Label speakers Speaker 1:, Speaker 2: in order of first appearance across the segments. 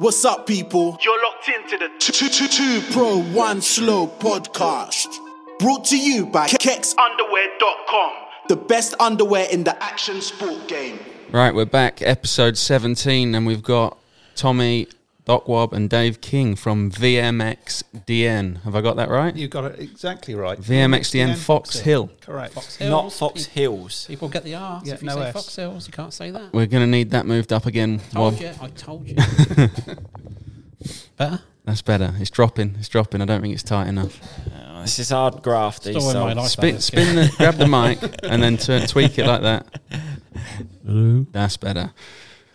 Speaker 1: What's up, people?
Speaker 2: You're locked into the
Speaker 1: Two, two, two, two Pro One Slow podcast. Brought to you by Kex,
Speaker 2: underwear.com.
Speaker 1: the best underwear in the action sport game.
Speaker 3: Right, we're back, episode 17, and we've got Tommy, Doc Wob, and Dave King from VMXDN. Have I got that right?
Speaker 4: You got it exactly right.
Speaker 3: VMXDN Fox Hill.
Speaker 4: Correct.
Speaker 5: Hills,
Speaker 6: Not Fox
Speaker 5: pe-
Speaker 6: Hills.
Speaker 5: People get the R's.
Speaker 4: Yeah,
Speaker 5: if you
Speaker 4: no
Speaker 5: say
Speaker 4: S.
Speaker 5: Fox Hills, you can't say that.
Speaker 3: We're going to need that moved up again,
Speaker 6: Oh,
Speaker 3: Wob.
Speaker 5: told you. I told you. Better.
Speaker 3: That's better. It's dropping. It's dropping. I don't think it's tight enough.
Speaker 6: Oh, this is hard graft. These
Speaker 5: Story of my
Speaker 6: songs.
Speaker 3: Spin,
Speaker 5: life.
Speaker 3: spin the, grab the mic and then turn, tweak it like that. That's better.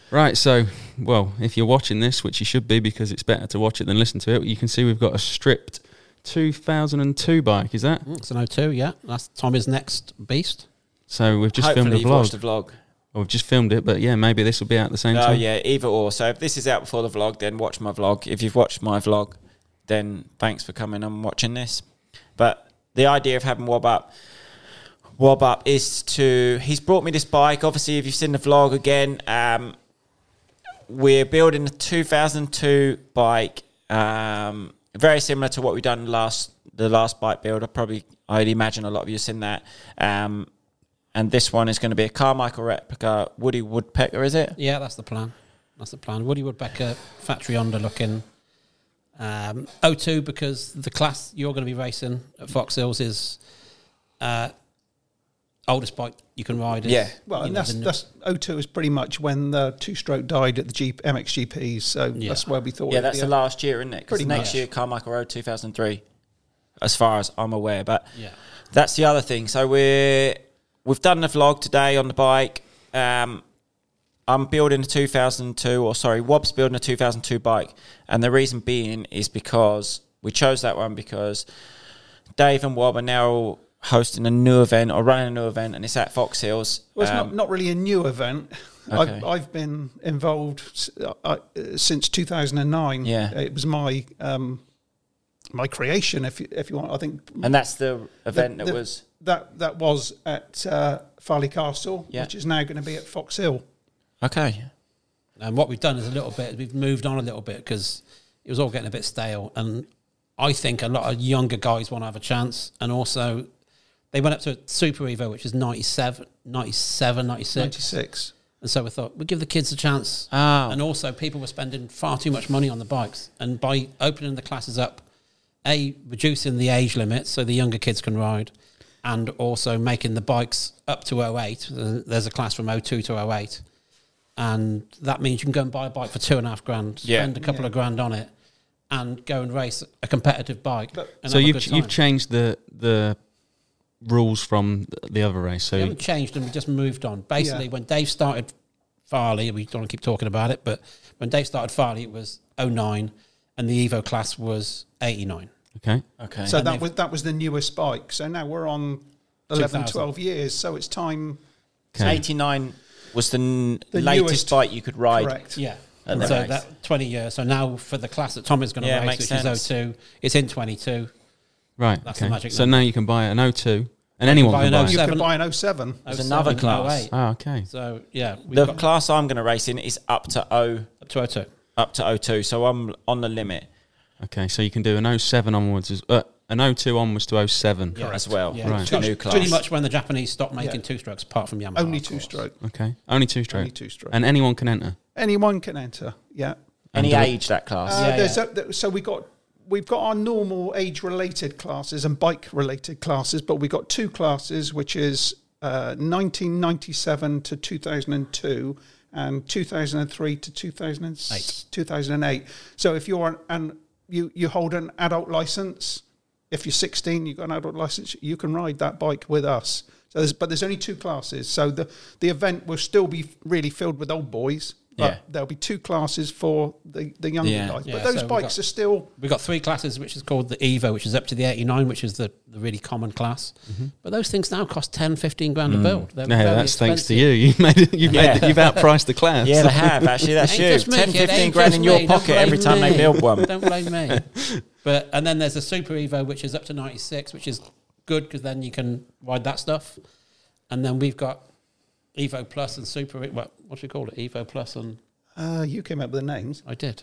Speaker 3: Right, so, well, if you're watching this, which you should be because it's better to watch it than listen to it, you can see we've got a stripped 2002 bike, is that?
Speaker 6: Mm.
Speaker 5: It's an 02, yeah. That's Tommy's next beast.
Speaker 3: So we've just
Speaker 6: Hopefully you've
Speaker 3: filmed
Speaker 6: watched
Speaker 3: a
Speaker 6: the
Speaker 3: vlog.
Speaker 6: vlog.
Speaker 3: Well, I've just filmed it, but yeah, maybe this will be out at the same
Speaker 5: Oh,
Speaker 6: No,
Speaker 3: time.
Speaker 6: yeah, either or. So if this is out before the vlog, then watch my vlog. If you've watched my vlog, then thanks for coming and watching this. But the idea of having Wob up, Wob up is to he's brought me this bike. Obviously, if you've seen the vlog again, um, we're building a 2002 bike, um, very similar to what we've done last the last bike build. I probably I'd imagine a lot of you have seen that. Um, and this one is going to be a Carmichael replica Woody Woodpecker, is it?
Speaker 5: Yeah, that's the plan. That's the plan. Woody Woodpecker, factory under looking. Um, 02, because the class you're going to be racing at Fox Hills is uh, oldest bike you can ride. Is,
Speaker 6: Yeah.
Speaker 4: Well,
Speaker 5: you
Speaker 4: and
Speaker 5: know,
Speaker 4: that's,
Speaker 5: the-
Speaker 4: that's 02 is pretty much when the two stroke died at the Jeep MXGPs. So that's where we thought.
Speaker 6: Yeah,
Speaker 4: it'd
Speaker 6: that's
Speaker 4: be
Speaker 6: the
Speaker 4: a-
Speaker 6: last year, isn't it? Because
Speaker 4: Pretty
Speaker 6: next
Speaker 4: much.
Speaker 6: year, Carmichael Road, 2003, as far as I'm aware. But
Speaker 5: Yeah.
Speaker 6: that's the other thing. So we're we've done the vlog today on the bike. Um, I'm building a 2002, or sorry, Wob's building a 2002 bike, and the reason being is because we chose that one because Dave and Wob are now hosting a new event or running a new event, and it's at Fox Hills.
Speaker 4: Well, it's
Speaker 6: Um,
Speaker 4: not, not really a new event.
Speaker 6: Okay.
Speaker 4: I've, I've been involved s- I- uh, since 2009.
Speaker 6: Yeah.
Speaker 4: It was my um, my creation, if you, if you want. I think
Speaker 6: and that's the event
Speaker 4: the-
Speaker 6: that
Speaker 4: the-
Speaker 6: was
Speaker 4: that that was at uh, Farley Castle,
Speaker 6: Yeah.
Speaker 4: which is now going to be at Fox Hill.
Speaker 6: okay.
Speaker 5: And what we've done is a little bit, we've moved on a little bit because it was all getting a bit stale. And I think a lot of younger guys want to have a chance. And also, they went up to Super Evo, which is 97, 97 96.
Speaker 4: 96.
Speaker 5: And so we thought, we'll give the kids a chance.
Speaker 6: Oh.
Speaker 5: And also, people were spending far too much money on the bikes. And by opening the classes up, A, reducing the age limit so the younger kids can ride, and also making the bikes up to 08. There's a class from 02 to 08. And that means you can go and buy a bike for two and a half grand,
Speaker 6: Yeah.
Speaker 5: spend a couple of grand on it, and go and race a competitive bike. and
Speaker 3: So
Speaker 5: have a
Speaker 3: you've
Speaker 5: good
Speaker 3: you've
Speaker 5: time.
Speaker 3: changed the the rules from th- the other race.
Speaker 5: we
Speaker 3: So
Speaker 5: haven't changed and we just moved on. Basically,
Speaker 4: Yeah.
Speaker 5: when Dave started Farley, we don't want to keep talking about it, but when Dave started Farley, it was 09 and the Evo class was 89.
Speaker 3: okay,
Speaker 5: Oh,
Speaker 6: Okay.
Speaker 4: So that was that was the newest bike. So now we're on 11,
Speaker 5: 2000.
Speaker 4: 12 years. So it's time.
Speaker 3: okay.
Speaker 6: 89 was the, n-
Speaker 4: The
Speaker 6: latest
Speaker 4: newest-
Speaker 6: bike you could ride.
Speaker 4: Correct.
Speaker 5: Yeah.
Speaker 6: And
Speaker 5: so
Speaker 6: that makes-
Speaker 5: that 20 years. So now for the class that Tom is going to
Speaker 6: Yeah,
Speaker 5: race,
Speaker 6: makes
Speaker 5: which is
Speaker 6: sense.
Speaker 5: 02, it's in 22.
Speaker 3: right.
Speaker 5: That's the
Speaker 3: okay.
Speaker 5: magic
Speaker 3: so
Speaker 5: number.
Speaker 3: now you can buy an 02 and anyone
Speaker 5: buy
Speaker 3: can
Speaker 5: an
Speaker 3: buy.
Speaker 4: You oh
Speaker 3: it.
Speaker 5: 07.
Speaker 4: could buy an 07.
Speaker 5: There's
Speaker 6: another class.
Speaker 3: Oh, okay.
Speaker 5: So yeah, we've
Speaker 6: The
Speaker 5: got
Speaker 6: class I'm going to race in is up to O,
Speaker 5: up to 02.
Speaker 6: up to 02. So I'm on the limit
Speaker 3: Okay, so you can do an 07 onwards as uh, an 02 onwards to 07.
Speaker 6: as well.
Speaker 5: Yeah.
Speaker 3: Right.
Speaker 6: The new class.
Speaker 5: Pretty much when the Japanese stopped making
Speaker 4: Yeah.
Speaker 5: two strokes, apart from Yamaha.
Speaker 4: Only
Speaker 5: of
Speaker 4: two
Speaker 5: course.
Speaker 4: stroke.
Speaker 3: Okay. Only two stroke.
Speaker 4: Only two-stroke.
Speaker 3: And anyone can enter.
Speaker 4: Anyone can enter. Yeah.
Speaker 6: Any
Speaker 3: And do
Speaker 6: age that class.
Speaker 4: Uh,
Speaker 5: Yeah,
Speaker 4: there's
Speaker 5: yeah.
Speaker 4: A, th- so we got we've got our normal age related classes and bike related classes, but we got two classes, which is uh, 1997 to 2002 and 2003 to 2008. 2008. So if you're an, an you you hold an adult license, if you're 16, you've got an adult license, you can ride that bike with us. So there's, but there's only two classes. So the, the event will still be really filled with old boys. But
Speaker 6: Yeah.
Speaker 4: there'll be two classes for the, the younger
Speaker 6: Yeah.
Speaker 4: guys.
Speaker 5: Yeah,
Speaker 4: but
Speaker 5: so
Speaker 4: those
Speaker 5: we
Speaker 4: bikes
Speaker 5: got-
Speaker 4: are still
Speaker 5: We've got three classes, which is called the Evo, which is up to the 89, which is the, the really common class.
Speaker 6: Mm-hmm.
Speaker 5: But those things now cost 10, 15 grand a
Speaker 6: Mm.
Speaker 5: build. They're
Speaker 3: No,
Speaker 5: very
Speaker 3: that's thanks to
Speaker 5: expensive.
Speaker 3: you. You made it, you've made it,
Speaker 6: Yeah.
Speaker 3: you've outpriced the class.
Speaker 6: Yeah, they have actually. That's
Speaker 5: Ain't
Speaker 6: you.
Speaker 5: just me,
Speaker 6: 10,
Speaker 5: kid,
Speaker 6: 15
Speaker 5: ain't
Speaker 6: grand
Speaker 5: just
Speaker 6: in your
Speaker 5: me, don't
Speaker 6: pocket every
Speaker 5: blame
Speaker 6: time they
Speaker 5: me.
Speaker 6: build one.
Speaker 5: Don't blame me. But and then there's a Super Evo, which is up to 96, which is good because then you can ride that stuff. And then we've got Evo Plus and Super. E- What what do we call it? Evo Plus and
Speaker 4: uh, you came up with the names.
Speaker 5: I did.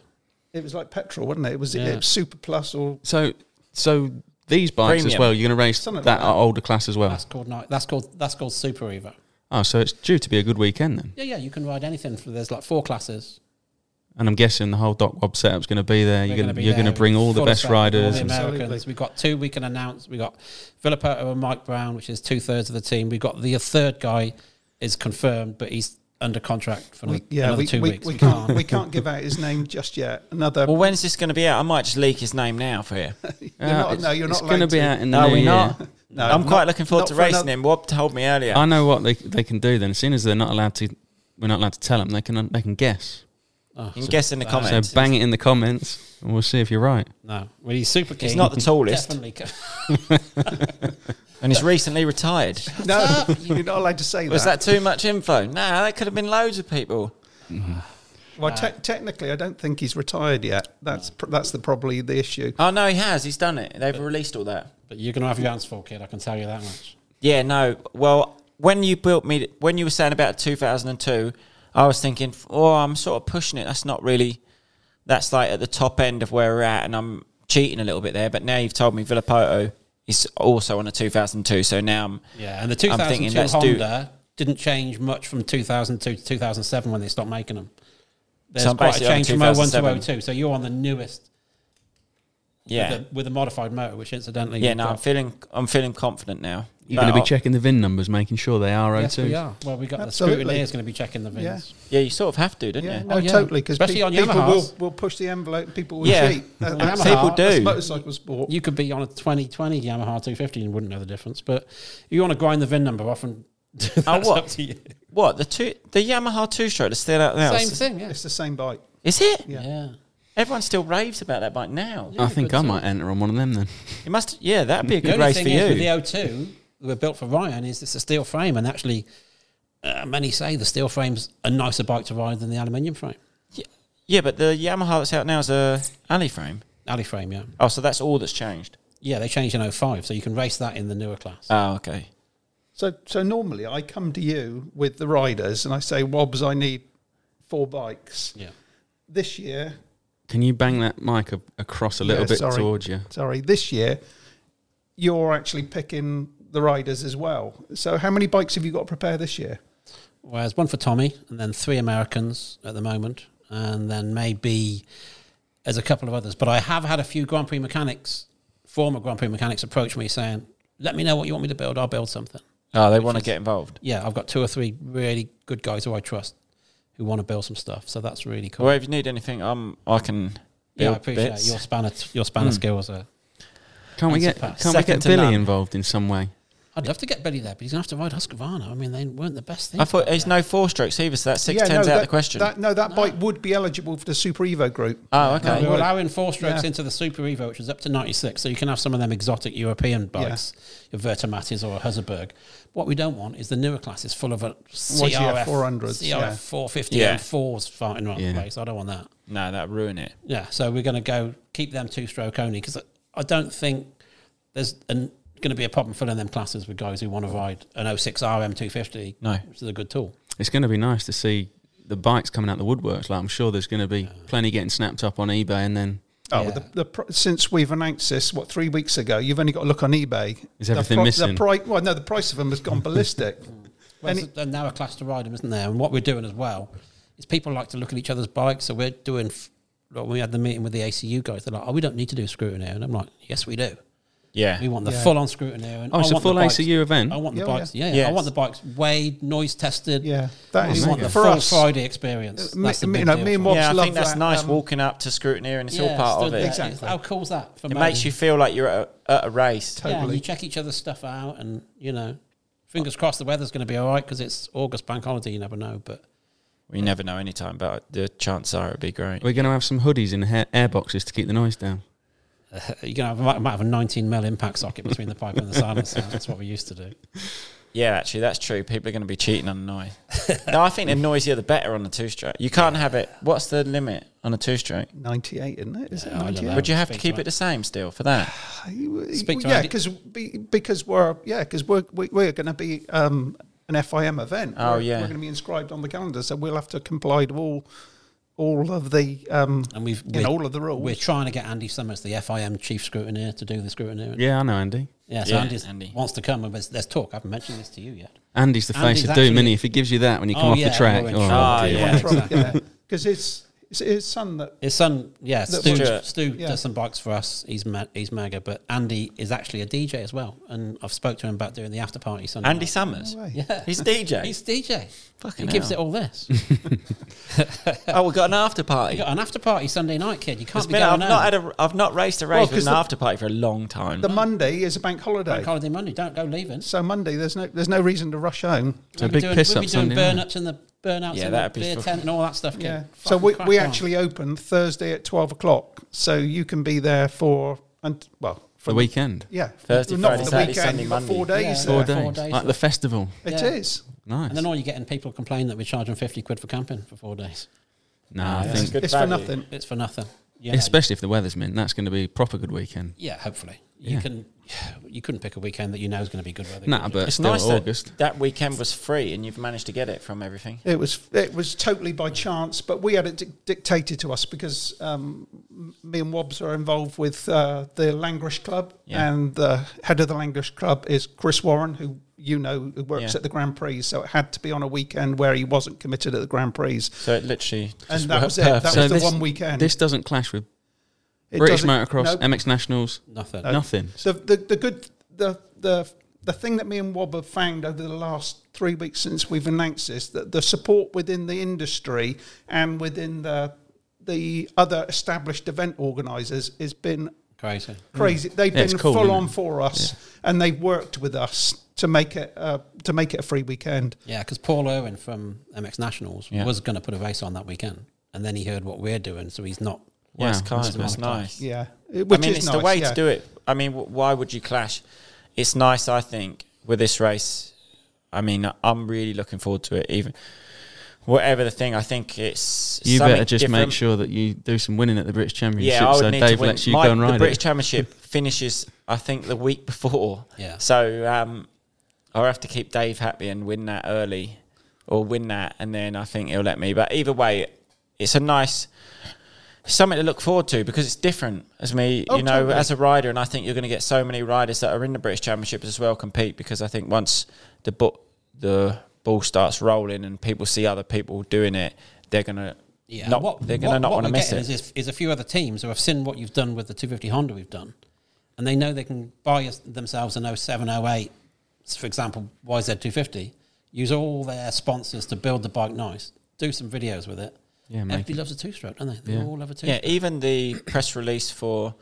Speaker 4: It was like petrol, wasn't it? It was,
Speaker 5: Yeah.
Speaker 4: it was Super Plus or
Speaker 3: So, so these bikes as
Speaker 6: Premium.
Speaker 3: well, you're going to race
Speaker 4: Something
Speaker 3: that
Speaker 4: like that.
Speaker 3: older class as well.
Speaker 5: That's called ni- that's called that's called Super Evo.
Speaker 3: Oh, so it's due to be a good weekend then.
Speaker 5: Yeah, yeah. You can ride anything. For, there's like four classes.
Speaker 3: And I'm guessing the whole Doc Wob setup's going to be there. You're
Speaker 5: We're
Speaker 3: going
Speaker 5: gonna
Speaker 3: to
Speaker 5: be
Speaker 3: you're going to
Speaker 5: there
Speaker 3: bring all the
Speaker 5: full
Speaker 3: best
Speaker 5: effect, all
Speaker 3: riders.
Speaker 5: the
Speaker 3: and-
Speaker 5: Americans.
Speaker 4: Absolutely.
Speaker 5: We've got two we can announce. We've got Villapoto and Mike Brown, which is two thirds of the team. We've got the third guy is confirmed, but he's under contract for
Speaker 4: we,
Speaker 5: another,
Speaker 4: yeah,
Speaker 5: another
Speaker 4: we,
Speaker 5: two
Speaker 4: we,
Speaker 5: weeks.
Speaker 4: we can't we can't give out his name just yet. Another
Speaker 6: Well, when's this going to be out? I might just leak his name now for you.
Speaker 3: Uh,
Speaker 4: you're not,
Speaker 3: it's,
Speaker 4: no, you're not
Speaker 3: going to be out in the
Speaker 6: No,
Speaker 3: new
Speaker 6: we're
Speaker 3: year.
Speaker 6: not.
Speaker 4: No,
Speaker 6: I'm
Speaker 4: not-
Speaker 6: quite looking forward
Speaker 4: not
Speaker 6: to
Speaker 4: for
Speaker 6: racing
Speaker 4: another-
Speaker 6: him. Wob told me earlier.
Speaker 3: I know what they they can do then. As soon as they're not allowed to, we're not allowed to tell them. They can they can guess.
Speaker 5: Oh,
Speaker 6: you can guess in the
Speaker 3: So
Speaker 6: comments.
Speaker 3: bang it in the comments, and we'll see if you're right.
Speaker 5: no, well, he's super keen.
Speaker 6: He's not the tallest,
Speaker 5: Definitely. co-
Speaker 6: and he's recently retired.
Speaker 4: No, you're not allowed to say that.
Speaker 6: Was that too much info? No, that could have been loads of people.
Speaker 4: Well, te-
Speaker 5: Uh,
Speaker 4: technically, I don't think he's retired yet. That's pr- that's the, probably the issue.
Speaker 6: Oh no, he has. He's done it. They've released all that.
Speaker 5: But you're going to have your hands full, kid. I can tell you that much.
Speaker 6: Yeah, no. Well, when you built me, when you were saying about 2002, I was thinking, oh, I'm sort of pushing it. That's not really. That's like at the top end of where we're at, and I'm cheating a little bit there. But now you've told me Villapoto is also on a 2002, so now I'm.
Speaker 5: Yeah, and the
Speaker 6: I'm thinking
Speaker 5: 2002
Speaker 6: let's do-
Speaker 5: Honda didn't change much from 2002 to 2007 when they stopped making them. There's
Speaker 6: So I'm
Speaker 5: quite a
Speaker 6: basically on
Speaker 5: change from 01
Speaker 6: 2007.
Speaker 5: to 02. So you're on the newest
Speaker 6: Yeah,
Speaker 5: with, a, with a modified motor, which incidentally,
Speaker 6: yeah.
Speaker 5: you've
Speaker 6: No,
Speaker 5: got-
Speaker 6: I'm feeling. I'm feeling confident now.
Speaker 3: You're going to
Speaker 6: But
Speaker 3: be
Speaker 6: I-
Speaker 3: checking the VIN numbers, making sure they are
Speaker 5: Yes,
Speaker 3: O2.
Speaker 5: we are. Well, we got
Speaker 4: Absolutely.
Speaker 5: the scrutineer's going to be checking the VINs.
Speaker 6: Yeah, you sort of have to, don't
Speaker 4: Yeah,
Speaker 6: you?
Speaker 4: no,
Speaker 5: Oh, yeah.
Speaker 4: totally. Because
Speaker 5: Especially on
Speaker 4: people will,
Speaker 5: Yamahas.
Speaker 4: will push the envelope. and People will
Speaker 6: Yeah.
Speaker 4: cheat. Uh,
Speaker 6: Yeah.
Speaker 4: that's-
Speaker 5: People do.
Speaker 4: that's motorcycle sport.
Speaker 5: You could be on a 2020 Yamaha 250 and wouldn't know the difference, but you want to grind the VIN number off and that's
Speaker 6: Oh, what?
Speaker 5: up to you.
Speaker 6: What the two? The Yamaha two stroke is still out now.
Speaker 5: Same thing, yeah.
Speaker 4: it's the same bike.
Speaker 6: Is it?
Speaker 5: Yeah.
Speaker 6: Everyone still raves about that bike now.
Speaker 3: I think I might enter on one of them then.
Speaker 6: It must. Yeah, that'd be a
Speaker 5: The
Speaker 6: good
Speaker 5: only
Speaker 6: race for
Speaker 5: thing is with the
Speaker 6: you.
Speaker 5: O2 that were built for Ryan is it's a steel frame, and actually, uh, many say the steel frame's a nicer bike to ride than the aluminium frame.
Speaker 6: Yeah, but the Yamaha that's out now is a alley frame.
Speaker 5: Alley frame, yeah.
Speaker 6: Oh, so that's all that's changed.
Speaker 5: Yeah, they changed in 05, so you can race that in the newer class.
Speaker 6: Oh, okay.
Speaker 4: So so normally I come to you with the riders and I say, Wobbs, I need four bikes
Speaker 5: yeah.
Speaker 4: this year.
Speaker 3: Can you bang that mic a- across a little
Speaker 4: Yeah,
Speaker 3: bit
Speaker 4: sorry.
Speaker 3: towards you?
Speaker 4: Sorry, this year you're actually picking the riders as well. So how many bikes have you got to prepare this year?
Speaker 5: Whereas one for Tommy, and then three Americans at the moment, and then maybe there's a couple of others. But I have had a few Grand Prix mechanics, former Grand Prix mechanics, approach me saying, "Let me know what you want me to build. I'll build something."
Speaker 6: Oh, they want to get involved.
Speaker 5: Yeah, I've got two or three really good guys who I trust who want to build some stuff. So that's really cool.
Speaker 6: Well, if you need anything, um, I can.
Speaker 5: yeah,
Speaker 6: Build
Speaker 5: I appreciate
Speaker 6: bits. Hmm.
Speaker 5: your spanner your spanner skills. Are,
Speaker 3: Can't we
Speaker 5: That's
Speaker 3: get
Speaker 5: a
Speaker 3: can't
Speaker 5: pass.
Speaker 3: we
Speaker 6: Second
Speaker 3: get
Speaker 6: to
Speaker 3: Billy
Speaker 6: none.
Speaker 3: involved in some way?
Speaker 5: I'd love to get Billy there, but he's gonna have to ride Husqvarna. I mean, they weren't the best thing.
Speaker 6: I thought there's no four strokes either, so that's six
Speaker 4: Yeah,
Speaker 6: tens out
Speaker 4: that,
Speaker 6: of the question.
Speaker 4: That, no,
Speaker 5: Ah.
Speaker 4: that bike would be eligible for the Super Evo group.
Speaker 6: oh, okay.
Speaker 5: we were allowing four strokes
Speaker 4: Yeah.
Speaker 5: into the Super Evo, which is up to 96. So you can have some of them exotic European bikes, your Vertomatis or a Husaberg. What we don't want is the newer classes full of a
Speaker 4: Was your
Speaker 5: CRF
Speaker 4: 400s,
Speaker 5: CRF
Speaker 4: yeah.
Speaker 5: 450
Speaker 6: Yeah.
Speaker 5: and fours fighting around
Speaker 3: Yeah.
Speaker 5: the place. I don't want that.
Speaker 6: no, that'd ruin it.
Speaker 5: Yeah, so we're going to go keep them two stroke only because I don't think there's an, going to be a problem filling them classes with guys who want to ride an 06 RM 250.
Speaker 6: No.
Speaker 5: which is a good tool.
Speaker 3: It's going to be nice to see the bikes coming out the woodworks. Like I'm sure there's going to be plenty getting snapped up on eBay, and then
Speaker 4: Oh,
Speaker 5: Yeah.
Speaker 4: the, the pr- since we've announced this, what three weeks ago, you've only got to look on eBay.
Speaker 3: Is everything
Speaker 4: the
Speaker 3: missing?
Speaker 4: The pri- well, no, the price of them has gone ballistic.
Speaker 5: Well,
Speaker 4: Any-
Speaker 5: there's a- now a class to ride them, isn't there? And what we're doing as well is people like to look at each other's bikes. So we're doing, f- like when we had the meeting with the ACU guys, they're like, oh, we don't need to do scrutiny. And I'm like, yes, we do.
Speaker 6: Yeah.
Speaker 5: We want the
Speaker 4: Yeah.
Speaker 5: full on scrutiny. And
Speaker 3: Oh,
Speaker 5: I
Speaker 3: it's a
Speaker 5: want the
Speaker 3: full
Speaker 5: bikes-
Speaker 3: ACU event?
Speaker 5: I want the
Speaker 4: Yeah,
Speaker 5: bikes. Yeah, yeah. I
Speaker 6: Yes.
Speaker 5: want the bikes weighed, noise tested.
Speaker 4: Yeah, that
Speaker 5: we
Speaker 4: is-
Speaker 5: want the
Speaker 4: for
Speaker 5: full
Speaker 4: us-
Speaker 5: Friday experience.
Speaker 4: Uh, me-
Speaker 5: That's the
Speaker 4: me-
Speaker 5: big
Speaker 4: you know,
Speaker 5: deal
Speaker 4: me and
Speaker 5: for
Speaker 4: Wob-
Speaker 5: us.
Speaker 6: Yeah,
Speaker 4: Love
Speaker 6: I think that's
Speaker 4: that,
Speaker 6: nice
Speaker 4: um,
Speaker 6: walking up to scrutineer and it's all
Speaker 5: Yeah,
Speaker 6: part of
Speaker 5: stood
Speaker 6: it.
Speaker 5: there.
Speaker 4: Exactly.
Speaker 5: How cool's that? For
Speaker 6: It
Speaker 5: me?
Speaker 6: makes you feel like you're at a, at a race.
Speaker 5: Yeah, and
Speaker 4: Totally.
Speaker 5: you check each other's stuff out, and you know, fingers crossed the weather's going to be all right because it's August bank holiday. You never know, but
Speaker 6: Well, you never know any time, but the chances are it'd be great.
Speaker 3: We're going to have some hoodies in hair, air boxes to keep the noise down.
Speaker 5: You're gonna have, might, might have a 19 mil impact socket between the pipe and the silencer. That's what we used to do.
Speaker 6: Yeah, actually, that's true. People are going to be cheating on the noise. no, I think the noisier the better on the two stroke. You can't have it. What's the limit on a two stroke?
Speaker 4: 98, isn't it? Is
Speaker 5: Yeah, I
Speaker 4: it
Speaker 5: don't
Speaker 4: 98?
Speaker 5: know.
Speaker 6: Would you have to
Speaker 5: Speak to
Speaker 6: keep
Speaker 5: it.
Speaker 6: it the same still for that?
Speaker 5: Speak to
Speaker 4: yeah,
Speaker 5: Andy.
Speaker 4: because be, because we're yeah because we're we, we're going to be um, an FIM event.
Speaker 6: Oh,
Speaker 4: We're-
Speaker 6: yeah.
Speaker 4: we're going to be inscribed on the calendar, so we'll have to comply to all all of the um,
Speaker 5: And we've
Speaker 4: in
Speaker 5: we're-
Speaker 4: all of the rules.
Speaker 5: We're trying to get Andy Summers, the FIM chief scrutineer, to do the scrutineering. Yeah,
Speaker 3: Yeah, I know, Andy.
Speaker 5: so
Speaker 6: Yeah,
Speaker 5: Andy's,
Speaker 6: Andy.
Speaker 5: Andy wants to come, and there's, there's talk. I haven't mentioned this to you yet.
Speaker 3: Andy's the
Speaker 5: Andy's
Speaker 3: face of
Speaker 5: actually-
Speaker 3: doom, is If he gives you that when you come
Speaker 5: Oh,
Speaker 3: off
Speaker 5: yeah,
Speaker 3: the track,
Speaker 5: we're in
Speaker 3: oh,
Speaker 5: trouble.
Speaker 6: Ah,
Speaker 3: dear.
Speaker 6: yeah.
Speaker 4: Because it's, it's his son that
Speaker 5: His son, yeah, Stu,
Speaker 6: Stuart.
Speaker 5: Stu
Speaker 4: Yeah.
Speaker 5: does some bikes for us. He's ma- he's mega, but Andy is actually a DJ as well, and I've spoke to him about doing the after party Sunday.
Speaker 6: Andy
Speaker 5: night.
Speaker 6: Summers.
Speaker 5: yeah,
Speaker 6: He's a DJ.
Speaker 5: he's DJ.
Speaker 6: Fucking
Speaker 5: he gives it
Speaker 6: hell.
Speaker 5: all this.
Speaker 6: oh, we've got an after party.
Speaker 5: you got an after party Sunday night, kid. You can't
Speaker 6: It's
Speaker 5: be
Speaker 6: been-
Speaker 5: going
Speaker 6: I've
Speaker 5: home.
Speaker 6: not had a. I've not raced a race
Speaker 4: Well,
Speaker 6: with
Speaker 4: 'cause
Speaker 6: an
Speaker 4: the-
Speaker 6: after party for a long time.
Speaker 4: the Monday is a bank holiday.
Speaker 5: Bank holiday Monday. Don't go leaving.
Speaker 4: so Monday, there's no there's no reason to rush home.
Speaker 3: So big
Speaker 5: doing,
Speaker 3: piss
Speaker 5: we'll
Speaker 3: up
Speaker 5: be doing
Speaker 3: Sunday. night.
Speaker 5: burnouts and the burnouts
Speaker 6: Yeah,
Speaker 5: and
Speaker 6: that'd
Speaker 5: the
Speaker 6: be
Speaker 5: beer
Speaker 6: fucking-
Speaker 5: tent and all that stuff. Kid.
Speaker 4: Yeah. So
Speaker 5: Fucking
Speaker 4: we,
Speaker 5: crack
Speaker 4: we
Speaker 5: on.
Speaker 4: actually uh, open Thursday at twelve o'clock, so you can be there for and well for
Speaker 3: The weekend.
Speaker 4: Yeah,
Speaker 6: Thursday,
Speaker 4: not
Speaker 6: Friday,
Speaker 4: for the
Speaker 6: Saturday,
Speaker 4: weekend,
Speaker 6: Sunday,
Speaker 4: but Four
Speaker 6: Monday.
Speaker 4: days.
Speaker 5: Yeah.
Speaker 3: Four
Speaker 4: there.
Speaker 5: Four
Speaker 3: days.
Speaker 5: days.
Speaker 3: Like the festival.
Speaker 4: It
Speaker 5: Yeah.
Speaker 4: is.
Speaker 3: Nice.
Speaker 5: And then all you get in people complain that we're charging 50 quid for camping for four days.
Speaker 3: no, I
Speaker 6: That's
Speaker 3: think,
Speaker 6: good
Speaker 4: It's
Speaker 6: value.
Speaker 4: for nothing.
Speaker 5: It's for nothing. Yeah.
Speaker 3: especially if the weather's mint, that's going to be a proper good weekend.
Speaker 5: Yeah, hopefully. You
Speaker 3: Yeah.
Speaker 5: can you couldn't pick a weekend that you know is going to be good weather.
Speaker 3: Nah,
Speaker 5: could
Speaker 3: but
Speaker 5: you?
Speaker 6: It's
Speaker 3: still
Speaker 6: nice
Speaker 3: August.
Speaker 6: that that weekend was free and you've managed to get it from everything.
Speaker 4: It was it was totally by chance, but we had it dic- dictated to us because um, m- me and Wobbs are involved with uh, the Langrish Club,
Speaker 6: Yeah.
Speaker 4: and the head of the Langrish Club is Chris Warren, who you know who works
Speaker 6: Yeah.
Speaker 4: at the Grand Prix. So it had to be on a weekend where he wasn't committed at the Grand Prix,
Speaker 6: So it literally
Speaker 4: and
Speaker 6: just
Speaker 4: that
Speaker 6: worked
Speaker 4: was it. That was
Speaker 6: perfect.
Speaker 3: So
Speaker 4: the
Speaker 3: this-
Speaker 4: one weekend.
Speaker 3: This doesn't clash with
Speaker 4: It
Speaker 3: British
Speaker 4: doesn't-
Speaker 3: motocross,
Speaker 4: no.
Speaker 3: MX Nationals,
Speaker 5: nothing.
Speaker 3: nothing.
Speaker 4: the, the the good the the the thing that me and Wob have found over the last three weeks since we've announced this that the support within the industry and within the the other established event organisers has been
Speaker 5: Crazy.
Speaker 6: Mm.
Speaker 4: crazy. They've
Speaker 3: Yeah, it's
Speaker 4: been
Speaker 3: cool,
Speaker 4: full
Speaker 3: isn't
Speaker 4: on
Speaker 3: it?
Speaker 4: for us, and they've worked with us to make it uh, to make it a free weekend.
Speaker 5: Yeah, because Paul Irwin from MX Nationals
Speaker 6: Yeah.
Speaker 5: was going to put a race on that weekend, and then he heard what we're doing, so he's not.
Speaker 6: Yeah, it's
Speaker 3: Wow.
Speaker 6: kind.
Speaker 5: That's
Speaker 6: That's
Speaker 5: one o'clock.
Speaker 6: nice.
Speaker 4: Yeah, It- which
Speaker 6: I mean,
Speaker 4: is
Speaker 6: it's
Speaker 4: nice,
Speaker 6: the way
Speaker 4: yeah.
Speaker 6: to do it. I mean, wh- why would you clash? It's nice, I think, with this race. I mean, I'm really looking forward to it. Even whatever the thing, I think it's
Speaker 3: You
Speaker 6: something
Speaker 3: better just
Speaker 6: different.
Speaker 3: make sure that you do some winning at the British Championship
Speaker 6: Yeah, I would
Speaker 3: so
Speaker 6: need
Speaker 3: Dave
Speaker 6: to win.
Speaker 3: lets you
Speaker 6: My-
Speaker 3: go and
Speaker 6: the
Speaker 3: ride
Speaker 6: British
Speaker 3: it.
Speaker 6: Championship finishes, I think, the week before.
Speaker 5: Yeah.
Speaker 6: So um, I'll have to keep Dave happy and win that early, or win that, and then I think he'll let me. But either way, it's a nice something to look forward to because it's different as me
Speaker 4: Oh,
Speaker 6: you know
Speaker 4: totally.
Speaker 6: as a rider and i think you're going to get so many riders that are in the british championships as well compete because i think once the bu- the ball starts rolling and people see other people doing it they're going to
Speaker 5: Yeah,
Speaker 6: not,
Speaker 5: what,
Speaker 6: they're going to
Speaker 5: what-
Speaker 6: not
Speaker 5: what
Speaker 6: want to
Speaker 5: we're
Speaker 6: miss
Speaker 5: getting
Speaker 6: it
Speaker 5: Is, is, is a few other teams who have seen what you've done with the 250 Honda we've done, and they know they can buy us- themselves an 07, 08, for example, YZ250, use all their sponsors to build the bike nice, do some videos with it.
Speaker 3: Yeah, make
Speaker 5: Everybody loves a two stroke, don't they? They all love a two
Speaker 6: Yeah, even the press release for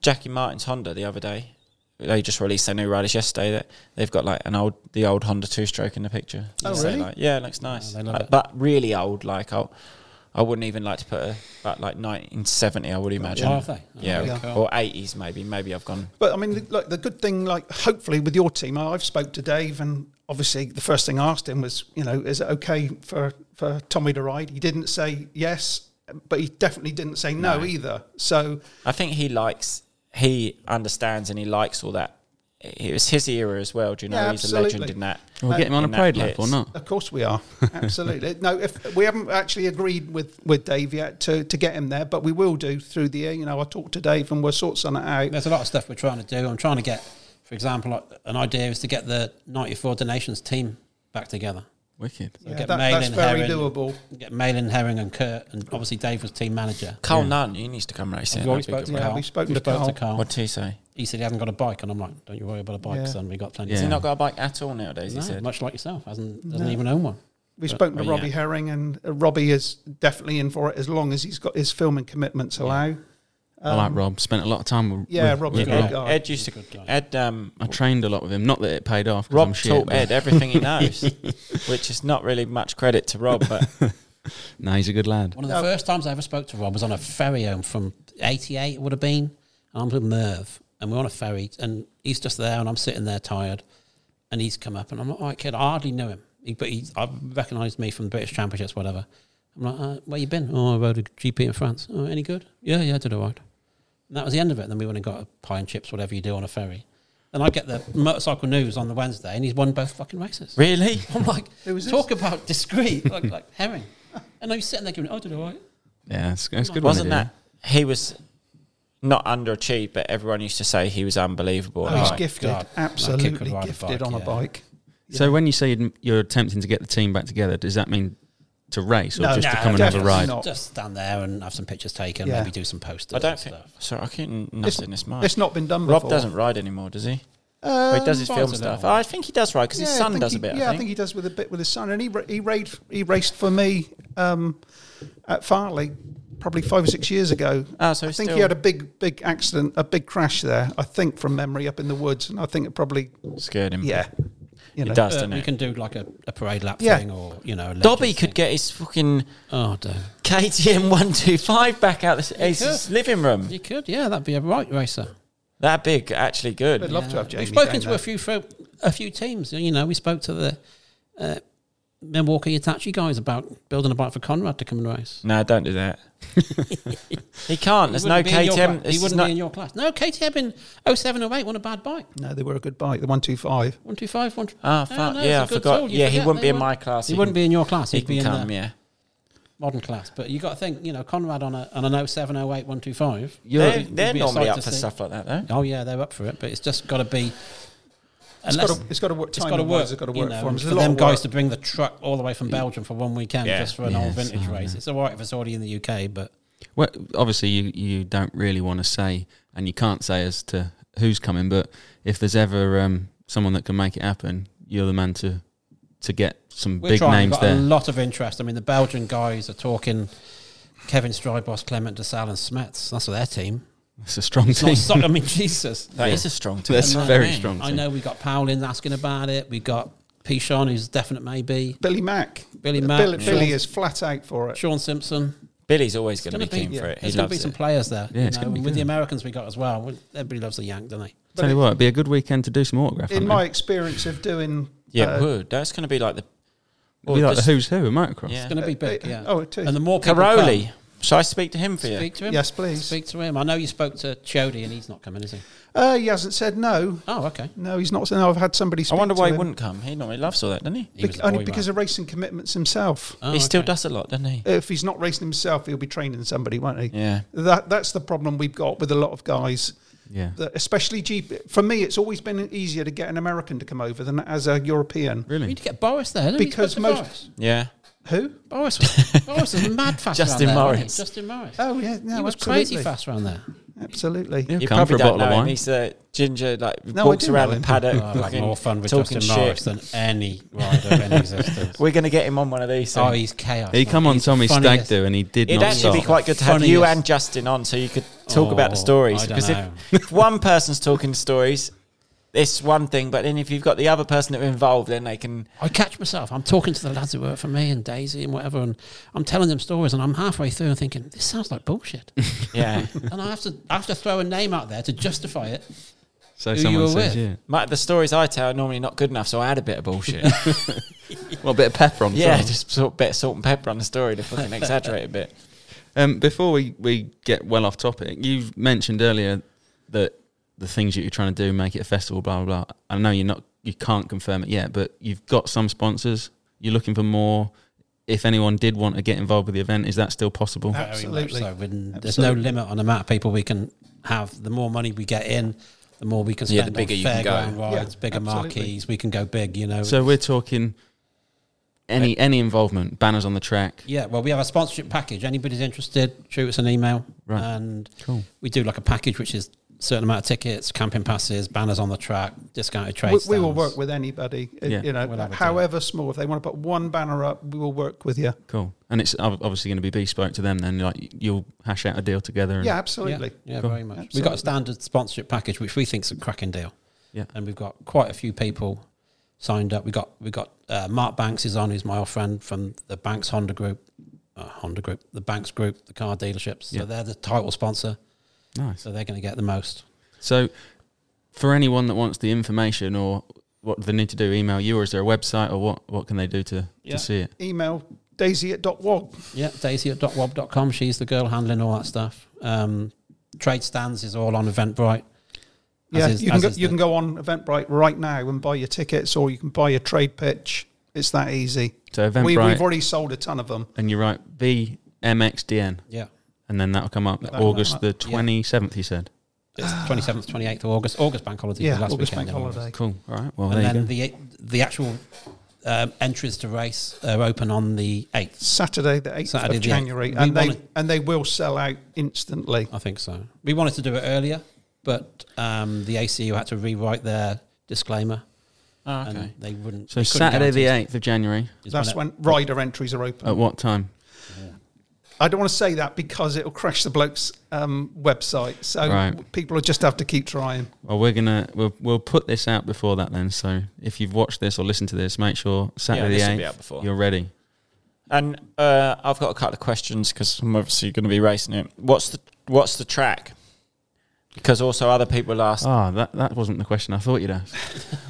Speaker 6: Jackie Martin's Honda the other day. They just released their new riders yesterday. That they've got like an old, the old Honda two stroke in the picture.
Speaker 4: Oh,
Speaker 6: So,
Speaker 4: really?
Speaker 6: like, yeah, it looks nice,
Speaker 5: they love
Speaker 6: Like,
Speaker 5: it.
Speaker 6: but really old. Like I, I wouldn't even like to put a but like 1970. I would imagine.
Speaker 5: Oh, have they? Oh,
Speaker 6: Yeah,
Speaker 5: yeah.
Speaker 6: or 80s maybe. Maybe I've gone.
Speaker 4: But I mean, the- like the good thing, like hopefully with your team, I- I've spoke to Dave, and obviously the first thing I asked him was, you know, is it okay for for Tommy to ride? He didn't say yes, but he definitely didn't say no, either. So
Speaker 6: I think he likes, he understands, and he likes all that. It was his era as well. Do you know?
Speaker 4: Yeah,
Speaker 6: He's a legend
Speaker 4: absolutely.
Speaker 6: in that.
Speaker 3: We'll get him on a
Speaker 6: in that
Speaker 3: parade lap
Speaker 6: pits.
Speaker 3: or not.
Speaker 4: of course we are absolutely no. If we haven't actually agreed with with Dave yet to to get him there, but we will do through the year. You know, I talked to Dave, and we'll sort something out.
Speaker 5: There's a lot of stuff we're trying to do. I'm trying to get, for example, like, an idea is to get the 94 donations team back together.
Speaker 3: Wicked.
Speaker 4: Yeah,
Speaker 5: get
Speaker 4: that-
Speaker 5: Mail
Speaker 4: that's
Speaker 5: and
Speaker 4: very
Speaker 5: Heron.
Speaker 4: doable.
Speaker 5: Get Malin, Herring, and Kurt, and obviously Dave was team manager.
Speaker 6: Carl Nunn, he needs to come racing.
Speaker 5: We've already
Speaker 6: That'd be
Speaker 5: spoke to
Speaker 4: Yeah,
Speaker 6: good.
Speaker 4: we've spoken
Speaker 5: Carl.
Speaker 4: to
Speaker 5: We've
Speaker 4: Carl.
Speaker 6: What did he say?
Speaker 5: He said he hasn't got a bike, and I'm like, don't you worry about a bike,
Speaker 4: Yeah.
Speaker 5: son. We got plenty.
Speaker 3: Yeah.
Speaker 6: Has
Speaker 5: of
Speaker 6: he not got a bike at all nowadays?
Speaker 5: No,
Speaker 6: he said.
Speaker 5: much like yourself, hasn't doesn't even own one.
Speaker 4: We've spoken to
Speaker 6: oh, yeah.
Speaker 4: Robbie Herring, and uh, Robbie is definitely in for it as long as he's got his filming commitments allow.
Speaker 3: I
Speaker 6: um,
Speaker 3: like Rob. Spent a lot of time with
Speaker 4: Yeah,
Speaker 3: with-
Speaker 4: Rob's
Speaker 3: with
Speaker 4: a good
Speaker 3: Rob.
Speaker 4: guy.
Speaker 6: Ed, Ed used to. Ed, um,
Speaker 3: I trained a lot with him. Not that it paid off. 'cause I'm
Speaker 6: Rob
Speaker 3: shit,
Speaker 6: taught
Speaker 3: but-
Speaker 6: Ed everything he knows, which is not really much credit to Rob, but
Speaker 3: No, he's a good lad.
Speaker 5: One of the first times I ever spoke to Rob was on a ferry home from 88, it would have been. And I'm with Merv, and we're on a ferry, and he's just there, and I'm sitting there tired. And he's come up, and I'm like, all right, kid, I hardly knew him. He, but he, I recognised me from the British Championships, whatever. I'm like, uh, where you been? Oh, I rode a GP in France. Oh, any good? Yeah, yeah, I did all right. And that was the end of it. Then we went and got a pie and chips, whatever you do on a ferry. Then I get the motorcycle news on the Wednesday, and he's won both fucking races.
Speaker 6: Really?
Speaker 5: I'm like,
Speaker 4: was
Speaker 5: talk about discreet, like, like herring. And I'm sitting there going, oh, did I?
Speaker 3: Yeah, it's, it's good.
Speaker 6: Wasn't
Speaker 3: one,
Speaker 6: that he was not underachieved, but everyone used to say he was unbelievable.
Speaker 4: Oh, he's
Speaker 6: Like,
Speaker 4: gifted,
Speaker 5: God. That kid could
Speaker 4: absolutely
Speaker 5: ride a
Speaker 4: gifted
Speaker 5: bike,
Speaker 4: on a
Speaker 5: yeah.
Speaker 4: bike.
Speaker 3: So when you say you'd- you're attempting to get the team back together, does that mean to race or
Speaker 4: No,
Speaker 3: just to
Speaker 4: no,
Speaker 3: come and have a
Speaker 4: definitely
Speaker 3: ride?
Speaker 4: not.
Speaker 5: Just stand there and have some pictures taken,
Speaker 4: Yeah.
Speaker 5: maybe do some posters.
Speaker 6: I don't
Speaker 5: and
Speaker 6: think.
Speaker 5: stuff.
Speaker 6: Sorry, I can't.
Speaker 4: It's,
Speaker 6: Nothing this mic.
Speaker 4: it's not been done before.
Speaker 6: Rob doesn't ride anymore, does he?
Speaker 4: Um,
Speaker 6: Or he does his film
Speaker 5: Barnes
Speaker 6: stuff.
Speaker 5: and all.
Speaker 6: I think he does ride because
Speaker 4: yeah,
Speaker 6: his
Speaker 4: I
Speaker 6: son
Speaker 4: think
Speaker 6: does
Speaker 4: he-
Speaker 6: a bit.
Speaker 4: Yeah, I think. he does with a bit with his son, and he ra- he raced he raced for me um, at Farley probably five or six years ago.
Speaker 6: Ah, so
Speaker 4: I
Speaker 6: he's
Speaker 4: think he
Speaker 6: still-
Speaker 4: had a big big accident, a big crash there. I think from memory up in the woods, and I think it probably
Speaker 6: scared him.
Speaker 4: yeah, uh, you
Speaker 6: he
Speaker 4: know.
Speaker 6: does,
Speaker 5: But
Speaker 6: doesn't
Speaker 5: we
Speaker 6: he?
Speaker 5: can do like a, a parade lap
Speaker 4: Yeah.
Speaker 5: thing or, you know. a
Speaker 6: Dobby
Speaker 5: legend
Speaker 6: could
Speaker 5: thing.
Speaker 6: get his fucking
Speaker 5: Oh, damn.
Speaker 6: KTM one two five back out this his his
Speaker 5: could.
Speaker 6: living room.
Speaker 5: You could, yeah, that'd be a right racer.
Speaker 6: That big, actually good.
Speaker 4: I'd love to have Jamie.
Speaker 5: We've spoken
Speaker 4: down
Speaker 5: to
Speaker 4: there.
Speaker 5: a few fro- a few teams. You know, we spoke to the uh, Milwaukee Hitachi guys about building a bike for Conrad to come and race.
Speaker 6: No, don't do that. he can't. There's
Speaker 5: He
Speaker 6: no
Speaker 5: wouldn't be in
Speaker 6: KTM.
Speaker 5: your cla-
Speaker 6: This
Speaker 5: He
Speaker 6: is
Speaker 5: wouldn't
Speaker 6: not-
Speaker 5: be in your class. No, KTM in 07 08 won a bad bike.
Speaker 4: No, they were a good bike, the one two five.
Speaker 5: 125, one-
Speaker 6: Ah,
Speaker 5: No,
Speaker 6: fuck.
Speaker 5: no, it's
Speaker 6: yeah,
Speaker 5: a
Speaker 6: I
Speaker 5: good
Speaker 6: forgot.
Speaker 5: tool. You
Speaker 6: Yeah, he
Speaker 5: forget
Speaker 6: wouldn't
Speaker 5: they
Speaker 6: be in
Speaker 5: were-
Speaker 6: my class.
Speaker 5: He, wouldn't
Speaker 6: can-
Speaker 5: be in your class.
Speaker 6: He
Speaker 5: He'd be
Speaker 6: can
Speaker 5: in
Speaker 6: come.
Speaker 5: the
Speaker 6: Yeah.
Speaker 5: modern class. But you got to think, you know, Conrad on a on an 07, 08, 125.
Speaker 3: You're-
Speaker 6: they're
Speaker 5: would
Speaker 6: they're
Speaker 5: be a
Speaker 6: normally
Speaker 5: sight
Speaker 6: up
Speaker 5: to
Speaker 6: for
Speaker 5: see.
Speaker 6: stuff like that, though.
Speaker 5: Oh yeah, they're up for it, but it's just got to be.
Speaker 4: It's
Speaker 5: Unless,
Speaker 4: got to it's got to work.
Speaker 5: it's
Speaker 4: Time
Speaker 5: got to work.
Speaker 4: It's got to
Speaker 5: you
Speaker 4: work
Speaker 5: know,
Speaker 4: for him. There's a
Speaker 5: for
Speaker 4: lot
Speaker 5: them
Speaker 4: of work.
Speaker 5: guys to bring the truck all the way from Belgium for one weekend
Speaker 6: Yeah. Mm-hmm.
Speaker 5: just for an
Speaker 3: Yeah,
Speaker 5: old
Speaker 3: it's
Speaker 5: vintage
Speaker 3: hard,
Speaker 5: race.
Speaker 3: isn't it?
Speaker 5: It's all right if it's already in the UK, but
Speaker 3: Well, obviously, you, you don't really want to say, and you can't say as to who's coming, but if there's ever um, someone that can make it happen, you're the man to to get some
Speaker 5: we're
Speaker 3: big
Speaker 5: trying.
Speaker 3: names
Speaker 5: We've got
Speaker 3: there.
Speaker 5: a lot of interest. I mean, the Belgian guys are talking. Kevin Strybos, Clement DeSalle, and Smets. That's their team.
Speaker 3: It's a strong
Speaker 5: It's not
Speaker 3: team.
Speaker 5: so- I mean, Jesus.
Speaker 6: That is a strong team.
Speaker 3: That's a
Speaker 6: Like
Speaker 3: very
Speaker 6: me.
Speaker 3: strong
Speaker 5: I
Speaker 3: team.
Speaker 5: know we got Paulin asking about it. We got Pishon, who's definite maybe.
Speaker 4: Billy Mack.
Speaker 5: Billy
Speaker 4: Bill-
Speaker 5: Mack,
Speaker 4: Billy,
Speaker 5: yeah.
Speaker 4: is flat out for it.
Speaker 5: Sean Simpson.
Speaker 6: Billy's always going to be
Speaker 5: gonna
Speaker 6: keen
Speaker 5: be-
Speaker 6: for it. He
Speaker 5: There's going to be
Speaker 6: loves
Speaker 5: some
Speaker 6: it.
Speaker 5: players there.
Speaker 3: Yeah,
Speaker 5: you
Speaker 3: it's
Speaker 5: know,
Speaker 3: gonna be
Speaker 5: and with the
Speaker 3: good.
Speaker 5: Americans we got as well. well, Everybody loves the Yank, don't they?
Speaker 3: Tell you what, it'd be a good weekend to do some autograph.
Speaker 4: In
Speaker 3: hunting.
Speaker 4: my experience of doing
Speaker 6: Yeah,
Speaker 4: uh,
Speaker 6: would. That's going to be like the.
Speaker 3: It'd be like the
Speaker 6: just-
Speaker 3: who's who in motocross.
Speaker 6: Yeah.
Speaker 5: It's going to be big,
Speaker 4: Uh,
Speaker 5: yeah.
Speaker 4: oh, it is.
Speaker 5: And the more people
Speaker 6: Caroli. Shall I speak to him for
Speaker 5: come,
Speaker 6: you?
Speaker 5: speak to him.
Speaker 4: Yes, please.
Speaker 5: Speak to him. I know you spoke to Chody and he's not coming, is he?
Speaker 4: Uh, he hasn't said no.
Speaker 5: Oh, okay.
Speaker 4: No, he's not. No, I've had somebody.
Speaker 6: I
Speaker 4: Speak
Speaker 6: wonder
Speaker 4: to
Speaker 6: why
Speaker 4: him.
Speaker 6: he wouldn't come. He normally loves all that, doesn't he?
Speaker 5: He was a
Speaker 4: only
Speaker 5: boy
Speaker 4: because
Speaker 5: band.
Speaker 4: of racing commitments himself.
Speaker 5: Oh,
Speaker 6: he still
Speaker 5: okay.
Speaker 6: does a lot, doesn't he?
Speaker 4: If he's not racing himself, he'll be training somebody, won't he?
Speaker 6: Yeah.
Speaker 4: That that's the problem we've got with a lot of guys.
Speaker 3: Yeah.
Speaker 4: That especially GP. For me, it's always been easier to get an American to come over than as a European.
Speaker 5: We
Speaker 3: Really?
Speaker 5: need to get Boris there. didn't we?
Speaker 4: Because
Speaker 5: Spoke to
Speaker 4: most-
Speaker 5: Boris.
Speaker 6: Yeah.
Speaker 4: Who?
Speaker 5: Boris was, Boris was mad fast
Speaker 6: Justin
Speaker 5: round there, wasn't he?
Speaker 6: Morris.
Speaker 5: Justin Morris.
Speaker 4: Oh yeah, no,
Speaker 5: he was
Speaker 4: absolutely.
Speaker 5: crazy fast round there.
Speaker 4: Absolutely.
Speaker 3: Yeah.
Speaker 6: You
Speaker 3: Come
Speaker 6: probably
Speaker 3: for a
Speaker 6: don't
Speaker 3: bottle of
Speaker 6: know him.
Speaker 3: wine.
Speaker 6: He's a ginger, like
Speaker 4: No, I
Speaker 6: walks
Speaker 4: do
Speaker 6: around
Speaker 4: know
Speaker 6: the
Speaker 4: him.
Speaker 6: paddock,
Speaker 5: Oh, I've had
Speaker 6: fucking
Speaker 5: more fun with
Speaker 6: talking
Speaker 5: Justin Morris
Speaker 6: shit.
Speaker 5: than any rider in existence.
Speaker 6: We're going to get him on one of these.
Speaker 5: oh,
Speaker 6: soon.
Speaker 5: he's chaos.
Speaker 3: He
Speaker 5: man.
Speaker 3: come on
Speaker 5: He's
Speaker 3: Tommy Stag
Speaker 5: funniest.
Speaker 3: do, and he did
Speaker 6: It'd
Speaker 3: not
Speaker 6: actually
Speaker 3: stop.
Speaker 6: be quite good to have you
Speaker 5: Funniest.
Speaker 6: and Justin on, so you could talk about the
Speaker 5: Oh,
Speaker 6: stories.
Speaker 5: I don't
Speaker 6: Because
Speaker 5: know.
Speaker 6: if, if one person's talking stories, it's one thing, but then if you've got the other person that are involved, then they can.
Speaker 5: I catch myself. I'm talking to the lads who work for me and Daisy and whatever, and I'm telling them stories, and I'm halfway through and thinking this sounds like bullshit,
Speaker 6: Yeah,
Speaker 5: and I have to I have to throw a name out there to justify it.
Speaker 3: So
Speaker 5: Who
Speaker 3: someone
Speaker 5: you were
Speaker 3: says,
Speaker 5: with?
Speaker 6: Mate, the stories I tell are normally not good enough, so I add a bit of bullshit.
Speaker 3: yeah. Well, a bit of pepper on
Speaker 6: yeah,
Speaker 3: top.
Speaker 6: just sort of bit of salt and pepper on the story to fucking exaggerate a bit.
Speaker 3: Um, before we, we get well off topic, you mentioned earlier that the things that you're trying to do make it a festival, blah blah blah. I know you're not, you can't confirm it yet, but you've got some sponsors. You're looking for more. If anyone did want to get involved with the event, is that still possible?
Speaker 4: Uh, Absolutely.
Speaker 5: So when- there's no limit on the amount of people we can have. The more money we get in, the more we can spend
Speaker 6: Yeah, the bigger
Speaker 5: on
Speaker 6: you can go.
Speaker 5: fairground rides,
Speaker 4: Yeah,
Speaker 5: bigger
Speaker 4: absolutely.
Speaker 5: marquees. We can go big, you know.
Speaker 3: So we're talking any any involvement, banners on the track.
Speaker 5: Yeah, well, we have a sponsorship package. Anybody's interested, shoot us an email.
Speaker 3: Right.
Speaker 5: And
Speaker 3: Cool.
Speaker 5: we do like a package, which is certain amount of tickets, camping passes, banners on the track, discounted
Speaker 4: We,
Speaker 5: trades.
Speaker 4: we will work with anybody, uh,
Speaker 3: Yeah.
Speaker 4: you know,
Speaker 5: We'll have a go.
Speaker 4: however small. If they want to put one banner up, we will work with you.
Speaker 3: Cool. And it's ob- obviously going to be bespoke to them. Then, like you'll hash out a deal together. And
Speaker 4: Yeah, absolutely.
Speaker 5: Yeah, yeah
Speaker 3: Cool.
Speaker 5: very much. We've got
Speaker 4: Absolutely.
Speaker 5: a standard sponsorship package, which we think's a cracking deal.
Speaker 3: Yeah.
Speaker 5: And we've got quite a few people signed up. We got we got uh, Mark Banks is on, who's my old friend from the Banks Honda Group. uh, Honda Group, the Banks Group, the car dealerships. So
Speaker 3: Yeah.
Speaker 5: they're the title sponsor.
Speaker 3: Nice.
Speaker 5: So they're going to get the most.
Speaker 3: So, for anyone that wants the information or what they need to do, email you, or is there a website, or what, what can they do to,
Speaker 5: Yeah.
Speaker 3: to see it?
Speaker 4: Email daisy at dot wog.
Speaker 5: Yeah, Daisy at dotwob.com. She's the girl handling all that stuff. Um, trade stands is all on Eventbrite. as
Speaker 4: Yeah,
Speaker 5: is-
Speaker 4: you, can
Speaker 5: as
Speaker 4: go,
Speaker 5: is
Speaker 4: you
Speaker 5: the-
Speaker 4: can go on Eventbrite right now and buy your tickets, or you can buy your trade pitch. It's that easy.
Speaker 3: So
Speaker 4: We,
Speaker 3: Eventbrite.
Speaker 4: we've already sold a ton of them.
Speaker 3: And you write BMXDN,
Speaker 5: Yeah.
Speaker 3: and then that'll come up
Speaker 4: That'll
Speaker 3: August
Speaker 4: come up,
Speaker 3: the
Speaker 5: yeah.
Speaker 3: 27th, you said.
Speaker 5: It's the 27th, 28th of August. August bank holiday.
Speaker 4: yeah,
Speaker 5: the last
Speaker 4: August
Speaker 5: weekend
Speaker 4: bank
Speaker 5: in
Speaker 4: holiday.
Speaker 3: Cool. All right. Well,
Speaker 5: and
Speaker 3: there you
Speaker 5: then
Speaker 3: go.
Speaker 5: the the actual um, entries to race are open on the 8th.
Speaker 4: Saturday the eighth
Speaker 5: Saturday
Speaker 4: of
Speaker 5: the 8th.
Speaker 4: January,
Speaker 5: We
Speaker 4: and they
Speaker 5: wanna- Oh,
Speaker 4: and they will sell out instantly.
Speaker 5: I think so. We wanted to do it earlier, but um, the ACU had to rewrite their disclaimer,
Speaker 3: Oh,
Speaker 5: and they wouldn't.
Speaker 3: So
Speaker 5: they couldn't
Speaker 3: Saturday the
Speaker 5: guarantee
Speaker 3: 8th of January,
Speaker 5: it. It's
Speaker 4: That's
Speaker 5: it-
Speaker 4: when rider entries are open.
Speaker 3: at what time?
Speaker 4: I don't want to say that because it'll crash the bloke's um, website. So
Speaker 3: Right.
Speaker 4: people will just have to keep trying.
Speaker 3: Well, we're gonna we'll, we'll put this out before that then. So if you've watched this or listened to this, make sure Saturday
Speaker 6: this will
Speaker 3: the
Speaker 6: be out
Speaker 3: eighth
Speaker 6: before.
Speaker 3: you're ready.
Speaker 6: And uh, I've got a couple of questions because I'm obviously going to be racing it. What's the What's the track? Because also other people asked.
Speaker 5: Oh.
Speaker 3: Ah, that, that wasn't the question I thought you'd ask.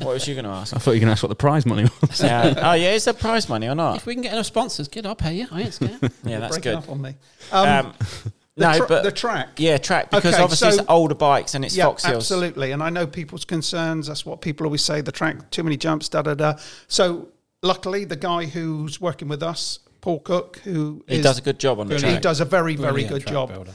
Speaker 6: What was you going to ask?
Speaker 3: I thought you were gonna ask what the prize money was.
Speaker 6: Yeah. oh yeah, is there prize money or not?
Speaker 5: If we can get enough sponsors, kid, I'll pay you. I ain't scared.
Speaker 6: Yeah, that's
Speaker 4: breaking
Speaker 6: good.
Speaker 4: up on me. Um,
Speaker 6: Um,
Speaker 4: the,
Speaker 6: no,
Speaker 4: tra-
Speaker 6: but
Speaker 4: the track.
Speaker 6: yeah, track because
Speaker 4: Okay,
Speaker 6: obviously
Speaker 4: so-
Speaker 6: it's older bikes and it's
Speaker 4: Yeah,
Speaker 6: Fox Hills.
Speaker 4: absolutely. And I know people's concerns. That's what people always say the track, too many jumps, da da da. So, luckily, the guy who's working with us, Paul Cook, who
Speaker 6: He
Speaker 4: is-
Speaker 6: does a good job on the
Speaker 4: he
Speaker 6: track.
Speaker 4: does a very, very
Speaker 5: Brilliant
Speaker 4: good
Speaker 5: track
Speaker 4: job.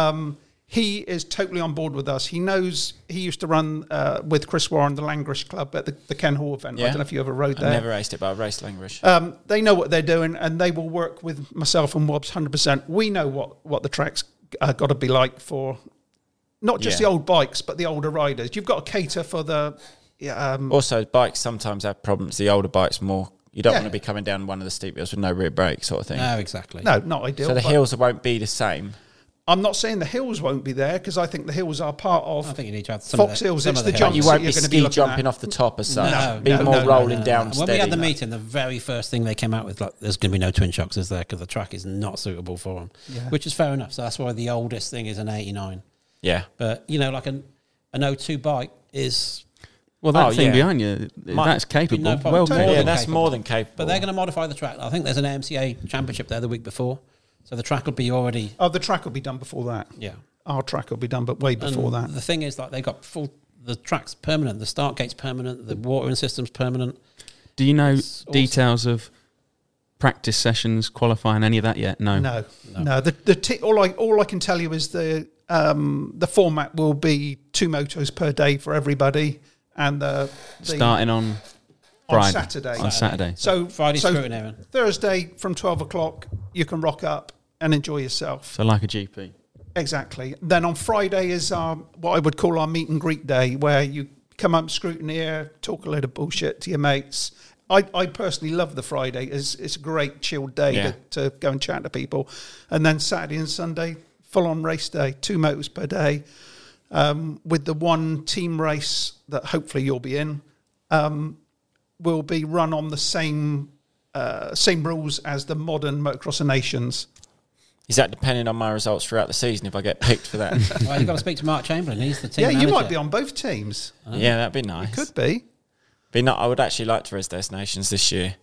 Speaker 5: builder.
Speaker 4: he is totally on board with us. He knows he used to run uh, with Chris Warren the Langrish Club at the, the Ken Hall event. I
Speaker 6: Yeah.
Speaker 4: don't know if you ever rode there.
Speaker 6: I've never raced it, but I've raced Langrish.
Speaker 4: Um, they know what they're doing, and they will work with myself and Wobbs hundred percent. We know what what the track's uh, got to be like for not just
Speaker 6: Yeah.
Speaker 4: the old bikes, but the older riders. You've got to cater for the yeah, um,
Speaker 6: also, bikes sometimes have problems. The older bikes more. You don't
Speaker 4: Yeah.
Speaker 6: want to be coming down one of the steep hills with no rear brake, sort of thing.
Speaker 5: no, Oh, exactly.
Speaker 4: no, not ideal.
Speaker 6: so the
Speaker 4: but
Speaker 6: hills won't be the same.
Speaker 4: I'm not saying the hills won't be there because I think the hills are part of.
Speaker 5: I think you need to have some
Speaker 4: Fox
Speaker 5: of the,
Speaker 4: Hills.
Speaker 5: Some
Speaker 4: It's
Speaker 5: of
Speaker 4: the
Speaker 5: hills.
Speaker 4: jumps.
Speaker 6: You
Speaker 4: that
Speaker 6: won't be
Speaker 4: you're gonna
Speaker 6: ski
Speaker 4: looking
Speaker 6: jumping
Speaker 4: at.
Speaker 6: off the top as such.
Speaker 5: No,
Speaker 6: be
Speaker 5: no,
Speaker 6: more
Speaker 5: no, no,
Speaker 6: rolling
Speaker 5: no,
Speaker 6: down
Speaker 5: no.
Speaker 6: steady.
Speaker 5: Uh, When we had the meeting, the very first thing they came out with, like, there's going to be no twin shocks, is there? Because the track is not suitable for them, which is fair enough. So that's why the oldest thing is an 89.
Speaker 6: Yeah.
Speaker 5: But, you know, like an, an 02 bike is.
Speaker 3: Well, that
Speaker 6: Oh,
Speaker 3: thing
Speaker 6: yeah.
Speaker 3: behind you, that's capable.
Speaker 5: No problem.
Speaker 3: well,
Speaker 5: Totally.
Speaker 3: capable.
Speaker 6: Yeah,
Speaker 5: than
Speaker 6: that's
Speaker 5: capable.
Speaker 6: more than capable.
Speaker 5: But they're going to modify the track. I think there's an AMCA championship there the week before. So the track will be already.
Speaker 4: Oh, the track will be done before that.
Speaker 5: Yeah.
Speaker 4: Our track will be done, but way
Speaker 5: And
Speaker 4: before that.
Speaker 5: The thing is, like, they got full. The track's permanent. The start gate's permanent. The watering system's permanent.
Speaker 3: Do you know
Speaker 5: awesome.
Speaker 3: details of practice sessions, qualifying, any of that yet? No.
Speaker 4: No, no. The the t- all I all I can tell you is the um, the format will be two motos per day for everybody, and the, the
Speaker 3: Starting on
Speaker 4: on
Speaker 3: Friday.
Speaker 4: Saturday.
Speaker 3: On Saturday.
Speaker 4: So
Speaker 5: Friday's
Speaker 4: so
Speaker 5: screwing Aaron.
Speaker 4: Thursday from twelve o'clock, you can rock up and enjoy yourself.
Speaker 3: So like a GP.
Speaker 4: Exactly. Then on Friday is our what I would call our meet and greet day, where you come up, scrutineer, talk a load of bullshit to your mates. I, I personally love the Friday. It's, it's a great chilled day
Speaker 6: Yeah.
Speaker 4: to, to go and chat to people. And then Saturday and Sunday, full on race day, two motos per day, um, with the one team race that hopefully you'll be in, um, will be run on the same uh, same rules as the modern Motocross of Nations.
Speaker 6: Is that depending on my results throughout the season if I get picked for that?
Speaker 5: Well, you've got to speak to Mark Chamberlain. He's the team.
Speaker 4: yeah, you might
Speaker 5: manager.
Speaker 4: be on both teams.
Speaker 6: yeah, that'd be nice.
Speaker 4: Could be.
Speaker 6: Be not, I would actually like to race destinations this year.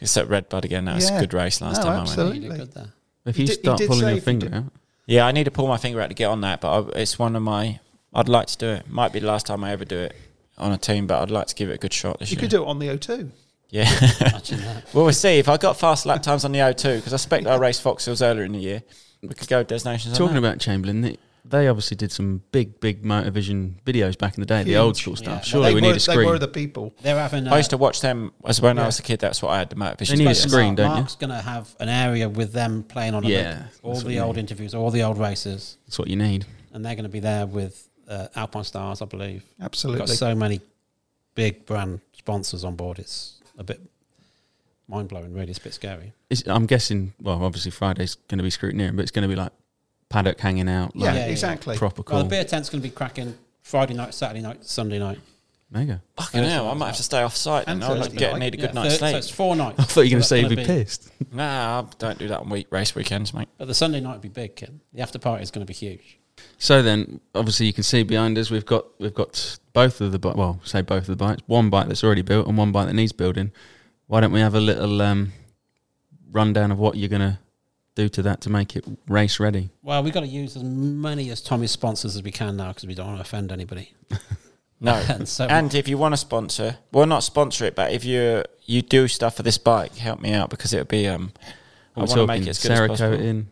Speaker 6: Except Red Bud again. That was
Speaker 4: Yeah.
Speaker 6: a good race last
Speaker 4: No,
Speaker 6: time I went.
Speaker 4: absolutely.
Speaker 5: You did good there.
Speaker 3: If
Speaker 4: He
Speaker 3: you
Speaker 4: did- he
Speaker 3: start
Speaker 4: did
Speaker 3: pulling
Speaker 4: say
Speaker 3: your
Speaker 4: if you
Speaker 3: finger
Speaker 4: did-
Speaker 3: out,
Speaker 6: Yeah, I need to pull my finger out to get on that, but I, it's one of my. I'd like to do it. Might be the last time I ever do it on a team, but I'd like to give it a good shot this
Speaker 4: You
Speaker 6: year.
Speaker 4: could do it on the O2.
Speaker 6: yeah.
Speaker 5: Imagine that.
Speaker 6: well, we'll see. If I got fast lap times on the O2, because I expect I raced Fox Hills earlier in the year, we could go destinations.
Speaker 3: talking
Speaker 6: on that.
Speaker 3: about Chamberlain, they, they obviously did some big, big Motorvision videos back in the day, the old school stuff.
Speaker 5: Yeah.
Speaker 3: Surely
Speaker 4: they
Speaker 3: we
Speaker 4: were,
Speaker 3: need a
Speaker 4: They
Speaker 3: screen.
Speaker 4: were the people.
Speaker 5: They're having.
Speaker 6: I
Speaker 5: uh,
Speaker 6: used to watch them as when I was a kid. That's what I had the motivation.
Speaker 3: They need a
Speaker 6: for.
Speaker 5: But
Speaker 3: screen, don't you?
Speaker 5: Mark's going to have an area with them playing on a
Speaker 3: Yeah,
Speaker 5: loop.
Speaker 3: that's
Speaker 5: all
Speaker 3: what
Speaker 5: the
Speaker 3: you
Speaker 5: old
Speaker 3: need.
Speaker 5: interviews, all the old races,
Speaker 3: That's what you need.
Speaker 5: and they're going to be there with uh, Alpine Stars, I believe. We've
Speaker 4: Absolutely.
Speaker 5: got so many big brand sponsors on board. It's a bit mind blowing, really. It's a bit scary.
Speaker 3: It's, I'm guessing, well, obviously Friday's going to be scrutineering, but it's going to be like paddock hanging out,
Speaker 4: yeah,
Speaker 3: like
Speaker 5: Yeah, yeah, yeah.
Speaker 4: exactly.
Speaker 3: proper
Speaker 5: Well,
Speaker 3: cool.
Speaker 5: the beer tent's going to be cracking Friday night, Saturday night, Sunday night.
Speaker 3: Mega.
Speaker 6: Fucking hell, I might have to stay off site and
Speaker 4: And
Speaker 6: I'll
Speaker 4: Thursday
Speaker 6: get,
Speaker 4: night.
Speaker 6: need a good
Speaker 5: Yeah,
Speaker 6: night's
Speaker 5: thir- So
Speaker 6: sleep.
Speaker 5: it's four nights.
Speaker 3: I thought you were going to
Speaker 5: So
Speaker 3: say
Speaker 5: that's
Speaker 3: you'd be
Speaker 5: gonna
Speaker 3: pissed.
Speaker 6: Nah, I don't do that on week race weekends, mate.
Speaker 5: But the Sunday night would be big, Ken. The after party is going to be huge.
Speaker 3: So then, obviously, you can see behind us we've got we've got both of the bi- well, say both of the bikes. One bike that's already built and one bike that needs building. Why don't we have a little um, rundown of what you're gonna do to that to make it race ready?
Speaker 5: Well, we've got to use as many as Tommy's sponsors as we can now because we don't want to offend anybody.
Speaker 6: No.
Speaker 5: And so-
Speaker 6: and if you want to sponsor, well, not sponsor it, but if you you do stuff for this bike, help me out because it'll be um. I
Speaker 3: We're
Speaker 6: want to make
Speaker 3: talking
Speaker 6: it as good as possible.
Speaker 3: Cerakoting.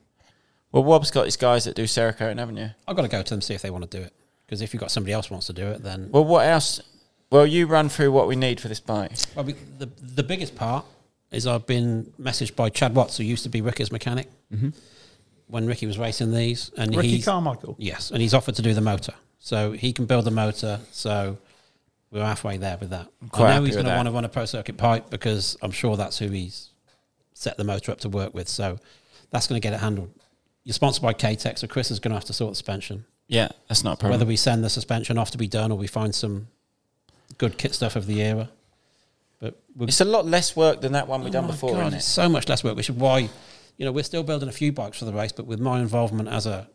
Speaker 6: Well, Wob's got his guys that do Cerakoting, haven't you?
Speaker 5: I've got to go to them see if they want to do it. Because if you've got somebody else wants to do it, then
Speaker 6: Well, what else? Well, you run through what we need for this bike.
Speaker 5: well, we, the the biggest part is I've been messaged by Chad Watts, who used to be Ricky's mechanic when Ricky was racing these, and
Speaker 4: Mm-hmm. Ricky
Speaker 5: he's
Speaker 4: Carmichael.
Speaker 5: yes, and he's offered to do the motor, so he can build the motor. So we're halfway there with that.
Speaker 6: quite
Speaker 5: I know
Speaker 6: happy
Speaker 5: he's
Speaker 6: with
Speaker 5: going to
Speaker 6: that.
Speaker 5: want to run a pro circuit pipe because I'm sure that's who he's set the motor up to work with. So that's going to get it handled. You're sponsored by K-Tech, so Chris is going to have to sort the suspension.
Speaker 4: Mm-hmm.
Speaker 6: Yeah, that's not a problem.
Speaker 5: Whether we send the suspension off to be done or we find some good kit stuff of the era. But we're
Speaker 6: it's a lot less work than that one we've done
Speaker 5: Oh my
Speaker 6: before,
Speaker 5: God,
Speaker 6: isn't
Speaker 5: it's
Speaker 6: it?
Speaker 5: so much less work, which is why, you know, we're still building a few bikes for the race, but with my involvement as a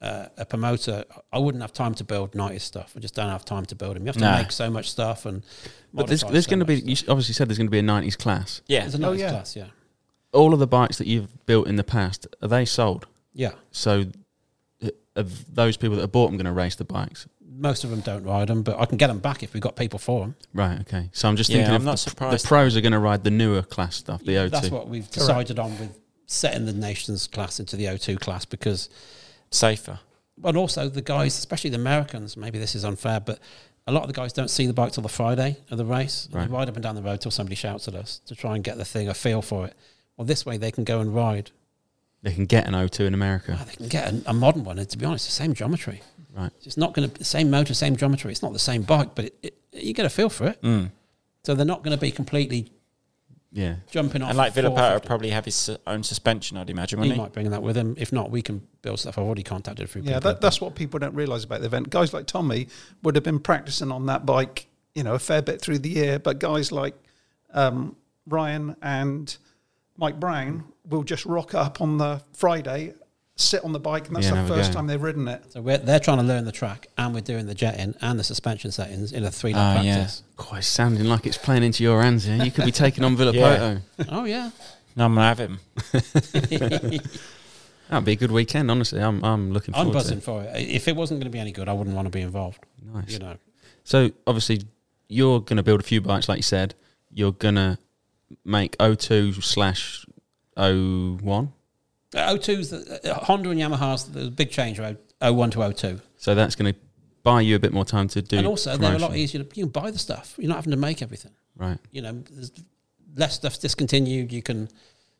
Speaker 5: uh, a promoter, I wouldn't have time to build 90s stuff. I just don't have time to build them. You have to
Speaker 6: No.
Speaker 5: make so much stuff and.
Speaker 3: But there's,
Speaker 5: modify
Speaker 3: there's
Speaker 5: so
Speaker 3: going to
Speaker 5: much
Speaker 3: be Oh,
Speaker 5: stuff.
Speaker 3: you s- obviously said there's going to be a 90s class.
Speaker 6: Yeah.
Speaker 5: There's a 90s
Speaker 4: yeah.
Speaker 5: class, yeah.
Speaker 3: All of the bikes that you've built in the past are they sold?
Speaker 5: Yeah.
Speaker 3: So uh, are those people that have bought them going to race the bikes?
Speaker 5: Most of them don't ride them, but I can get them back if we've got people for them.
Speaker 3: Right. Okay. So I'm just
Speaker 6: Yeah,
Speaker 3: thinking
Speaker 6: I'm
Speaker 3: if
Speaker 6: not
Speaker 3: the,
Speaker 6: surprised.
Speaker 3: the pros are going to ride the newer class stuff, the O2.
Speaker 5: That's what we've decided on with setting the nations class into the O2 class because
Speaker 6: Safer.
Speaker 5: and also the guys, especially the Americans, maybe this is unfair, but a lot of the guys don't see the bike till the Friday of the race. They
Speaker 3: Right.
Speaker 5: ride up and down the road till somebody shouts at us to try and get the thing, a feel for it. Well, this way they can go and ride.
Speaker 3: They can get an O2 in
Speaker 5: Oh,
Speaker 3: America.
Speaker 5: they can get a, a modern one, and to be honest, the same geometry.
Speaker 3: Right.
Speaker 5: It's not going to the same motor, same geometry. It's not the same bike, but it, it, you get a feel for it.
Speaker 6: Hmm.
Speaker 5: So they're not going to be completely
Speaker 3: Yeah.
Speaker 5: jumping off.
Speaker 6: And like
Speaker 5: the
Speaker 6: Villapata
Speaker 5: 450.
Speaker 6: will probably have his su- own suspension, I'd imagine, wouldn't
Speaker 5: he
Speaker 6: he?
Speaker 5: might bring that with him. If not, we can build stuff. I've already contacted a few
Speaker 4: Yeah,
Speaker 5: people.
Speaker 4: that, that's what people don't realise about the event. Guys like Tommy would have been practicing on that bike, you know, a fair bit through the year. But guys like um, Ryan and Mike Brown will just rock up on the Friday, sit on the bike, and that's
Speaker 3: Yeah,
Speaker 4: the
Speaker 3: have a
Speaker 4: first
Speaker 3: go.
Speaker 4: time they've ridden it.
Speaker 5: So we're, they're trying to learn the track, and we're doing the jetting and the suspension settings in a three lap
Speaker 6: Ah, yeah.
Speaker 5: practice.
Speaker 3: God, it's Oh, sounding like it's playing into your hands here. You could be taking on Villapoto.
Speaker 5: oh yeah,
Speaker 6: No, I'm going to have him.
Speaker 3: That'd be a good weekend, honestly. I'm, I'm looking forward
Speaker 5: I'm buzzing
Speaker 3: to
Speaker 5: for it. If it wasn't going to be any good, I wouldn't want to be involved.
Speaker 3: it. Nice.
Speaker 5: You know,
Speaker 3: So, obviously, you're going to build a few bikes, like you said. You're going to make O2 slash O1.
Speaker 5: Uh, O2's the, uh, Honda and Yamaha's the big change from O- O1 to O2,
Speaker 3: So, that's going to buy you a bit more time to do
Speaker 5: and also they're a lot
Speaker 3: promotion.
Speaker 5: easier. To, you can buy the stuff. You're not having to make everything.
Speaker 3: Right.
Speaker 5: You know, there's less stuff's discontinued. You can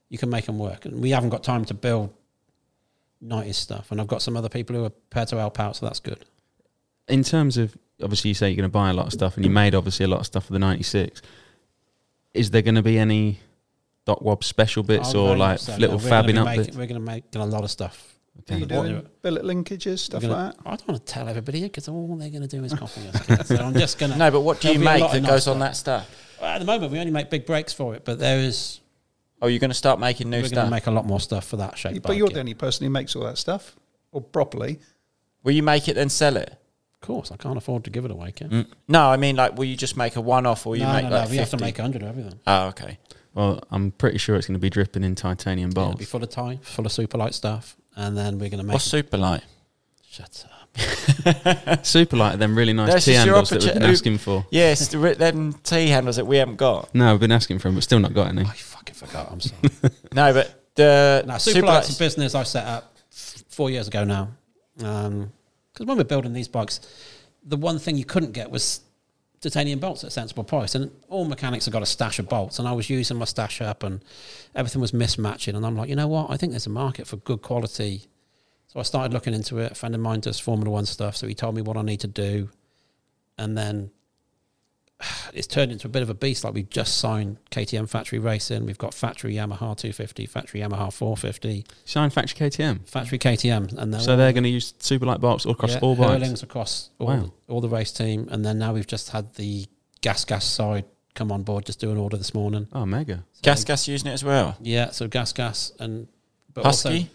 Speaker 5: you can make them work, and we haven't got time to build. 90s stuff, and I've got some other people who are prepared to help out, so that's good.
Speaker 3: in terms of obviously you say you're going to buy a lot of stuff and you made obviously a lot of stuff for the 96 is there going to be any doc wob special bits
Speaker 5: Oh,
Speaker 3: or
Speaker 5: very
Speaker 3: like
Speaker 5: much so,
Speaker 3: little
Speaker 5: yeah. We're gonna
Speaker 3: fabbing
Speaker 5: be
Speaker 3: up
Speaker 5: making-
Speaker 3: bits
Speaker 5: We're going to make a lot of stuff.
Speaker 4: Are you
Speaker 5: Yeah. What-
Speaker 4: doing billet linkages, stuff
Speaker 5: We're gonna-
Speaker 4: like that?
Speaker 5: I don't want to tell everybody because all they're going to do is copy us. kids. So I'm just going to.
Speaker 6: No, but what do you make that goes on
Speaker 5: stuff.
Speaker 6: that stuff?
Speaker 5: At the moment, we only make big breaks for it, but there is.
Speaker 6: Oh, you're going to start making new
Speaker 5: we're going
Speaker 6: stuff?
Speaker 5: to make a lot more stuff for that shape.
Speaker 4: But you're
Speaker 5: bike,
Speaker 4: the
Speaker 5: yeah.
Speaker 4: only person who makes all that stuff, or properly.
Speaker 6: will you make it then sell it?
Speaker 5: Of course, I can't afford to give it away. Can?
Speaker 6: No, I mean, like, will you just make a one off or you
Speaker 5: no,
Speaker 6: Mm, make
Speaker 5: no,
Speaker 6: like
Speaker 5: no. We have to
Speaker 6: 50?
Speaker 5: make 100 of everything.
Speaker 6: Oh, okay.
Speaker 3: well i'm pretty sure it's going to be dripping in titanium
Speaker 5: It'll
Speaker 3: bottles
Speaker 5: be full of tie, full of super light stuff, and then we're going to make.
Speaker 6: What's super light?
Speaker 5: Shut up.
Speaker 3: super light them really nice
Speaker 6: That's
Speaker 3: tea
Speaker 6: just your
Speaker 3: handles that we've been
Speaker 6: opportu-
Speaker 3: asking for
Speaker 6: Yes, the ri- them tea handles that we haven't got.
Speaker 3: no we've been asking for them but still not got any
Speaker 5: I fucking forgot. I'm sorry.
Speaker 6: No, but the
Speaker 5: now,
Speaker 6: super
Speaker 5: Superlight's
Speaker 6: lights.
Speaker 5: a business I set up f- four years ago now. Because when we're building these bikes, the one thing you couldn't get was titanium bolts at a sensible price. And all mechanics have got a stash of bolts. And I was using my stash up and everything was mismatching. And I'm like, you know what? I think there's a market for good quality. So I started looking into it. A friend of mine does Formula One stuff. So he told me what I need to do. And then it's turned into a bit of a beast. Like we've just signed KTM Factory Racing, we've got Factory Yamaha 250, Factory Yamaha 450,
Speaker 3: Sign Factory KTM.
Speaker 5: Factory KTM, and they're
Speaker 3: So
Speaker 5: all-
Speaker 3: they're going to use Superlight bikes all across
Speaker 5: yeah,
Speaker 3: all bikes.
Speaker 5: Hurlings across all,
Speaker 3: Wow.
Speaker 5: all the race team, and then now we've just had the Gas Gas side come on board, just do an order this morning.
Speaker 3: Oh, mega.
Speaker 6: Gas Gas using it as well.
Speaker 5: Yeah, so Gas Gas and but
Speaker 6: Husky?
Speaker 5: also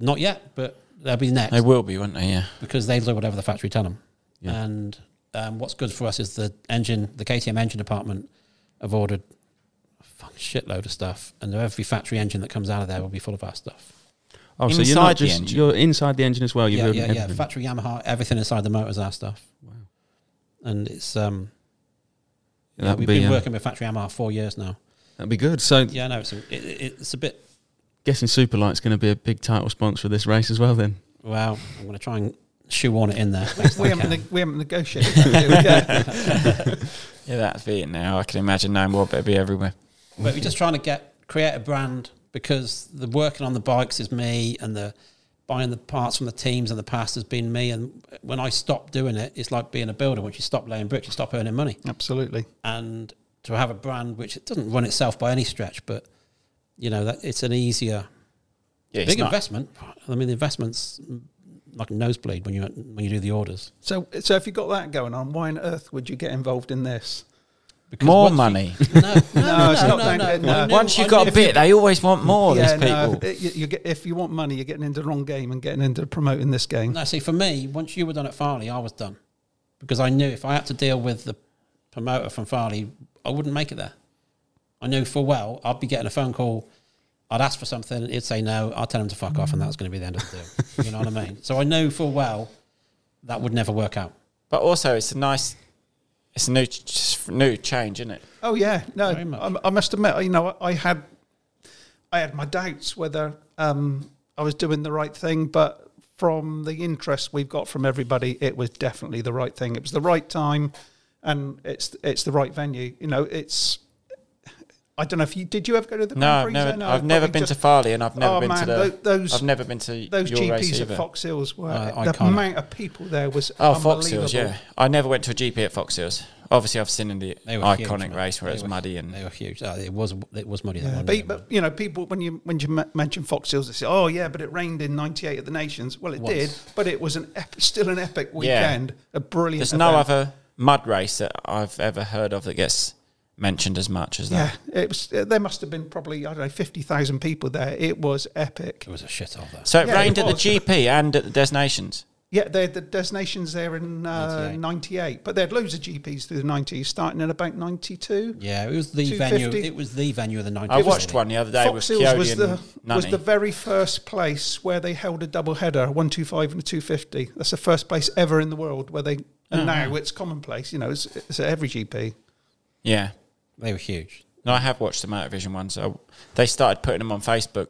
Speaker 5: not yet, but they'll be next
Speaker 6: they will be, won't they? Yeah.
Speaker 5: because they do whatever the factory tell them.
Speaker 3: Yeah.
Speaker 5: And um, what's good for us is the engine, the KTM engine department have ordered a fucking shitload of stuff, and every factory engine that comes out of there will be full of our stuff.
Speaker 3: Oh, so you're not
Speaker 6: Inside the
Speaker 3: just
Speaker 6: engine.
Speaker 3: you're inside the engine as well. You're
Speaker 5: yeah,
Speaker 3: building
Speaker 5: yeah, yeah.
Speaker 3: everything.
Speaker 5: Factory Yamaha, everything inside the motor's our stuff. Wow. And it's um,
Speaker 3: Yeah,
Speaker 5: yeah,
Speaker 3: that'd
Speaker 5: we've
Speaker 3: be,
Speaker 5: been
Speaker 6: uh,
Speaker 3: um,
Speaker 5: working with Factory Yamaha four years now.
Speaker 3: That'd be good. So
Speaker 5: Yeah, no, it's a, it, it- it's a bit.
Speaker 3: guessing Superlight's going to be a big title sponsor of this race as well. Then
Speaker 5: Well, I'm going to try and shoehorn it in there. best
Speaker 4: We
Speaker 5: I
Speaker 4: haven't,
Speaker 5: can.
Speaker 4: neg we haven't negotiated that. do we?
Speaker 6: Yeah, that'd be it now. I can imagine no more, but it'd be everywhere.
Speaker 5: but we're just trying to get create a brand because the working on the bikes is me and the buying the parts from the teams in the past has been me and when i stop doing it it's like being a builder once you stop laying bricks you stop earning money
Speaker 4: Yeah. Absolutely.
Speaker 5: and to have a brand which it doesn't run itself by any stretch but you know that it's an easier
Speaker 6: Yeah, it's
Speaker 5: big
Speaker 6: not-
Speaker 5: investment i mean the investments like a nosebleed when you when you do the orders
Speaker 4: So, so if you got that going on, why on earth would you get involved in this?
Speaker 5: because
Speaker 6: More
Speaker 5: once you-
Speaker 6: money.
Speaker 5: no, no, no, no,
Speaker 4: it's
Speaker 5: no,
Speaker 4: not
Speaker 5: no,
Speaker 4: down to-
Speaker 5: I
Speaker 4: no.
Speaker 5: knew-
Speaker 6: Once
Speaker 5: I
Speaker 6: you've got
Speaker 5: knew-
Speaker 6: a bit, they always want more, these
Speaker 4: no,
Speaker 6: people.
Speaker 4: it- you, you get, if you want money, you're getting into the wrong game and getting into promoting this game.
Speaker 5: No, see, for me, once you were done at Farley, I was done because I knew if I had to deal with the promoter from Farley, I wouldn't make it there. I knew full well I'd be getting a phone call. I'd ask for something, he'd say no. I'd tell him to fuck off, and that's going to be the end of the deal. you know what I mean? So I knew full well that would never work out.
Speaker 6: But also, it's a nice, it's a new, ch- ch- new change, isn't it?
Speaker 4: Oh yeah, no,
Speaker 5: Very much.
Speaker 4: I, I must admit, you know, I had, I had my doubts whether um, I was doing the right thing, but from the interest we've got from everybody, it was definitely the right thing. It was the right time, and it's it's the right venue. You know, it's. I don't know if you did. You ever go to the?
Speaker 6: No,
Speaker 4: Grand
Speaker 6: I've
Speaker 4: Prix?
Speaker 6: never,
Speaker 4: No,
Speaker 6: I've never
Speaker 4: probably
Speaker 6: been
Speaker 4: just-
Speaker 6: to Farley, and I've never
Speaker 4: Oh,
Speaker 6: been
Speaker 4: man,
Speaker 6: to
Speaker 4: tho-
Speaker 6: the.
Speaker 4: those-
Speaker 6: I've never been to
Speaker 4: Those
Speaker 6: your race
Speaker 4: GPs at
Speaker 6: either.
Speaker 4: Fox Hills were
Speaker 5: Uh,
Speaker 4: the
Speaker 5: iconic.
Speaker 4: amount of people there was
Speaker 6: Oh,
Speaker 4: unbelievable.
Speaker 6: Fox Hills, yeah. I never went to a GP at Fox Hills. Obviously, I've seen in the
Speaker 5: They were huge,
Speaker 6: iconic
Speaker 5: mate.
Speaker 6: race where
Speaker 5: They
Speaker 6: it's
Speaker 5: were-
Speaker 6: muddy and
Speaker 5: They were huge. Uh, it was it was muddy. that
Speaker 4: Yeah,
Speaker 5: one,
Speaker 4: but,
Speaker 5: yeah.
Speaker 4: but you know, people when you when you m- mention Fox Hills, they say, "Oh yeah, but it rained in '98 at the Nations." Well, it
Speaker 5: Once.
Speaker 4: did, but it was an ep- still an epic weekend, a brilliant.
Speaker 6: There's no
Speaker 4: event.
Speaker 6: other mud race that I've ever heard of that gets mentioned as much as
Speaker 4: Yeah,
Speaker 6: that.
Speaker 4: it was. uh, There must have been probably I don't know fifty thousand people there. It was epic.
Speaker 5: it was a shit hole there.
Speaker 6: So it
Speaker 4: Yeah, it
Speaker 6: rained at the
Speaker 4: was.
Speaker 6: GP and at the Destinations.
Speaker 4: Yeah, they had the designations there in uh,
Speaker 5: 98.
Speaker 4: '98, but they had loads of GPs through the '90s, starting in about '92.
Speaker 5: Yeah, it was the venue.
Speaker 4: 250.
Speaker 5: It was the venue of the 90s.
Speaker 6: I watched one the other day
Speaker 4: Fox
Speaker 6: with
Speaker 4: Hills
Speaker 6: Coyote
Speaker 4: was
Speaker 6: and
Speaker 4: the was
Speaker 6: Nutty.
Speaker 4: the very first place where they held a double header, a one two five and a two fifty. That's the first place ever in the world where they. And now it's commonplace, you know. It's, it's at every GP.
Speaker 6: Yeah.
Speaker 5: They were huge.
Speaker 6: No, I have watched the Motorvision ones. I, they started putting them on Facebook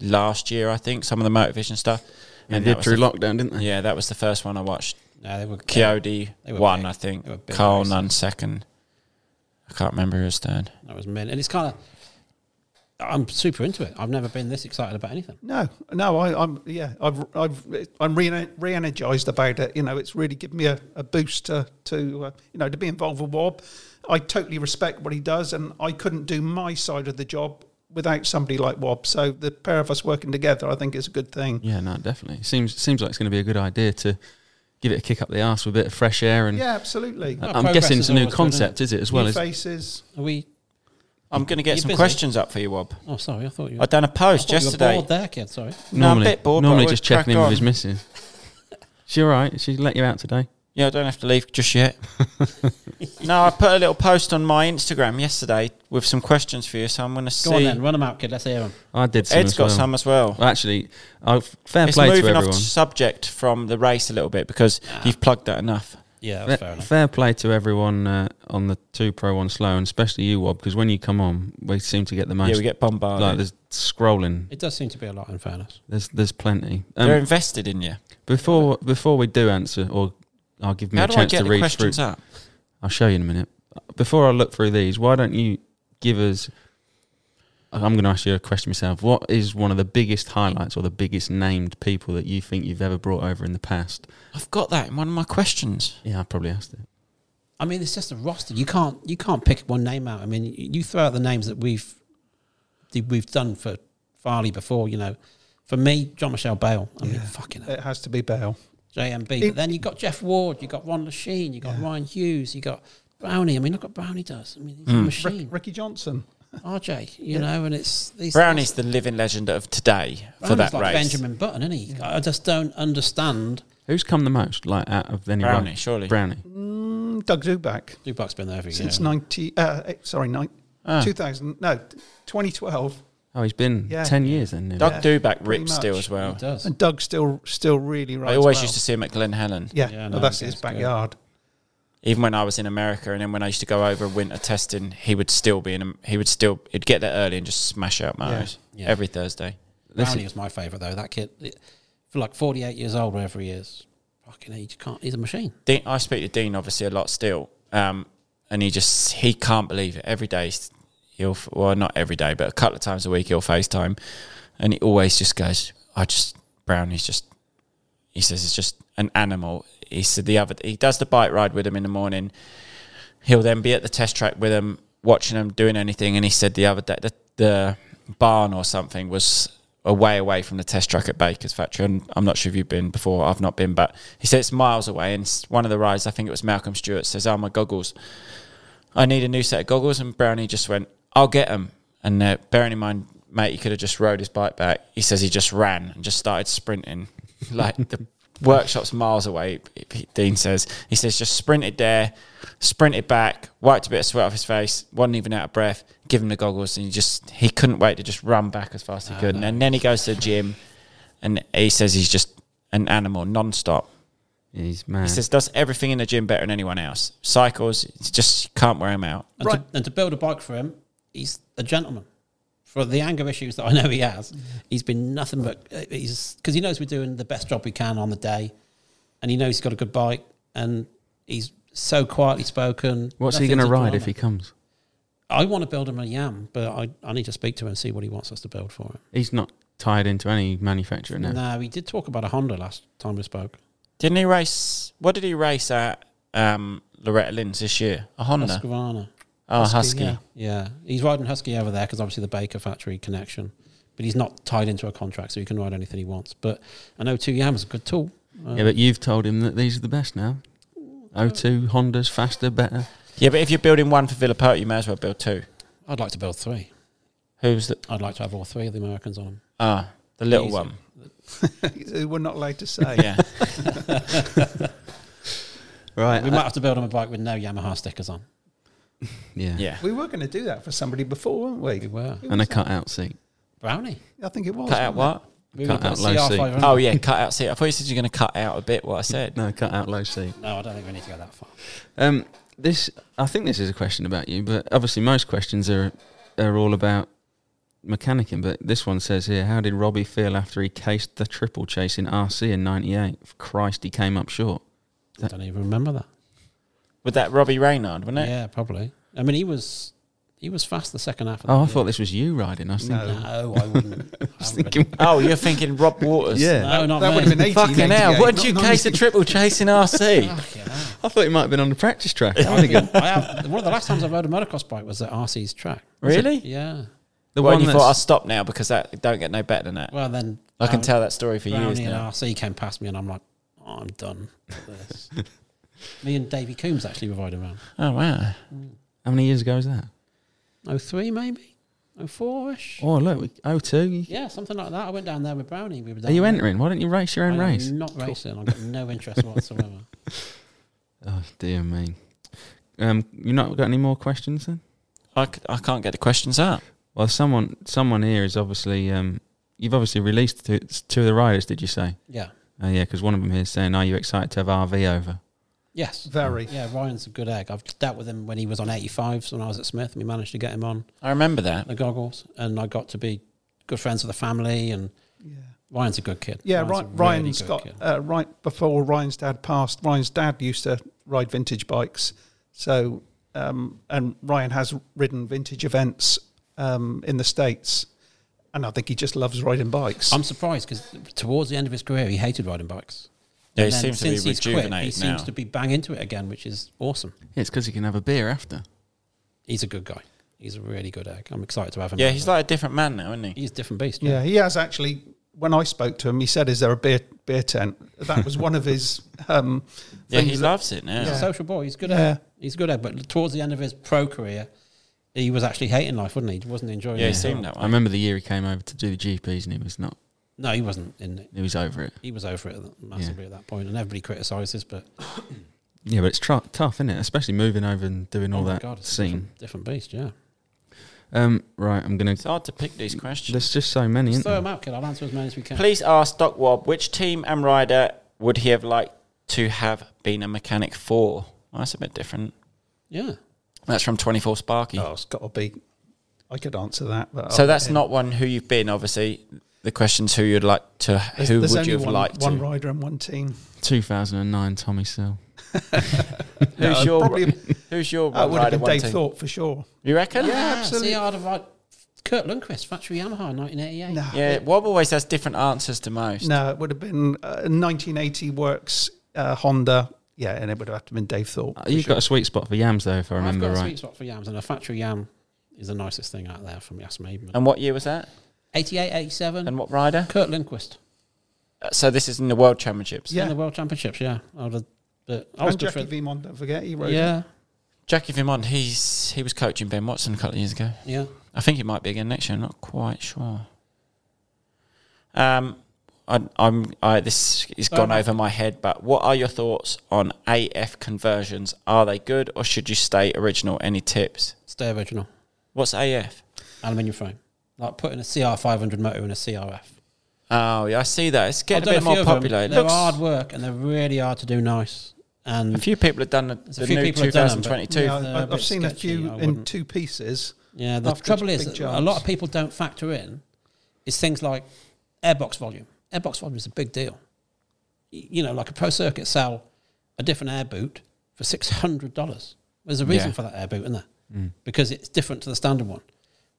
Speaker 6: last year, I think, some of the Motorvision stuff.
Speaker 3: and
Speaker 6: that
Speaker 3: did
Speaker 6: was
Speaker 3: through
Speaker 6: the,
Speaker 3: lockdown, didn't they?
Speaker 6: Yeah, that was the first one I watched.
Speaker 5: No, they were
Speaker 6: Coyote
Speaker 5: They were
Speaker 6: won,
Speaker 5: big.
Speaker 6: I
Speaker 5: They were
Speaker 6: think.
Speaker 5: big
Speaker 6: Carl
Speaker 5: races.
Speaker 6: Nunn second. I can't remember who was third.
Speaker 5: That was mint. And it's kind of, I'm super into it. I've never been this excited about anything.
Speaker 4: No, no, I, I'm yeah, I've, I've I'm re- re-energized about it. You know, it's really given me a, a boost to to uh, you know to be involved with Wob. I totally respect what he does, and I couldn't do my side of the job without somebody like Wob. So the pair of us working together, I think, is a good thing.
Speaker 3: Yeah, no, definitely. It seems seems like it's going to be a good idea to give it a kick up the arse with a bit of fresh air and.
Speaker 4: Yeah, absolutely.
Speaker 5: No,
Speaker 3: I'm
Speaker 5: progress
Speaker 3: guessing
Speaker 5: is
Speaker 3: it's a new
Speaker 5: always good, isn't
Speaker 3: concept, is it, as well?
Speaker 4: New
Speaker 3: Is,
Speaker 4: faces.
Speaker 5: Are we?
Speaker 6: I'm going to
Speaker 5: You
Speaker 6: get some
Speaker 5: busy?
Speaker 6: questions up for you, Wob.
Speaker 5: Oh, sorry. I thought you.
Speaker 6: i done a
Speaker 5: I
Speaker 6: post
Speaker 5: thought you were
Speaker 6: yesterday.
Speaker 5: bored there, kid. Sorry.
Speaker 6: No, I'm a
Speaker 3: normally,
Speaker 6: bit bored, but
Speaker 3: normally
Speaker 6: we'll
Speaker 3: just checking
Speaker 6: crack
Speaker 3: in with
Speaker 6: on.
Speaker 3: his missus. she all right? She let you out today?
Speaker 6: Yeah, I don't have to leave just yet. no, I put a little post on my Instagram yesterday with some questions for you, so I'm going to see.
Speaker 5: Go on then. Run them out, kid. Let's hear them.
Speaker 3: I did. Some
Speaker 6: Ed's
Speaker 3: as
Speaker 6: got
Speaker 3: well.
Speaker 6: some as well.
Speaker 3: Well, Actually, i fair
Speaker 6: it's
Speaker 3: play to
Speaker 6: moving off
Speaker 3: everyone.
Speaker 6: subject from the race a little bit because you've plugged that enough.
Speaker 5: Yeah,
Speaker 3: Fair,
Speaker 5: that's fair enough.
Speaker 3: fair play to everyone uh, on the two pro one slow, and especially you, Wob, because when you come on, we seem to get the most.
Speaker 6: Yeah, we get bombarded.
Speaker 3: like there's scrolling.
Speaker 5: It does seem to be a lot, in fairness.
Speaker 3: There's there's plenty.
Speaker 6: They're
Speaker 3: Um,
Speaker 6: invested in you.
Speaker 3: before before we do answer, or I'll give me
Speaker 6: How
Speaker 3: a
Speaker 6: do I
Speaker 3: chance
Speaker 6: get
Speaker 3: to
Speaker 6: the
Speaker 3: read
Speaker 6: questions
Speaker 3: through.
Speaker 6: up?
Speaker 3: I'll show you in a minute. Before I look through these, why don't you give us? I'm going to ask you a question myself. What is one of the biggest highlights or the biggest named people that you think you've ever brought over in the past?
Speaker 6: I've got that in one of my questions.
Speaker 3: Yeah, I probably asked it.
Speaker 5: I mean, it's just a roster. You can't you can't pick one name out. I mean, y- you throw out the names that we've that we've done for Farley before. You know, for me, John Michelle Bale. I mean, fucking hell.
Speaker 4: It has to be Bale.
Speaker 5: JMB.
Speaker 4: It-
Speaker 5: but then you got Jeff Ward, you got Ron Lachine, you got Ryan Hughes, you got Brownie. I mean, look what Brownie does. I mean, he's a machine.
Speaker 4: Ricky Johnson.
Speaker 5: RJ, you know, and it's these
Speaker 6: Brownie's the living legend of today for
Speaker 5: Brownie's
Speaker 6: that
Speaker 5: like
Speaker 6: race.
Speaker 5: Benjamin Button, isn't he? I just don't understand.
Speaker 3: Who's come the most, like out of anyone?
Speaker 6: Brownie, surely.
Speaker 3: Brownie.
Speaker 4: Mm, Doug Zuback.
Speaker 5: Dubak's been there every
Speaker 4: Since
Speaker 5: year.
Speaker 4: 90, uh, eh, sorry, nine,
Speaker 3: Ah.
Speaker 4: 2000, no, 2012.
Speaker 3: Oh, he's been
Speaker 4: Yeah.
Speaker 3: ten years then. nearly.
Speaker 6: Doug
Speaker 4: Yeah,
Speaker 6: Duback
Speaker 4: pretty
Speaker 6: rips still
Speaker 4: much.
Speaker 6: as well.
Speaker 5: He does.
Speaker 4: And Doug's still still really right.
Speaker 6: I always used to see him at Glen Helen,
Speaker 4: Yeah,
Speaker 5: Yeah,
Speaker 4: well,
Speaker 5: no,
Speaker 4: that's
Speaker 5: he
Speaker 4: his
Speaker 5: goes good.
Speaker 4: backyard.
Speaker 6: even when I was in America, and then when I used to go over and winter testing, he would still be in. He would still. He'd get there early and just smash out
Speaker 4: Yeah.
Speaker 6: Mario's
Speaker 5: Yeah.
Speaker 6: every Thursday.
Speaker 5: Brownie was my favourite, though. That kid, it- for like 48 years old, wherever he is, fucking he just can't, he's a machine.
Speaker 6: Dean, I speak to Dean obviously a lot still, um, and he just he can't believe it. Every day he's- he'll well not every day, but a couple of times a week he'll FaceTime, and he always just goes, "I just Brownie's just," he says, "it's just an animal." He said the other he does the bike ride with him in the morning. He'll then be at the test track with him, watching him doing anything. And he said the other day the, the barn or something was a way away from the test track at Baker's Factory. And I'm not sure if you've been before. I've not been, but he said it's miles away. And s- one of the rides, I think it was Malcolm Stewart, says, "Oh my goggles, I need a new set of goggles." And Brownie just went, "I'll get them." And uh, bearing in mind, mate, he could have just rode his bike back. He says he just ran and just started sprinting, like the workshop's miles away. he- Dean says he says just sprinted there, sprinted back, wiped a bit of sweat off his face, wasn't even out of breath. Give him the goggles, and he just he couldn't wait to just run back as fast as he could. And then he goes to the gym, and he says he's just an animal, non-stop.
Speaker 3: He's mad.
Speaker 6: He says does everything in the gym better than anyone else. Cycles, it's just can't wear him out.
Speaker 5: And, to, and to build a bike for him, he's a gentleman. For the anger issues that I know he has, he's been nothing but uh, he's because he knows we're doing the best job we can on the day, and he knows he's got a good bike, and he's so quietly spoken.
Speaker 3: What's he going to ride if he comes?
Speaker 5: I want to build him a yam, but I, I need to speak to him and see what he wants us to build for him.
Speaker 3: He's not tied into any manufacturer now.
Speaker 5: No, he did talk about a Honda last time we spoke.
Speaker 6: Didn't he race? What did he race at um, Loretta Lynn's this year? A Honda.
Speaker 5: Husqvarna.
Speaker 6: oh, Husky.
Speaker 5: Yeah. yeah, he's riding Husky over there because obviously the Baker factory connection, but he's not tied into a contract, so he can ride anything he wants. But I know two yams is a good tool.
Speaker 3: Yeah, but you've told him that these are the best now. O2 Hondas faster, better.
Speaker 6: Yeah, but if you're building one for Villa Park, you may as well build two.
Speaker 5: I'd like to build three.
Speaker 6: Who's the
Speaker 5: I'd like to have all three of the Americans on. 'em.
Speaker 6: ah the little
Speaker 5: Easy.
Speaker 6: one?
Speaker 4: We're not allowed to say.
Speaker 6: Yeah,
Speaker 3: Right. uh,
Speaker 5: We might have to build him a bike with no Yamaha stickers on.
Speaker 3: yeah.
Speaker 6: yeah.
Speaker 4: We were going to do that for somebody before, weren't we?
Speaker 5: We were
Speaker 3: And a cut out seat.
Speaker 5: brownie.
Speaker 4: I think it was.
Speaker 6: Cut out
Speaker 4: wasn't
Speaker 6: what?
Speaker 5: We
Speaker 3: Cut
Speaker 5: would've
Speaker 3: out
Speaker 5: put a
Speaker 3: low
Speaker 5: CR
Speaker 3: seat.
Speaker 5: 500.
Speaker 6: Oh yeah, cut out. See, I thought you said you're going to cut out a bit what I said.
Speaker 3: No, cut out low seat.
Speaker 5: No, I don't think we need to go that far.
Speaker 3: Um, this, I think this is a question about you, but obviously most questions are are all about mechanicking. But this one says here, how did Robbie feel after he cased the triple chase in RC in '98? Christ, he came up short.
Speaker 5: I don't even remember that.
Speaker 6: With that Robbie Reynard, wasn't it?
Speaker 5: Yeah, probably. I mean, he was he was fast the second half. Of
Speaker 3: Oh, I
Speaker 5: that
Speaker 3: thought this was you riding. I was thinking,
Speaker 5: year. no, I wouldn't. I
Speaker 3: I was
Speaker 5: haven't
Speaker 3: thinking
Speaker 6: Oh, you're thinking Rob Waters?
Speaker 3: yeah.
Speaker 5: been- no, not
Speaker 4: That
Speaker 5: me.
Speaker 4: would have been 18.
Speaker 6: Oh, Fucking hell! What did you case a triple chasing RC?
Speaker 5: Fucking hell.
Speaker 3: I thought he might have been on the practice track. I
Speaker 5: I've
Speaker 3: think
Speaker 5: been- I have, one of the last times I rode a motocross bike was at RC's track.
Speaker 6: really?
Speaker 5: Yeah.
Speaker 3: the
Speaker 6: Well,
Speaker 3: one
Speaker 6: you
Speaker 3: that's,
Speaker 6: thought I'll stop now because that don't get no better than that.
Speaker 5: Well, then
Speaker 6: I can
Speaker 5: Brown-
Speaker 6: tell that story for years
Speaker 5: Brownie and
Speaker 6: now.
Speaker 5: RC came past me, and I'm like, "Oh, I'm done. with This. me and Davy Coombs actually were riding around.
Speaker 6: Oh wow!
Speaker 3: how many years ago is that?
Speaker 5: 03 maybe, 04 ish.
Speaker 3: Oh look, we- oh two.
Speaker 5: Yeah, something like that. I went down there with Brownie. We were. Down
Speaker 3: Are Oh, you
Speaker 5: there.
Speaker 3: entering? Why don't you race your
Speaker 5: I
Speaker 3: own
Speaker 5: am
Speaker 3: race?
Speaker 5: Not racing. I've got no interest whatsoever.
Speaker 3: Oh dear me. Um, you not got any more questions then?
Speaker 6: I, c- I can't get the questions up.
Speaker 3: Well, someone someone here is obviously um, you've obviously released two, two of the riders, did you say?
Speaker 5: Yeah.
Speaker 3: Uh, yeah, because one of them here is saying, "Are you excited to have RV over?"
Speaker 5: Yes.
Speaker 4: Very.
Speaker 5: Yeah, Ryan's a good egg. I've dealt with him when he was on 85s when I was at Smith, and we managed to get him on
Speaker 6: I remember that.
Speaker 5: the goggles, and I got to be good friends with the family and.
Speaker 4: Yeah,
Speaker 5: Ryan's a good kid.
Speaker 4: yeah
Speaker 5: Ryan's a
Speaker 4: Ryan,
Speaker 5: really
Speaker 4: Ryan's
Speaker 5: good
Speaker 4: got,
Speaker 5: kid.
Speaker 4: uh, right before Ryan's dad passed, Ryan's dad used to ride vintage bikes. So, um, and Ryan has ridden vintage events um, in the States. And I think he just loves riding bikes.
Speaker 5: I'm surprised because towards the end of his career, he hated riding bikes.
Speaker 6: Yeah, he
Speaker 5: And then
Speaker 6: seems to be
Speaker 5: since he's quit, He
Speaker 6: rejuvenated now.
Speaker 5: seems to be bang into it again, which is awesome.
Speaker 3: It's because you can have a beer after.
Speaker 5: He's a good guy. He's a really good egg. I'm excited to have him.
Speaker 6: yeah,
Speaker 5: back.
Speaker 6: he's like a different man now, isn't he?
Speaker 5: he's a different beast.
Speaker 4: Yeah, he has actually. When I spoke to him, he said, "Is there a beer beer tent?" That was one of his. Um,
Speaker 6: Yeah, he
Speaker 4: things that-
Speaker 6: loves it now.
Speaker 5: He's a social boy. He's good
Speaker 4: Yeah.
Speaker 5: egg. He's a good egg. But towards the end of his pro career, he was actually hating life, wasn't he? He wasn't enjoying
Speaker 6: Yeah, he
Speaker 5: it. at all.
Speaker 6: seemed that
Speaker 3: I
Speaker 6: way.
Speaker 3: remember the year he came over to do the GPs and he was not.
Speaker 5: No, he wasn't in it.
Speaker 3: He was over it.
Speaker 5: He was over it massively at that point, and everybody criticises. But
Speaker 3: Yeah, but it's tr- tough, isn't it? Especially moving over and doing all
Speaker 5: oh my
Speaker 3: that
Speaker 5: God, it's a
Speaker 3: scene.
Speaker 5: different, different beast. Yeah,
Speaker 3: Um, right, I'm gonna.
Speaker 6: It's hard to pick these questions.
Speaker 3: There's just so many.
Speaker 5: Just
Speaker 3: Isn't
Speaker 5: throw
Speaker 3: there?
Speaker 5: him out, kid. I'll answer as many as we can.
Speaker 6: Police asked Stockwob which team and rider would he have liked to have been a mechanic for? Well, that's a bit different.
Speaker 5: Yeah,
Speaker 6: That's from 24 Sparky.
Speaker 4: oh, it's got to be. I could answer that, but
Speaker 6: so
Speaker 4: I'll-
Speaker 6: that's not one who you've been, obviously. The question's who you'd like to,
Speaker 4: There's,
Speaker 6: who
Speaker 4: there's
Speaker 6: would
Speaker 4: only
Speaker 6: you have
Speaker 4: one,
Speaker 6: liked
Speaker 4: one
Speaker 6: to?
Speaker 4: rider and one team.
Speaker 3: 2009 Tommy Sill.
Speaker 6: Who's,
Speaker 4: No,
Speaker 6: your,
Speaker 4: probably-
Speaker 6: who's your
Speaker 4: That would have
Speaker 6: rider
Speaker 4: been
Speaker 6: one
Speaker 4: Dave
Speaker 6: team?
Speaker 4: Thorpe for sure.
Speaker 6: You reckon?
Speaker 5: yeah,
Speaker 4: absolutely.
Speaker 5: See, I'd have liked Kurt Lundquist, Factory Yamaha, 1988.
Speaker 4: No,
Speaker 6: Yeah, Wob always has different answers to most.
Speaker 4: no, it would have been uh, 1980 works uh, Honda. Yeah, and it would have been Dave Thorpe.
Speaker 3: Uh, You've got a sweet spot for yams, though, if I remember
Speaker 5: I've got a
Speaker 3: right.
Speaker 5: sweet spot for yams, and a factory yam is the nicest thing out there from Yas Maiden.
Speaker 6: And what year was that?
Speaker 5: 88, 87.
Speaker 6: And what rider?
Speaker 5: Kurt Lundquist
Speaker 6: Uh, So this is in the World Championships.
Speaker 4: Yeah.
Speaker 5: in the World Championships. Yeah, I would have, but I was
Speaker 4: And
Speaker 5: good
Speaker 4: Jackie
Speaker 5: for
Speaker 4: Vimon, don't forget, he rode.
Speaker 5: yeah,
Speaker 6: Jackie Vermont, he's he was coaching Ben Watson a couple of years ago.
Speaker 5: yeah.
Speaker 6: I think it might be again next year. I'm not quite sure. Um, I, I'm. I this is
Speaker 5: Fair
Speaker 6: gone
Speaker 5: enough.
Speaker 6: over my head. But what are your thoughts on AF conversions? Are they good or should you stay original? Any tips?
Speaker 5: Stay original.
Speaker 6: What's AF?
Speaker 5: Aluminium frame. Like putting a CR500 motor in a CRF.
Speaker 6: Oh, yeah, I see that. It's
Speaker 5: I've
Speaker 6: getting a
Speaker 5: done
Speaker 6: bit more
Speaker 5: few of them.
Speaker 6: popular. It
Speaker 5: They're
Speaker 6: looks-
Speaker 5: hard work and they're really hard to do nice. And
Speaker 6: A few people have done the,
Speaker 5: There's a
Speaker 6: the
Speaker 5: few
Speaker 6: new
Speaker 5: people have done them, but-
Speaker 6: 2022.
Speaker 4: Yeah,
Speaker 5: They're a
Speaker 4: I- I've,
Speaker 5: bit
Speaker 4: seen a
Speaker 5: uh, sketchy,
Speaker 4: few
Speaker 5: I
Speaker 4: in
Speaker 5: wouldn't-
Speaker 4: two pieces.
Speaker 5: yeah, the
Speaker 4: After
Speaker 5: trouble
Speaker 4: big
Speaker 5: is that a
Speaker 4: jumps.
Speaker 5: lot of people don't factor in is things like airbox volume. Airbox volume is a big deal. Y- You know, like a pro circuit sell a different air boot for six hundred dollars. There's a reason
Speaker 6: Yeah.
Speaker 5: for that air boot, isn't there?
Speaker 3: Mm.
Speaker 5: Because it's different to the standard one.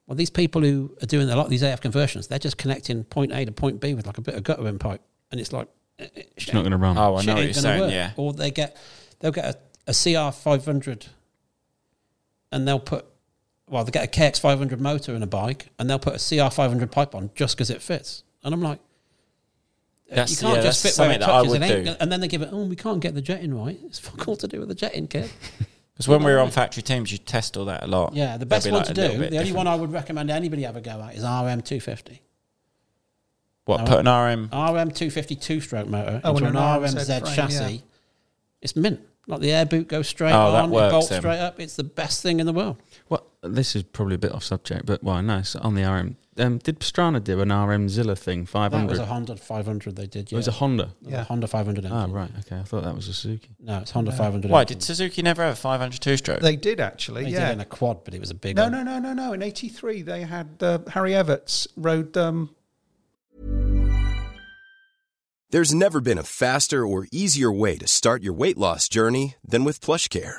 Speaker 5: Well, these people who are doing a lot of these AF conversions, they're just connecting point A to point B with like a bit of guttering pipe, and it's like eh, eh,
Speaker 3: It's not going to run.
Speaker 6: Oh, I
Speaker 5: shit
Speaker 6: know what
Speaker 5: ain't
Speaker 6: you're
Speaker 5: gonna
Speaker 6: saying.
Speaker 5: work.
Speaker 6: Yeah,
Speaker 5: Or they get they'll get a, a CR five hundred and they'll put well, they get a KX five hundred motor in a bike and they'll put a CR five hundred pipe on just because it fits. And I'm like
Speaker 6: That's-
Speaker 5: you can't
Speaker 6: yeah,
Speaker 5: just
Speaker 6: that's
Speaker 5: fit where
Speaker 6: something
Speaker 5: it
Speaker 6: that I
Speaker 5: touches.
Speaker 6: would
Speaker 5: it ain't
Speaker 6: do.
Speaker 5: gonna- and then they give it, oh, we can't get the jetting right. It's fuck all to do with the jetting, kid.
Speaker 6: because when we were on factory teams, you test all that a lot.
Speaker 5: Yeah, the
Speaker 6: They'll
Speaker 5: best
Speaker 6: be
Speaker 5: one
Speaker 6: like
Speaker 5: to
Speaker 6: a
Speaker 5: do, the
Speaker 6: little bit
Speaker 5: only
Speaker 6: different.
Speaker 5: one I would recommend anybody have a go at is RM250.
Speaker 6: What put an RM?
Speaker 5: RM250 two stroke motor
Speaker 4: Oh,
Speaker 5: into an
Speaker 4: and an
Speaker 5: RMZ
Speaker 4: RMZ frame,
Speaker 5: chassis,
Speaker 4: yeah.
Speaker 5: it's mint. Like the air boot goes straight
Speaker 6: Oh, that
Speaker 5: on,
Speaker 6: works
Speaker 5: it bolts
Speaker 6: then.
Speaker 5: straight up. It's the best thing in the world.
Speaker 3: What? This is probably a bit off subject, but well, no, it's on the RM. Um, did Pastrana do an RM Zilla thing? 500?
Speaker 5: That was a Honda 500 they did.
Speaker 3: It
Speaker 5: Yeah.
Speaker 3: was a Honda.
Speaker 4: Yeah.
Speaker 5: Honda 500 engine.
Speaker 6: Ah,
Speaker 3: Oh, right. Okay. I thought that was a Suzuki.
Speaker 5: No, it's Honda 500.
Speaker 6: Why
Speaker 5: engine.
Speaker 6: did Suzuki never have a 500 two stroke?
Speaker 4: They did actually.
Speaker 5: they
Speaker 4: yeah.
Speaker 5: did it in a quad, but it was a big
Speaker 4: no,
Speaker 5: one.
Speaker 4: no, no, no, no. In '83, they had uh, Harry Evarts rode. Um,
Speaker 7: There's never been a faster or easier way to start your weight loss journey than with PlushCare.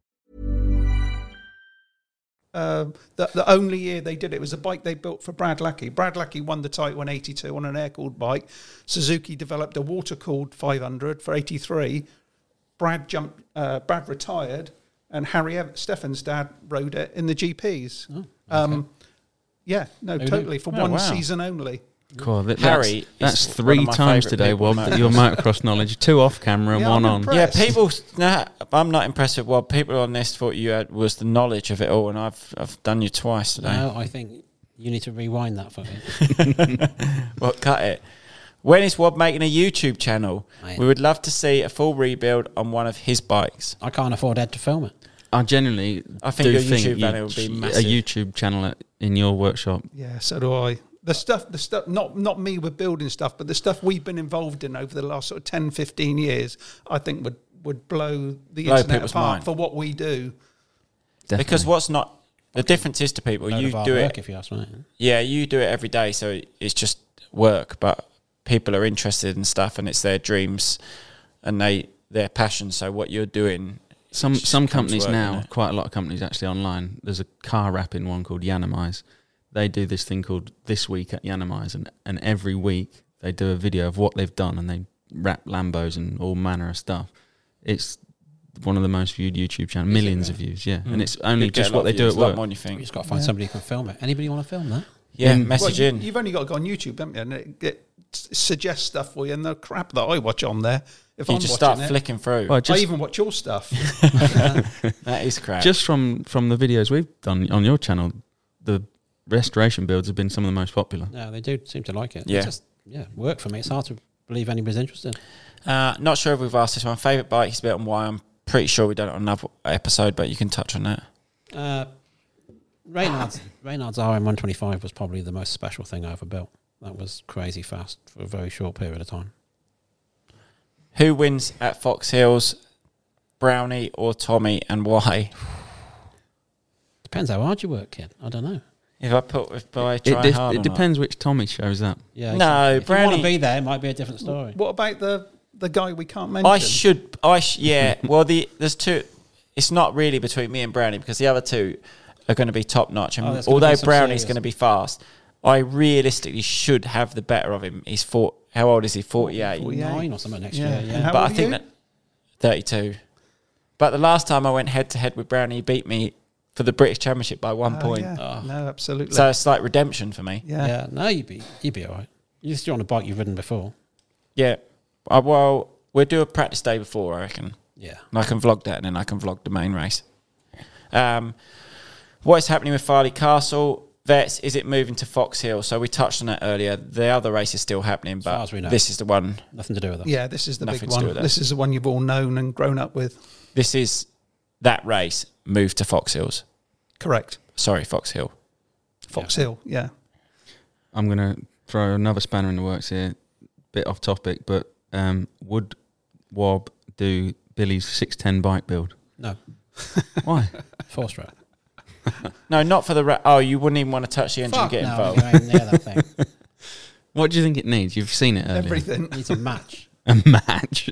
Speaker 4: uh, the, the only year they did it was a bike they built for Brad Lackey. Brad Lackey won the title in '82 on an air-cooled bike. Suzuki developed a water-cooled 500 for '83. Brad jumped. Uh, Brad retired, and Harry Ev- Stefan's dad rode it in the GPs. um, yeah, no,
Speaker 5: Who knew?
Speaker 4: totally for
Speaker 6: Oh,
Speaker 4: one
Speaker 6: wow.
Speaker 4: season only.
Speaker 3: God, that-
Speaker 6: Mm. Harry
Speaker 3: that's, that's
Speaker 6: is one
Speaker 3: three
Speaker 6: of my
Speaker 3: times
Speaker 6: favourite
Speaker 3: today,
Speaker 6: people
Speaker 3: Wob,
Speaker 6: on
Speaker 3: that your motocross knowledge, two off camera and
Speaker 4: Yeah,
Speaker 3: one
Speaker 4: I'm
Speaker 3: on.
Speaker 4: impressed.
Speaker 6: Yeah,
Speaker 4: Impressed.
Speaker 6: people. Nah, I'm not impressed with what people on this thought you had was the knowledge of it all, and I've I've done you twice today.
Speaker 5: No, I think you need to rewind that for me.
Speaker 6: Well, cut it. When is Wob making a YouTube channel?
Speaker 5: Mate.
Speaker 6: We would love to see a full rebuild on one of his bikes.
Speaker 5: I can't afford Ed to film it.
Speaker 3: I generally
Speaker 6: I think
Speaker 3: do
Speaker 6: your
Speaker 3: think
Speaker 6: YouTube
Speaker 3: you-
Speaker 6: channel would be
Speaker 3: a
Speaker 6: massive.
Speaker 3: YouTube channel at- in your workshop.
Speaker 4: Yeah, so do I. The stuff, the stuff, not not me with building stuff, but the stuff we've been involved in over the last sort of 10, 15 years, I think would would blow the
Speaker 6: Blow
Speaker 4: internet
Speaker 6: people's
Speaker 4: apart
Speaker 6: mind.
Speaker 4: for what we do.
Speaker 3: Definitely.
Speaker 6: Because what's not the difference is to people
Speaker 5: Load
Speaker 6: you
Speaker 5: of hard
Speaker 6: do
Speaker 5: work,
Speaker 6: it.
Speaker 5: if you ask me.
Speaker 6: Yeah, you do it every day, so it's just work. But people are interested in stuff, and it's their dreams, and they their passion. So what you're doing,
Speaker 3: some
Speaker 6: it just
Speaker 3: some
Speaker 6: becomes
Speaker 3: companies
Speaker 6: work,
Speaker 3: now,
Speaker 6: innit?
Speaker 3: quite a lot of companies actually online. There's a car wrap in one called Yanomize. They do this thing called This Week at Yanomize, and and every week they do a video of what they've done, and they wrap Lambos and all manner of stuff. It's one of the most viewed YouTube channels, millions of views, yeah. And it's only
Speaker 6: You get Hmm. a
Speaker 3: just
Speaker 6: lot
Speaker 3: what
Speaker 6: of
Speaker 3: they do
Speaker 6: views,
Speaker 3: at
Speaker 6: a lot
Speaker 3: work.
Speaker 6: more than you
Speaker 5: You
Speaker 6: think.
Speaker 5: just got to find somebody who can film it. Anybody want to film that?
Speaker 6: Yeah,
Speaker 3: Mm.
Speaker 6: message
Speaker 4: Well, you-
Speaker 6: in.
Speaker 4: You've only got to go on YouTube, haven't you? And it, it s- suggests stuff for you, and the crap that I watch on there, if
Speaker 6: You
Speaker 4: I'm
Speaker 6: just
Speaker 4: watching
Speaker 6: start
Speaker 4: it,
Speaker 6: flicking through.
Speaker 3: Well, just
Speaker 4: I even watch your stuff.
Speaker 6: that is crap.
Speaker 3: just from from the videos we've done on your channel, the restoration builds have been some of the most popular.
Speaker 5: No, they do seem to like it.
Speaker 6: Yeah.
Speaker 5: It just, yeah, work for me. It's hard to believe anybody's interested.
Speaker 6: Uh, not sure if we've asked this one. Favorite bike he's built and why. I'm pretty sure we done it on another episode, but you can touch on that.
Speaker 5: Uh, Reynard's, Reynard's RM125 was probably the most special thing I ever built. That was crazy fast for a very short period of time.
Speaker 6: Who wins at Fox Hills, Brownie or Tommy, and why?
Speaker 5: Depends how hard you work, kid. I don't know.
Speaker 6: If I put if I
Speaker 3: It,
Speaker 6: try
Speaker 3: dif-
Speaker 6: hard,
Speaker 3: it
Speaker 6: or not.
Speaker 3: depends which Tommy shows up.
Speaker 6: No,
Speaker 5: Yeah, exactly. if you
Speaker 6: Brownie-
Speaker 5: want to be there, it might be a different story.
Speaker 4: what about the the guy we can't mention?
Speaker 6: I should. I sh- yeah. well, the there's two. It's not really between me and Brownie because the other two are going to be top notch. And
Speaker 5: Oh, there's gonna
Speaker 6: although
Speaker 5: be some
Speaker 6: Brownie's
Speaker 5: serious-
Speaker 6: going to be fast, I realistically should have the better of him. He's four. How old is he? Forty eight.
Speaker 5: Nine or something next
Speaker 4: Yeah.
Speaker 5: year.
Speaker 4: And
Speaker 5: Yeah.
Speaker 4: how-
Speaker 6: but I
Speaker 4: old are
Speaker 6: think
Speaker 4: you?
Speaker 6: that 32. But the last time I went head to head with Brownie, he beat me for the British Championship by one
Speaker 4: Oh,
Speaker 6: point. Ah.
Speaker 4: yeah. No, absolutely.
Speaker 6: So it's like redemption for me.
Speaker 4: yeah.
Speaker 5: yeah. No, you'd be you'd be all right. You're still on a bike you've ridden before.
Speaker 6: Yeah. I, well, we'll do a practice day before, I reckon.
Speaker 5: Yeah.
Speaker 6: And I can vlog that and then I can vlog the main race. Um, what is happening with Farley Castle? Vets, is it moving to Fox Hill? So we touched on that earlier. The other race is still happening, but
Speaker 5: far as we know.
Speaker 6: this is the one.
Speaker 5: Nothing to do with that.
Speaker 4: Yeah, this is the
Speaker 6: Nothing
Speaker 4: big
Speaker 6: to do
Speaker 4: one.
Speaker 6: with that.
Speaker 4: This is the one you've all known and grown up with.
Speaker 6: This is that race moved to Fox Hills.
Speaker 4: Correct.
Speaker 6: Sorry, Fox Hill.
Speaker 4: Fox Hill. Yeah.
Speaker 3: I'm going to throw another spanner in the works here, bit off topic, but um, would Wob do Billy's 610 bike build?
Speaker 5: No.
Speaker 3: Why?
Speaker 5: Four stroke.
Speaker 6: No, not for the. Ra- oh, you wouldn't even want to touch the engine
Speaker 5: Fuck
Speaker 6: and get
Speaker 5: no,
Speaker 6: involved.
Speaker 5: you're not even near that thing.
Speaker 3: what do you think it needs? You've seen it earlier.
Speaker 4: Everything.
Speaker 5: It's a match,
Speaker 3: A match.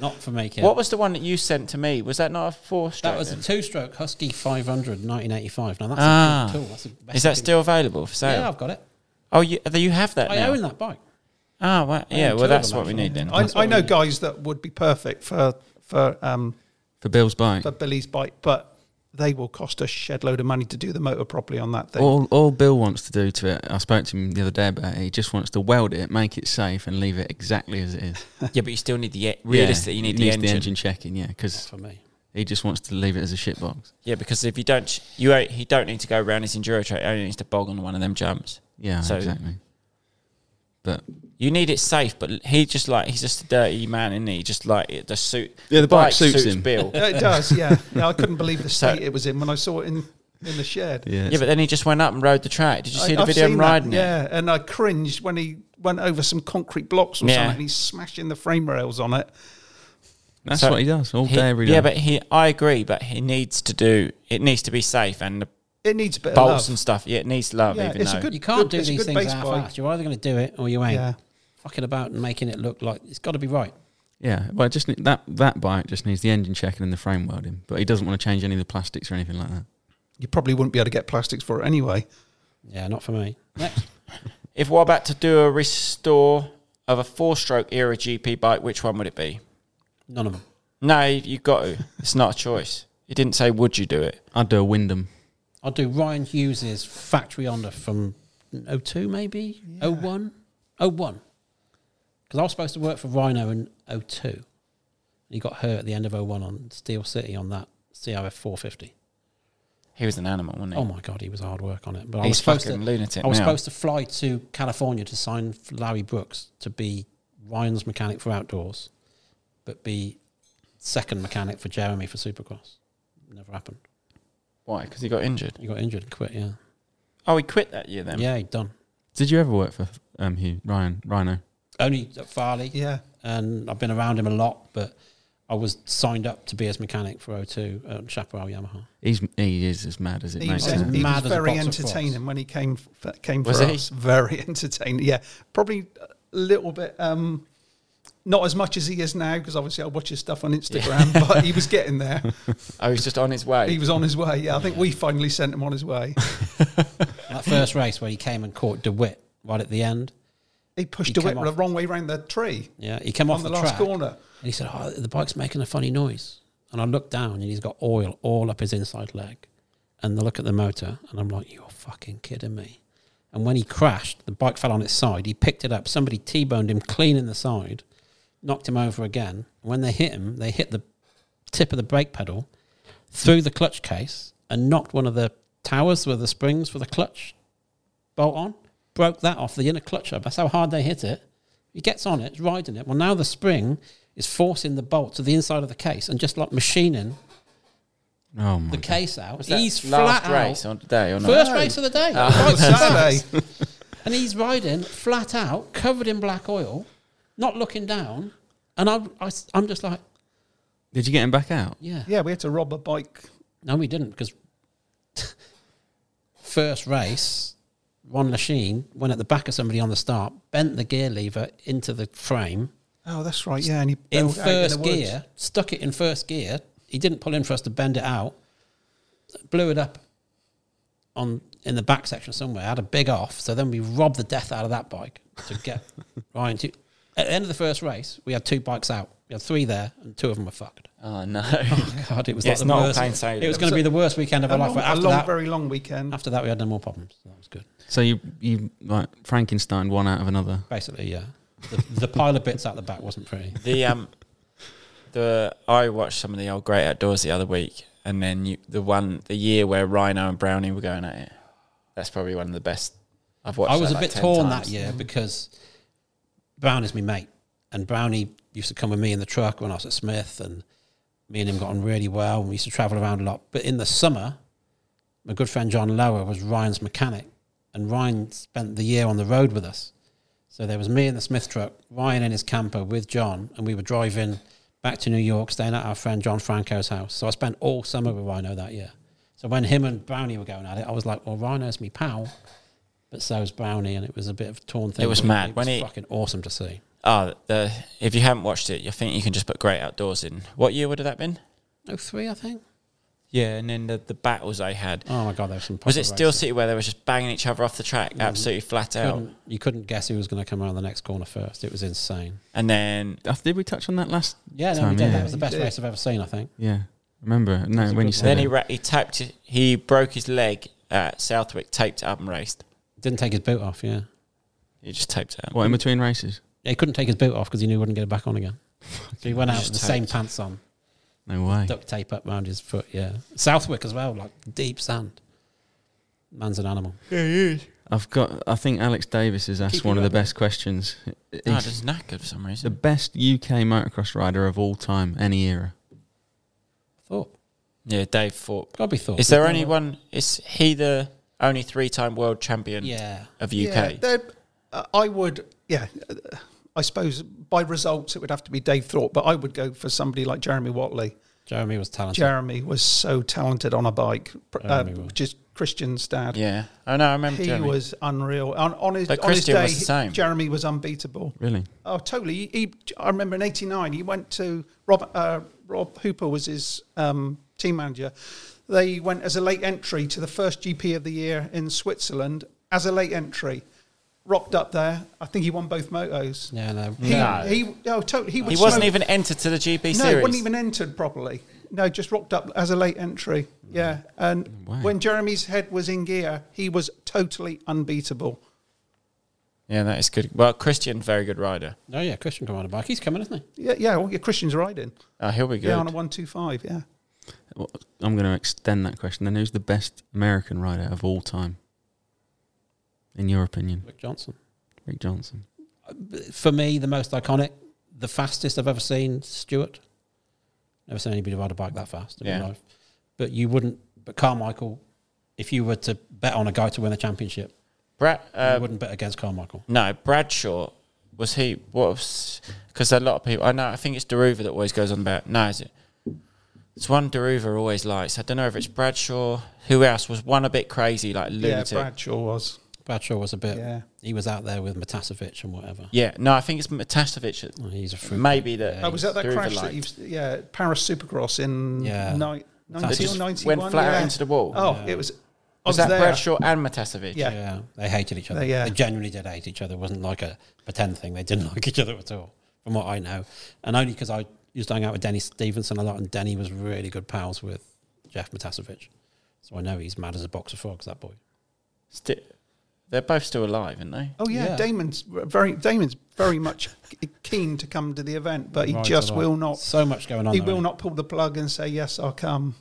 Speaker 5: not for making.
Speaker 6: What was the one that you sent to me? Was that not a four stroke?
Speaker 5: That was a
Speaker 6: then?
Speaker 5: two-stroke Husky 500 1985. Now that's
Speaker 6: Ah.
Speaker 5: a good tool. That's the best
Speaker 6: Is that
Speaker 5: thing-
Speaker 6: still available for sale?
Speaker 5: Yeah, I've got it.
Speaker 6: Oh, you you have that
Speaker 5: I
Speaker 6: now.
Speaker 5: own that bike.
Speaker 6: Ah, well,
Speaker 5: I
Speaker 6: yeah.
Speaker 5: own
Speaker 6: Well,
Speaker 5: two of
Speaker 6: that's
Speaker 5: them,
Speaker 6: what we
Speaker 5: actually.
Speaker 6: need then.
Speaker 4: I,
Speaker 5: That's what
Speaker 4: I know
Speaker 5: we-
Speaker 4: guys that would be perfect for for um
Speaker 3: For Bill's bike.
Speaker 4: for Billy's bike, but they will cost a shed load of money to do the motor properly on that thing.
Speaker 3: All, all Bill wants to do to it, I spoke to him the other day about it, he just wants to weld it, make it safe, and leave it exactly as it is.
Speaker 6: yeah, but you still need the e-
Speaker 3: Yeah,
Speaker 6: realistically you need
Speaker 3: he needs
Speaker 6: the engine.
Speaker 3: the engine checking, yeah, because
Speaker 5: For me,
Speaker 3: he just wants to leave it as a shit box.
Speaker 6: Yeah, because if you don't, ch- you ain't- he don't need to go around his enduro track. He only needs to bog on one of them jumps.
Speaker 3: Yeah,
Speaker 6: So-
Speaker 3: exactly. But
Speaker 6: You need it safe, but he just like he's just a dirty man, isn't he? Just like it- the suit.
Speaker 3: Yeah, the bike suits him.
Speaker 6: Bill.
Speaker 4: Yeah, it does, yeah. No, I couldn't believe the
Speaker 6: So-
Speaker 4: state it was in when I saw it in, in the shed.
Speaker 3: yeah,
Speaker 6: yeah, but then he just went up and rode the track. Did you see
Speaker 4: I-
Speaker 6: the
Speaker 4: I've
Speaker 6: video of
Speaker 4: seen
Speaker 6: him
Speaker 4: that,
Speaker 6: riding it?
Speaker 4: Yeah, and I cringed when he went over some concrete blocks or
Speaker 6: Yeah.
Speaker 4: something and he's smashing the frame rails on it.
Speaker 3: that's
Speaker 6: So
Speaker 3: what he does all
Speaker 6: He-
Speaker 3: day, every day.
Speaker 6: Yeah, but he, I agree, but he needs to do. It needs to be safe and the
Speaker 4: It needs a bit
Speaker 6: bolts
Speaker 4: of
Speaker 6: and
Speaker 4: love.
Speaker 6: stuff. Yeah, it needs love.
Speaker 4: Yeah,
Speaker 6: even
Speaker 4: it's a
Speaker 6: though
Speaker 4: good-
Speaker 5: you can't do
Speaker 4: it's a
Speaker 5: these
Speaker 4: good
Speaker 5: things
Speaker 4: base
Speaker 5: half
Speaker 4: bike.
Speaker 5: assed. You're either going to do it or you ain't.
Speaker 4: Yeah.
Speaker 5: Fucking about and making it look like it's got to be right.
Speaker 3: Yeah, well, it just ne- that that bike just needs the engine checking and the frame welding, but he doesn't want to change any of the plastics or anything like that.
Speaker 4: You probably wouldn't be able to get plastics for it anyway.
Speaker 5: Yeah, not for me. Next.
Speaker 6: if we're about to do a restore of a four-stroke era GP bike, which one would it be?
Speaker 5: None of them.
Speaker 6: No, you've got to. It's not a choice. He didn't say would you do it.
Speaker 3: I'd do a Wyndham.
Speaker 5: I'll do Ryan Hughes's factory Honda from 02 maybe? oh one, oh one, Because I was supposed to work for Rhino in 02. And he got hurt at the end of 01 on Steel City on that CRF 450.
Speaker 6: He was an animal, wasn't he?
Speaker 5: Oh my God, he was hard work on it. But I
Speaker 6: He's
Speaker 5: was supposed
Speaker 6: fucking
Speaker 5: to,
Speaker 6: lunatic
Speaker 5: I was
Speaker 6: now.
Speaker 5: supposed to fly to California to sign for Larry Brooks to be Ryan's mechanic for outdoors, but be second mechanic for Jeremy for Supercross. Never happened.
Speaker 6: Why? Because he got injured.
Speaker 5: He got injured and quit, yeah.
Speaker 6: Oh, he quit that year then.
Speaker 5: Yeah, he'd done.
Speaker 3: Did you ever work for um, Hugh Ryan Rhino?
Speaker 5: Only at Farley.
Speaker 4: Yeah.
Speaker 5: and I've been around him a lot, but I was signed up to be his mechanic for O2 at Chaparral Yamaha.
Speaker 3: He's he is as mad as it
Speaker 4: He
Speaker 3: makes
Speaker 4: was,
Speaker 5: sense.
Speaker 3: sense.
Speaker 4: he
Speaker 5: Mad
Speaker 4: was
Speaker 5: as a
Speaker 4: very
Speaker 5: box of frogs.
Speaker 4: entertaining when he came f- came for
Speaker 6: Was he?
Speaker 4: us. Very entertaining. Yeah, probably a little bit. Um, not as much as he is now because obviously I watch his stuff on Instagram, but he was getting there.
Speaker 6: Oh, he's just on his way.
Speaker 4: He was on his way. Yeah, I think we finally sent him on his way.
Speaker 5: And that first race where he came and caught DeWitt right at the end.
Speaker 4: He pushed
Speaker 5: He
Speaker 4: away
Speaker 5: came
Speaker 4: the
Speaker 5: off-
Speaker 4: wrong way round the tree
Speaker 5: Yeah, he came off
Speaker 4: on the, last
Speaker 5: track,
Speaker 4: corner.
Speaker 5: and he said, "Oh, the bike's making a funny noise." And I looked down, and he's got oil all up his inside leg. And I look at the motor, and I'm like, "You're fucking kidding me!" And when he crashed, the bike fell on its side. He picked it up. Somebody t-boned him clean in the side, knocked him over again. When they hit him, they hit the tip of the brake pedal, through the clutch case, and knocked one of the towers with the springs for the clutch bolt on, broke that off the inner clutch up. That's how hard they hit it. He gets on it, riding it. Well, now the spring is forcing the bolt to the inside of the case and just like machining
Speaker 3: Oh my
Speaker 5: the
Speaker 3: God.
Speaker 5: case out.
Speaker 6: Was that
Speaker 5: he's
Speaker 6: last
Speaker 5: flat
Speaker 6: race
Speaker 5: out.
Speaker 6: on today or not? Oh.
Speaker 5: First race of the day.
Speaker 4: On
Speaker 5: Right,
Speaker 4: Saturday,
Speaker 5: and he's riding flat out, covered in black oil, not looking down. And I'm, I, s- I'm just like,
Speaker 3: Did you get him back out?
Speaker 5: yeah.
Speaker 4: yeah, we had to rob a bike.
Speaker 5: No, we didn't because first race, one machine went at the back of somebody on the start, bent the gear lever into the frame
Speaker 4: Oh, that's right. Yeah, and he
Speaker 5: in
Speaker 4: bailed out the
Speaker 5: first
Speaker 4: woods.
Speaker 5: gear, stuck it in first gear. He didn't pull in for us to bend it out, blew it up on in the back section somewhere. Had a big off, so then we robbed the death out of that bike to get Ryan to. At the end of the first race, we had two bikes out. We had three there, and two of them were fucked.
Speaker 6: Oh, no.
Speaker 5: God, it was
Speaker 6: Yeah,
Speaker 5: like
Speaker 6: it's
Speaker 5: the
Speaker 6: not all
Speaker 5: worst.
Speaker 6: plain sailing.
Speaker 5: It was going to be the worst weekend of
Speaker 4: A
Speaker 5: our
Speaker 4: long,
Speaker 5: life. But
Speaker 4: a
Speaker 5: after
Speaker 4: long
Speaker 5: that,
Speaker 4: very long weekend.
Speaker 5: after that, we had no more problems. That was good.
Speaker 3: So you you like Frankenstein one out of another.
Speaker 5: Basically, yeah. The, the pile of bits out the back wasn't pretty.
Speaker 6: the um the I watched some of the old Great Outdoors the other week, and then you, the one the year where Rhino and Brownie were going at it. That's probably one of the best I've watched.
Speaker 5: I was
Speaker 6: that
Speaker 5: a
Speaker 6: like
Speaker 5: bit
Speaker 6: 10
Speaker 5: torn
Speaker 6: times. Mm.
Speaker 5: that year because Brown is my mate, and Brownie used to come with me in the truck when I was at Smith, and me and him got on really well, and we used to travel around a lot. But in the summer, my good friend John Lower was Ryan's mechanic, and Ryan spent the year on the road with us. So there was me in the Smith truck, Ryan in his camper with John, and we were driving back to New York, staying at our friend John Franco's house. So I spent all summer with Rhino that year. So when him and Brownie were going at it, I was like, well, Rhino's me pal, but so is Brownie, and it was a bit of a torn thing.
Speaker 6: It was
Speaker 5: but
Speaker 6: mad.
Speaker 5: It was
Speaker 6: When he-
Speaker 5: fucking awesome to see.
Speaker 6: Oh, the if you haven't watched it, I think you can just put Great Outdoors in. What year would have that been?
Speaker 5: Oh three, I think.
Speaker 6: Yeah, and then the, the battles they had.
Speaker 5: Oh my god, there was some.
Speaker 6: was
Speaker 5: proper
Speaker 6: it Steel
Speaker 5: races.
Speaker 6: City where they were just banging each other off the track, absolutely flat
Speaker 5: You
Speaker 6: out?
Speaker 5: couldn't, you couldn't guess who was going to come around the next corner first. It was insane.
Speaker 6: And then
Speaker 3: Uh, Did we touch on that last?
Speaker 5: Yeah, no,
Speaker 3: time?
Speaker 5: we did.
Speaker 3: Yeah.
Speaker 5: That was the best race I've ever seen. I think.
Speaker 3: yeah. Remember? No, when you said
Speaker 6: then he
Speaker 3: it.
Speaker 6: ra- he tapped it- he broke his leg at Southwick, taped it up and raced.
Speaker 5: Didn't take his boot off. Yeah,
Speaker 6: He just taped it up.
Speaker 3: what in between races?
Speaker 5: he couldn't take his boot off because he knew he wouldn't get it back on again. So he went out with the same pants on,
Speaker 3: No way.
Speaker 5: duct tape up round his foot. Yeah, Southwick as well, like deep sand. Man's an animal.
Speaker 3: I've got. I think Alex Davis has asked
Speaker 5: Keep
Speaker 3: one
Speaker 5: it
Speaker 3: of the
Speaker 5: running.
Speaker 3: best questions. He's
Speaker 6: No, just Oh, knackered for some
Speaker 3: the
Speaker 6: reason.
Speaker 3: best UK motocross rider of all time, any era.
Speaker 5: Thorpe.
Speaker 6: Yeah, Dave Thorpe.
Speaker 5: Gotta be Thorpe.
Speaker 6: Is there only one? Is he the only three-time world champion?
Speaker 5: Yeah.
Speaker 6: of UK.
Speaker 4: Yeah, they're- uh, I would, yeah. uh, I suppose by results it would have to be Dave Thorpe, but I would go for somebody like Jeremy Watley.
Speaker 5: Jeremy was talented.
Speaker 4: Jeremy was so talented on a bike, pr- uh,
Speaker 5: Jeremy was.
Speaker 4: which is Christian's dad.
Speaker 6: yeah. Oh no, I remember.
Speaker 4: He
Speaker 6: Jeremy.
Speaker 4: was unreal. On, on his,
Speaker 6: But
Speaker 4: on his
Speaker 6: Christian
Speaker 4: day,
Speaker 6: was the same.
Speaker 4: Jeremy was unbeatable.
Speaker 3: Really?
Speaker 4: Oh, totally. He, he- I remember in '89, he went to Rob. Uh, Rob Hooper was his um, team manager. They went as a late entry to the first GP of the year in Switzerland as a late entry. Rocked up there. I think he won both motos.
Speaker 5: Yeah, no.
Speaker 4: He, he, oh, totally. He, would
Speaker 6: He wasn't
Speaker 4: smoke-
Speaker 6: even entered to the GP
Speaker 4: No, he
Speaker 6: series.
Speaker 4: wasn't even entered properly. No, just rocked up as a late entry. Yeah. And
Speaker 3: Wow.
Speaker 4: when Jeremy's head was in gear, he was totally unbeatable.
Speaker 6: Yeah, that is good. Well, Christian, very good rider.
Speaker 5: Oh yeah, Christian can ride a bike. He's coming, isn't he?
Speaker 4: Yeah, yeah, all your Christians riding.
Speaker 6: Oh, he'll be good.
Speaker 4: Yeah, on a 125, yeah.
Speaker 3: Well, I'm going to extend that question. Then who's the best American rider of all time? In your opinion,
Speaker 5: Rick Johnson.
Speaker 3: Rick Johnson.
Speaker 5: For me, the most iconic, the fastest I've ever seen, Stewart. Never seen anybody ride a bike that fast in
Speaker 6: Yeah.
Speaker 5: my life. But you wouldn't. But Carmichael, if you were to bet on a guy to win the championship,
Speaker 6: Brad,
Speaker 5: I
Speaker 6: uh,
Speaker 5: wouldn't bet against Carmichael.
Speaker 6: no, Bradshaw was he? What was? Because a lot of people, I know, I think it's Deruva that always goes on about. No, is it? It's one Deruva always likes. I don't know if it's Bradshaw. Who else was one a bit crazy, like lunatic?
Speaker 4: Yeah, Bradshaw was.
Speaker 5: Bradshaw was a bit.
Speaker 4: Yeah.
Speaker 5: He was out there with Matasovic and whatever.
Speaker 6: Yeah, no, I think it's Matasovic.
Speaker 5: Well, He's a fruit.
Speaker 6: Maybe that.
Speaker 4: Oh, was that that
Speaker 6: Deruva
Speaker 4: crash that
Speaker 6: liked.
Speaker 4: you've, yeah, Paris Supercross in
Speaker 5: Yeah.
Speaker 4: ni- 90
Speaker 5: just
Speaker 4: or
Speaker 5: went
Speaker 4: 91?
Speaker 6: flat out
Speaker 4: yeah.
Speaker 6: into the wall.
Speaker 4: Oh, it was. I
Speaker 6: Was
Speaker 4: was
Speaker 6: that
Speaker 4: there.
Speaker 6: Bradshaw and Matasovic?
Speaker 4: Yeah.
Speaker 5: Yeah, they hated each other.
Speaker 4: They, yeah.
Speaker 5: They genuinely did hate each other. It wasn't like a pretend thing. They didn't like each other at all, from what I know. And only because I used to hang out with Denny Stevenson a lot, and Denny was really good pals with Jeff Matasovic. So I know he's mad as a box of frogs, that boy.
Speaker 6: Sti- they're both still alive, aren't they?
Speaker 4: Oh yeah,
Speaker 5: Yeah.
Speaker 4: Damon's very Damon's very much keen to come to the event, but he
Speaker 5: Right,
Speaker 4: just
Speaker 5: right.
Speaker 4: will not.
Speaker 5: So much going on.
Speaker 4: He
Speaker 5: there,
Speaker 4: will
Speaker 5: isn't
Speaker 4: not pull the plug and say yes, I'll come.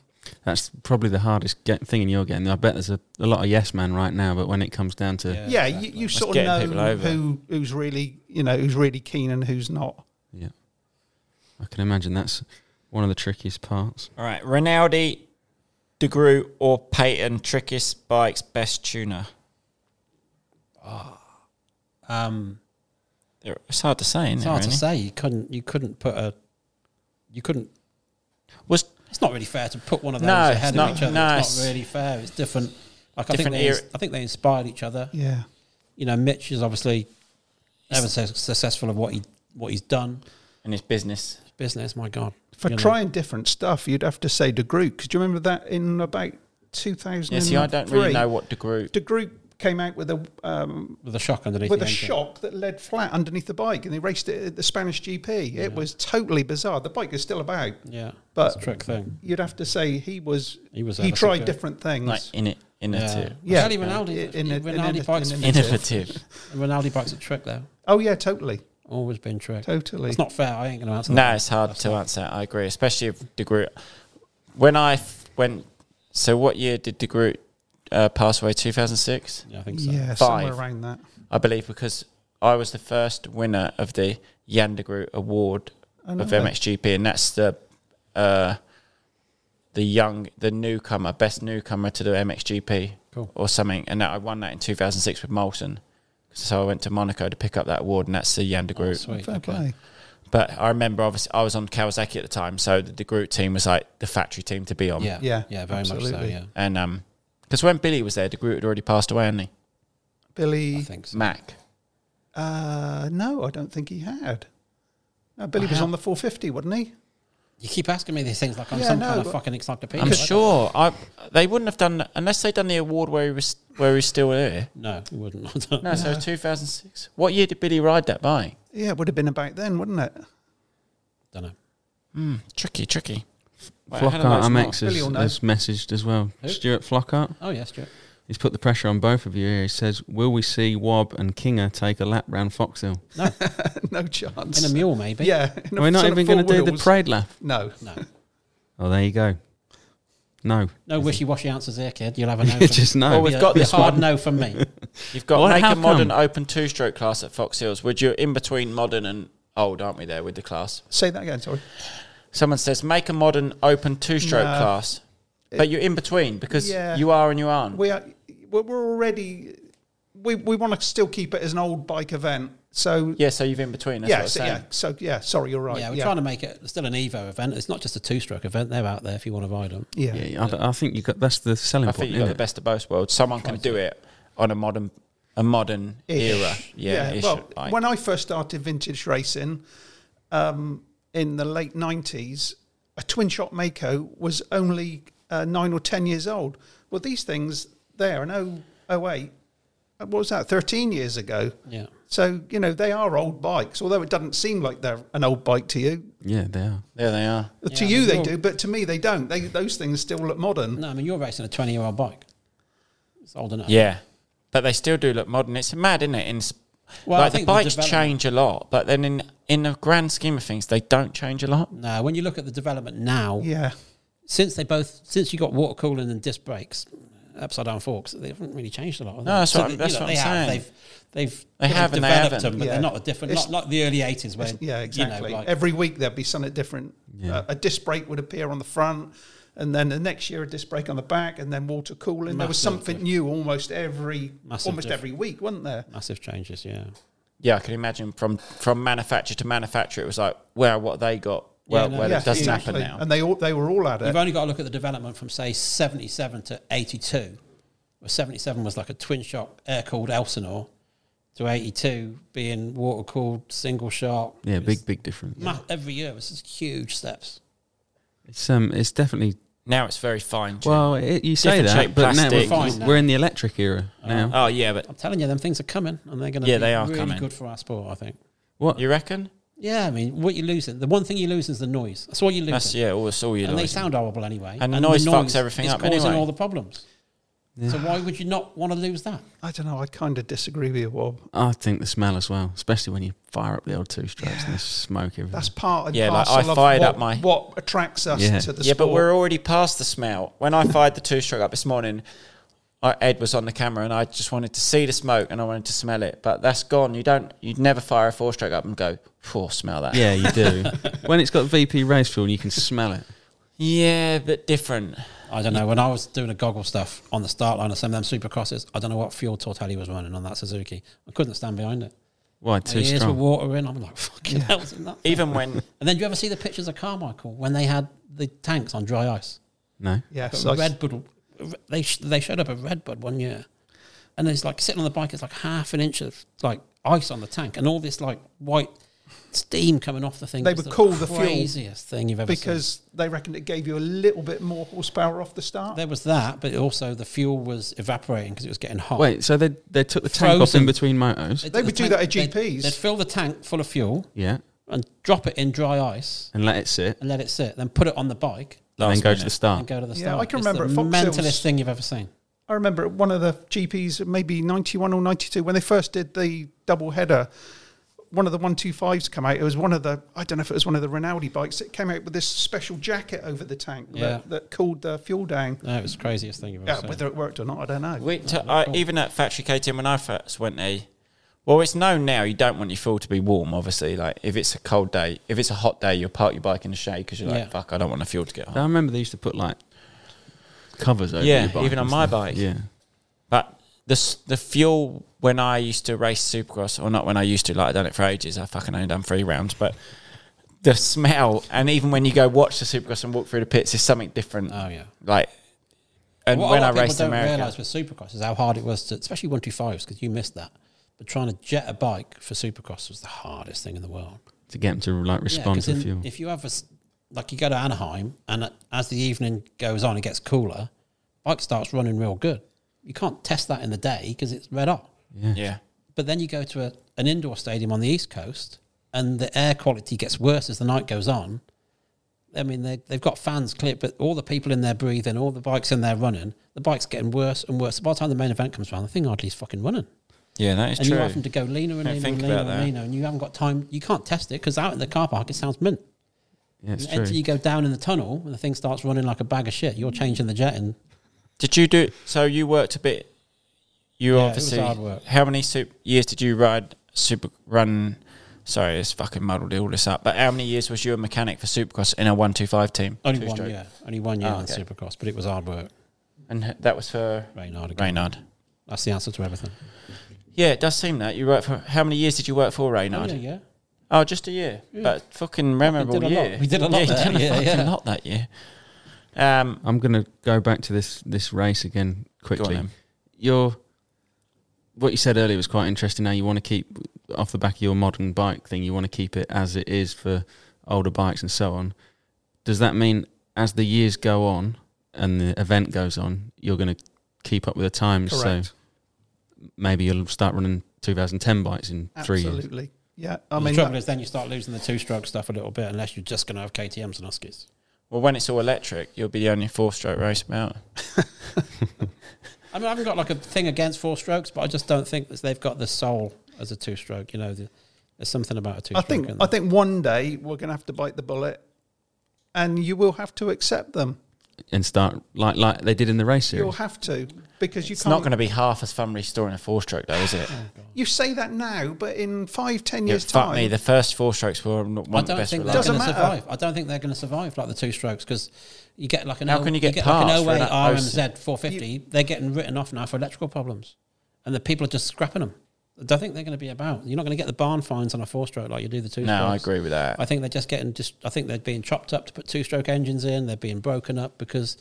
Speaker 3: That's probably the hardest get, thing in your game. I bet there's a, a lot of yes men right now, but when it comes down to yeah,
Speaker 4: Yeah, you, you sort of
Speaker 6: getting
Speaker 4: know
Speaker 6: people over.
Speaker 4: who who's really you know who's really keen and who's not.
Speaker 3: I can imagine that's one of the trickiest parts.
Speaker 6: All right, Rinaldi, DeGru, or Peyton, trickiest bikes, best tuner.
Speaker 5: he? Um,
Speaker 6: They're- It's hard to say, isn't
Speaker 5: it's
Speaker 6: it?
Speaker 5: hard
Speaker 6: really?
Speaker 5: to say. You couldn't. You couldn't put a. You couldn't.
Speaker 6: Was
Speaker 5: It's not really fair to put one of those
Speaker 6: No, it's
Speaker 5: ahead
Speaker 6: not-
Speaker 5: of each other.
Speaker 6: no,
Speaker 5: it's
Speaker 6: it's-
Speaker 5: not really fair. It's different. Like I think
Speaker 6: Different
Speaker 5: they,
Speaker 6: era-
Speaker 5: I think they inspired each other.
Speaker 4: Yeah,
Speaker 5: you know, Mitch is obviously ever so successful of what he what he's done.
Speaker 6: in his business.
Speaker 5: His business, my God.
Speaker 4: for
Speaker 5: You know,
Speaker 4: trying different stuff, you'd have to say De Groot. Because do you remember that in about two thousand?
Speaker 6: Yeah, see, I don't really know what DeGru.
Speaker 4: De Groot came out with a um,
Speaker 5: with a shock underneath.
Speaker 4: with
Speaker 5: the
Speaker 4: a
Speaker 5: engine.
Speaker 4: shock that led flat underneath the bike, and he raced it at the Spanish GP. It was totally bizarre. The bike is still about.
Speaker 5: Yeah,
Speaker 4: But-
Speaker 5: it's a trick thing.
Speaker 4: You'd have to say he was.
Speaker 5: He was
Speaker 4: He
Speaker 5: Everton
Speaker 4: tried
Speaker 5: too.
Speaker 4: different things.
Speaker 6: Like, in it, in
Speaker 5: Yeah,
Speaker 6: it.
Speaker 4: Yeah.
Speaker 5: Actually, Ronaldo,
Speaker 4: Yeah. In- in-
Speaker 5: Ronaldo
Speaker 4: in-
Speaker 5: bikes.
Speaker 4: in-
Speaker 6: Innovative.
Speaker 5: Ronaldo bikes a trick though.
Speaker 4: oh yeah, totally,
Speaker 5: Always been tricked.
Speaker 4: totally.
Speaker 5: It's not fair. I ain't going to answer
Speaker 6: No,
Speaker 5: that.
Speaker 6: it's hard to answer. I agree, especially if DeGroot. When I f- went, so what year did DeGroot uh, pass away? 2006?
Speaker 5: Yeah, I think so.
Speaker 4: yeah,
Speaker 6: Five.
Speaker 4: somewhere around that.
Speaker 6: I believe because I was the first winner of the Jan de Groot Award of MXGP, and that's the uh, the young, the newcomer, best newcomer to the MXGP
Speaker 5: Cool.
Speaker 6: or something. And that, I won that in 2006 with Moulton. So I went to Monaco to pick up that award, and that's the Jan de Groot.
Speaker 5: Oh, Sweet.
Speaker 4: Fair
Speaker 5: okay.
Speaker 4: play.
Speaker 6: but I remember, obviously, I was on Kawasaki at the time, so the de Groot team was like the factory team to be on.
Speaker 5: Yeah,
Speaker 4: Yeah,
Speaker 5: yeah, yeah, very much so.
Speaker 4: absolutely.
Speaker 5: Yeah,
Speaker 6: And um, because when Billy was there, de Groot had already passed away, hadn't he?
Speaker 5: I
Speaker 4: Billy.
Speaker 5: think so.
Speaker 6: Mac.
Speaker 4: Uh, no, I don't think he had. No, Billy was
Speaker 5: Wow.
Speaker 4: on the 450, wasn't he?
Speaker 5: You keep asking me these things like I'm
Speaker 4: Yeah,
Speaker 5: some
Speaker 4: no,
Speaker 5: kind of
Speaker 4: but-
Speaker 5: fucking encyclopedia.
Speaker 6: I'm
Speaker 5: I don't-
Speaker 6: sure I, they wouldn't have done unless they'd done the award where he was where he was still there.
Speaker 5: No, you wouldn't. I don't
Speaker 6: No, so 2006. What year did Billy ride that bike?
Speaker 4: Yeah, it would have been about then, wouldn't it?
Speaker 5: know.
Speaker 6: Tricky, tricky. Wait, how do
Speaker 3: Flockart
Speaker 6: those not-
Speaker 3: MX
Speaker 4: Billy
Speaker 3: has,
Speaker 4: will know.
Speaker 3: has messaged as well. Stuart Flockart.
Speaker 5: Oh yes, Stuart.
Speaker 3: He's put the pressure on both of you here. He says, Will we see Wob and Kinga take a lap round Foxhill?
Speaker 4: no chance.
Speaker 5: In a mule, maybe.
Speaker 4: yeah. in a
Speaker 3: Are we not
Speaker 4: sort of
Speaker 3: even going to
Speaker 4: four
Speaker 3: do the
Speaker 4: wheels.
Speaker 3: parade lap?
Speaker 4: No.
Speaker 5: No.
Speaker 3: Oh, there you go. No.
Speaker 5: No wishy-washy answers here, kid. You'll have a no. from-
Speaker 3: Just no.
Speaker 6: Well, we've
Speaker 5: Yeah,
Speaker 6: got this
Speaker 5: hard
Speaker 6: one.
Speaker 5: no from me.
Speaker 6: You've got
Speaker 3: Well,
Speaker 6: make
Speaker 3: how
Speaker 6: a modern
Speaker 3: come?
Speaker 6: open two-stroke class at Fox Hills. Would you in between modern and old? Aren't we there with the class?
Speaker 4: Say that again. Sorry.
Speaker 6: Someone says make a modern open two-stroke
Speaker 4: No.
Speaker 6: class, but you're in between because
Speaker 4: Yeah.
Speaker 6: you are and you aren't.
Speaker 4: We are. We're we're already. We we want to still keep it as an old bike event. So
Speaker 6: yeah, so you've in between. That's
Speaker 4: yeah,
Speaker 6: what I'm
Speaker 4: so,
Speaker 6: saying.
Speaker 4: yeah. So yeah. Sorry, you're right.
Speaker 5: yeah, we're trying to make it still an Evo event. It's not just a two-stroke event. They're out there if you want to ride them.
Speaker 4: yeah.
Speaker 3: Yeah, I, d- I think you got that's the selling
Speaker 6: I
Speaker 3: point.
Speaker 6: think you got the
Speaker 3: isn't it?
Speaker 6: best of both worlds. Someone can do it on a modern a modern
Speaker 4: Ish.
Speaker 6: era. Yeah, ish,
Speaker 4: well,
Speaker 6: like-
Speaker 4: when I first started vintage racing um, in the late 90s, a twin shot Mako was only uh, nine or 10 years old. oh, Well, these things there in 0- 08, uh, what was that, 13 years ago?
Speaker 5: Yeah.
Speaker 4: So, you know, they are old bikes, although it doesn't seem like they're an old bike to you.
Speaker 3: Yeah, they are.
Speaker 6: There they are.
Speaker 4: to you, they do, but to me, they don't. They, those things still look modern.
Speaker 5: No, I mean you're racing a 20 year old bike. It's old enough.
Speaker 6: Yeah, but they still do look modern. It's mad, isn't it? In s-
Speaker 5: Well, I
Speaker 6: like the
Speaker 5: think the
Speaker 6: bikes
Speaker 5: development-
Speaker 6: change a lot, but then in in the grand scheme of things, they don't change a lot.
Speaker 5: No, when you look at the development now,
Speaker 4: Yeah.
Speaker 5: since they both since you got water cooling and disc brakes, upside down forks, they haven't really changed a lot. have they?
Speaker 6: No, that's what I'm-
Speaker 5: they-
Speaker 6: that's
Speaker 5: you know,
Speaker 6: what
Speaker 5: they
Speaker 6: I'm
Speaker 5: have,
Speaker 6: saying.
Speaker 5: They've they've
Speaker 6: They
Speaker 5: sort of
Speaker 6: have and they
Speaker 5: developed
Speaker 6: haven't.
Speaker 5: them, but
Speaker 4: Yeah.
Speaker 5: they're not a different.
Speaker 4: It's-
Speaker 5: Not like the early '80s where
Speaker 4: Yeah, exactly.
Speaker 5: You know, like,
Speaker 4: Every week there'd be something different. Uh, a disc brake would appear on the front, and then the next year a disc brake on the back, and then water cooling. there was
Speaker 5: Massive
Speaker 4: something
Speaker 5: diff-
Speaker 4: new almost every
Speaker 5: Massive
Speaker 4: almost
Speaker 5: diff-
Speaker 4: every week, wasn't there?
Speaker 5: massive changes. Yeah,
Speaker 6: Yeah, I can imagine from from manufacturer to manufacturer, it was like, well, what they got, well,
Speaker 5: no,
Speaker 6: well,
Speaker 5: yeah,
Speaker 6: it doesn't
Speaker 4: exactly.
Speaker 6: happen now.
Speaker 4: And they all they were all at it.
Speaker 5: you've only got to look at the development from say '77 to '82. Well, '77 was like a twin shot air cooled Elsinore, to '82 being water cooled single shot.
Speaker 3: Yeah,
Speaker 5: It's
Speaker 3: big big difference.
Speaker 5: ma- Every year, it's just huge steps.
Speaker 3: It's um, it's definitely
Speaker 6: Now it's very fine. tuned.
Speaker 3: well. It, you say
Speaker 6: Different
Speaker 3: that,
Speaker 6: shape
Speaker 3: but now
Speaker 6: plastic.
Speaker 3: we're,
Speaker 5: Fine now.
Speaker 3: we're in the electric era now.
Speaker 6: oh yeah, but
Speaker 5: I'm telling you, them things are coming, and they're going to
Speaker 6: Yeah,
Speaker 5: be
Speaker 6: they are
Speaker 5: really
Speaker 6: coming.
Speaker 5: good for our sport. I think.
Speaker 3: what?
Speaker 6: you reckon?
Speaker 5: Yeah, I mean, what you're losing, the one thing you're losing is the noise. That's all you're losing.
Speaker 6: That's yeah. All that's all you
Speaker 5: and they
Speaker 6: losing.
Speaker 5: sound horrible anyway.
Speaker 6: And the noise fucks everything
Speaker 5: is
Speaker 6: up
Speaker 5: causing
Speaker 6: anyway.
Speaker 5: all the problems. So why would you not want to lose that?
Speaker 4: I don't know. I kind of disagree with you, Bob.
Speaker 3: I think the smell as well, especially when you fire up the old two strokes and the smoke everything.
Speaker 4: That's part and
Speaker 6: Yeah, like,
Speaker 4: parcel
Speaker 6: I
Speaker 4: of
Speaker 6: fired
Speaker 4: what,
Speaker 6: up my-
Speaker 4: what attracts us
Speaker 3: Yeah.
Speaker 4: to the
Speaker 6: yeah,
Speaker 4: sport.
Speaker 6: but we're already past the smell. When I fired the two stroke up this morning, I, Ed was on the camera, and I just wanted to see the smoke and I wanted to smell it. But that's gone. You don't. You'd never fire a four stroke up and go, "Phew, smell that."
Speaker 3: yeah, you do. when it's got VP race fuel, and you can smell it.
Speaker 6: yeah, but different.
Speaker 5: I don't know. When I was doing the goggle stuff on the start line of some of them supercrosses, I don't know what fuel Tortelli was running on that Suzuki. I couldn't stand behind it.
Speaker 3: Why
Speaker 5: My
Speaker 3: too
Speaker 5: ears were
Speaker 3: strong?
Speaker 5: watering. I'm like, fucking hell, isn't that? thing?
Speaker 6: Even when
Speaker 5: And then do you ever see the pictures of Carmichael when they had the tanks on dry ice?
Speaker 3: no.
Speaker 4: yes,
Speaker 5: Got
Speaker 4: I-
Speaker 5: Red Bull. They sh- they showed up a Red Bud one year, and it's like sitting on the bike. It's like half an inch of like ice on the tank, and all this like white steam coming off the thing.
Speaker 4: They
Speaker 5: It was
Speaker 4: would call the fuel
Speaker 5: craziest thing you've ever seen.
Speaker 4: because they reckoned it gave you a little bit more horsepower off the start.
Speaker 5: there was that, but also the fuel was evaporating because it was getting hot.
Speaker 3: Wait, so they they took the tank off
Speaker 5: Frozen.
Speaker 3: in between motos.
Speaker 5: They'd-
Speaker 4: They
Speaker 5: the
Speaker 4: would do
Speaker 5: tank-
Speaker 4: that at
Speaker 5: they'd-
Speaker 4: GPs.
Speaker 5: They'd fill the tank full of fuel
Speaker 3: Yeah,
Speaker 5: and drop it in dry ice
Speaker 3: and let it sit,
Speaker 5: and let it sit, then put it on the bike
Speaker 3: and then
Speaker 6: Last
Speaker 3: go to
Speaker 6: minute.
Speaker 3: the start.
Speaker 5: and go to the
Speaker 4: Yeah,
Speaker 5: start.
Speaker 4: I can
Speaker 5: It's
Speaker 4: remember
Speaker 5: the
Speaker 4: at Fox
Speaker 5: mentalist
Speaker 4: Hills-
Speaker 5: thing you've ever seen.
Speaker 4: I remember at one of the GPs, maybe 91 or 92, when they first did the double header, one of the 125s come out. It was one of the, I don't know if it was one of the Rinaldi bikes, it came out with this special jacket over the tank
Speaker 5: Yeah.
Speaker 4: that, that cooled the fuel down.
Speaker 5: No, it was the craziest thing you've ever
Speaker 4: Yeah,
Speaker 5: seen.
Speaker 4: whether it worked or not, I don't know.
Speaker 6: we, to, I, even at factory KTM when I first went there, well, it's known now you don't want your fuel to be warm. Obviously, like if it's a cold day, if it's a hot day, you'll park your bike in the shade because you're like,
Speaker 5: Yeah.
Speaker 6: "Fuck, I don't want the fuel to get hot."
Speaker 3: I remember they used to put like covers over.
Speaker 6: Yeah,
Speaker 3: your bike
Speaker 6: even on
Speaker 3: and
Speaker 6: my
Speaker 3: stuff.
Speaker 6: bike.
Speaker 3: Yeah,
Speaker 6: But the s- the fuel when I used to race Supercross, or not when I used to, like I done it for ages. I fucking only done three rounds, but the smell, and even when you go watch the Supercross and walk through the pits, is something different.
Speaker 5: Oh, yeah.
Speaker 6: like and
Speaker 5: What
Speaker 6: when
Speaker 5: a
Speaker 6: I
Speaker 5: lot of people
Speaker 6: raced in
Speaker 5: don't
Speaker 6: America,
Speaker 5: realise with Supercross is how hard it was to, especially one two fives, because you missed that. But trying to jet a bike for Supercross was the hardest thing in the world.
Speaker 3: to get them to like
Speaker 5: Yeah,
Speaker 3: respond
Speaker 5: 'cause
Speaker 3: to
Speaker 5: in-
Speaker 3: the fuel.
Speaker 5: If you have a s like you go to Anaheim, and uh, as the evening goes on, it gets cooler. Bike starts running real good. You can't test that in the day because it's red hot.
Speaker 6: yeah,
Speaker 5: But then you go to a, an indoor stadium on the East Coast, and the air quality gets worse as the night goes on. I mean, they, they've got fans clear, but all the people in there breathing, all the bikes in there running, the bike's getting worse and worse. By the time the main event comes around, the thing hardly is fucking running.
Speaker 6: yeah, that is
Speaker 5: and
Speaker 6: true.
Speaker 5: you're having to go leaner and
Speaker 6: Don't
Speaker 5: leaner
Speaker 6: think
Speaker 5: and leaner
Speaker 6: about
Speaker 5: and
Speaker 6: that.
Speaker 5: leaner, and you haven't got time. You can't test it because out in the car park, it sounds mint.
Speaker 3: Yeah, it's
Speaker 5: And until
Speaker 3: true.
Speaker 5: you go down in the tunnel and the thing starts running like a bag of shit, you're changing the jetting.
Speaker 6: Did you do so? You worked a bit. You
Speaker 5: Yeah, it was
Speaker 6: obviously.
Speaker 5: hard work.
Speaker 6: How many sup- years did you ride super run? Sorry, it's fucking muddled all this up. But how many years was you a mechanic for Supercross in a one two five team?
Speaker 5: Only
Speaker 6: Two-stroke.
Speaker 5: one year. Only one year
Speaker 6: Oh,
Speaker 5: on
Speaker 6: okay.
Speaker 5: Supercross, but it was hard work.
Speaker 6: and h- that was for
Speaker 5: Reynard again.
Speaker 6: Reynard.
Speaker 5: That's the answer to everything.
Speaker 6: Yeah, it does seem that you worked for. How many years did you work for Reynard?
Speaker 5: yeah, yeah.
Speaker 6: Oh, just a year, but fucking memorable
Speaker 5: did a lot.
Speaker 6: year.
Speaker 5: We did a lot
Speaker 6: Yeah, you
Speaker 5: there.
Speaker 6: done a
Speaker 5: Yeah,
Speaker 6: fucking
Speaker 5: yeah.
Speaker 6: lot that year. Um,
Speaker 3: I'm gonna go back to this this race again quickly.
Speaker 6: then.
Speaker 3: your what you said earlier was quite interesting. Now you want to keep off the back of your modern bike thing. You want to keep it as it is for older bikes and so on. Does that mean as the years go on and the event goes on, you're going to keep up with the times?
Speaker 4: Correct.
Speaker 3: So maybe you'll start running 2010 bites in three years.
Speaker 4: Absolutely. Yeah. I mean,
Speaker 5: the trouble
Speaker 4: that-
Speaker 5: is, then you start losing the two-stroke stuff a little bit, unless you're just going to have KTM's and Huskies.
Speaker 6: Well, when it's all electric, you'll be the only four-stroke race about.
Speaker 5: I mean, I haven't got like a thing against four strokes, but I just don't think that they've got the soul as a two stroke. You know, the, there's something about a two
Speaker 4: I
Speaker 5: stroke.
Speaker 4: think I think one day we're going to have to bite the bullet, and you will have to accept them.
Speaker 3: And start like like they did in the race
Speaker 4: You'll
Speaker 3: series.
Speaker 4: have to because you
Speaker 6: It's
Speaker 4: can't.
Speaker 6: not going to be half as fun restoring a four-stroke, though, is it?
Speaker 4: You say that now, but in five, ten
Speaker 6: Yeah,
Speaker 4: years
Speaker 6: fuck
Speaker 4: time,
Speaker 6: me. The first four strokes were not
Speaker 5: I
Speaker 6: one of the
Speaker 5: don't
Speaker 6: best.
Speaker 5: think
Speaker 6: relies.
Speaker 5: they're
Speaker 4: Doesn't
Speaker 5: going to
Speaker 4: matter.
Speaker 5: survive. I don't think they're going to survive like the two strokes because you get like an
Speaker 6: How
Speaker 5: O-
Speaker 6: can you get
Speaker 5: like
Speaker 6: parts
Speaker 5: an
Speaker 6: for
Speaker 5: 08
Speaker 6: that
Speaker 5: RMZ 450. they're getting written off now for electrical problems, and the people are just scrapping them. I don't think they're going to be about. You're not going to get the barn fines on a four stroke like you do the two.
Speaker 6: No, I agree with that.
Speaker 5: I think they're just getting just. I think they're being chopped up to put two stroke engines in. They're being broken up because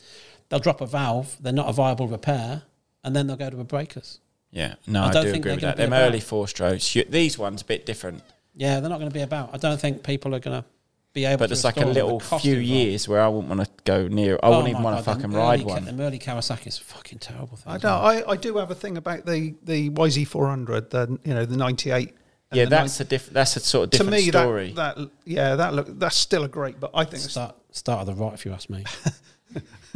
Speaker 5: they'll drop a valve. They're not a viable repair, and then they'll go to a breakers.
Speaker 6: Yeah, no,
Speaker 5: I
Speaker 6: I,
Speaker 5: don't
Speaker 6: do
Speaker 5: think
Speaker 6: agree
Speaker 5: they're
Speaker 6: with
Speaker 5: gonna
Speaker 6: that.
Speaker 5: be
Speaker 6: Them
Speaker 5: about-
Speaker 6: early four strokes. You, these ones a bit different,
Speaker 5: Yeah, they're not going to be about. I don't think people are going to be able. to
Speaker 6: but there's like a
Speaker 5: restore the
Speaker 6: little
Speaker 5: cost
Speaker 6: few
Speaker 5: involved.
Speaker 6: years where I wouldn't want to go near. I wouldn't
Speaker 5: Oh
Speaker 6: even
Speaker 5: my
Speaker 6: want to
Speaker 5: God,
Speaker 6: fucking
Speaker 5: them
Speaker 6: ride
Speaker 5: early Ka-
Speaker 6: one.
Speaker 5: Them early Kawasaki's a fucking terrible thing.
Speaker 4: I don't. I, I do have a thing about the the YZ four hundred, the you know the ninety eight.
Speaker 6: Yeah, that's a diff- That's a sort of
Speaker 4: to
Speaker 6: different
Speaker 4: me
Speaker 6: story.
Speaker 4: that that yeah that look that's still a great, but I think it's,
Speaker 5: Start, start of the rot, if you ask me.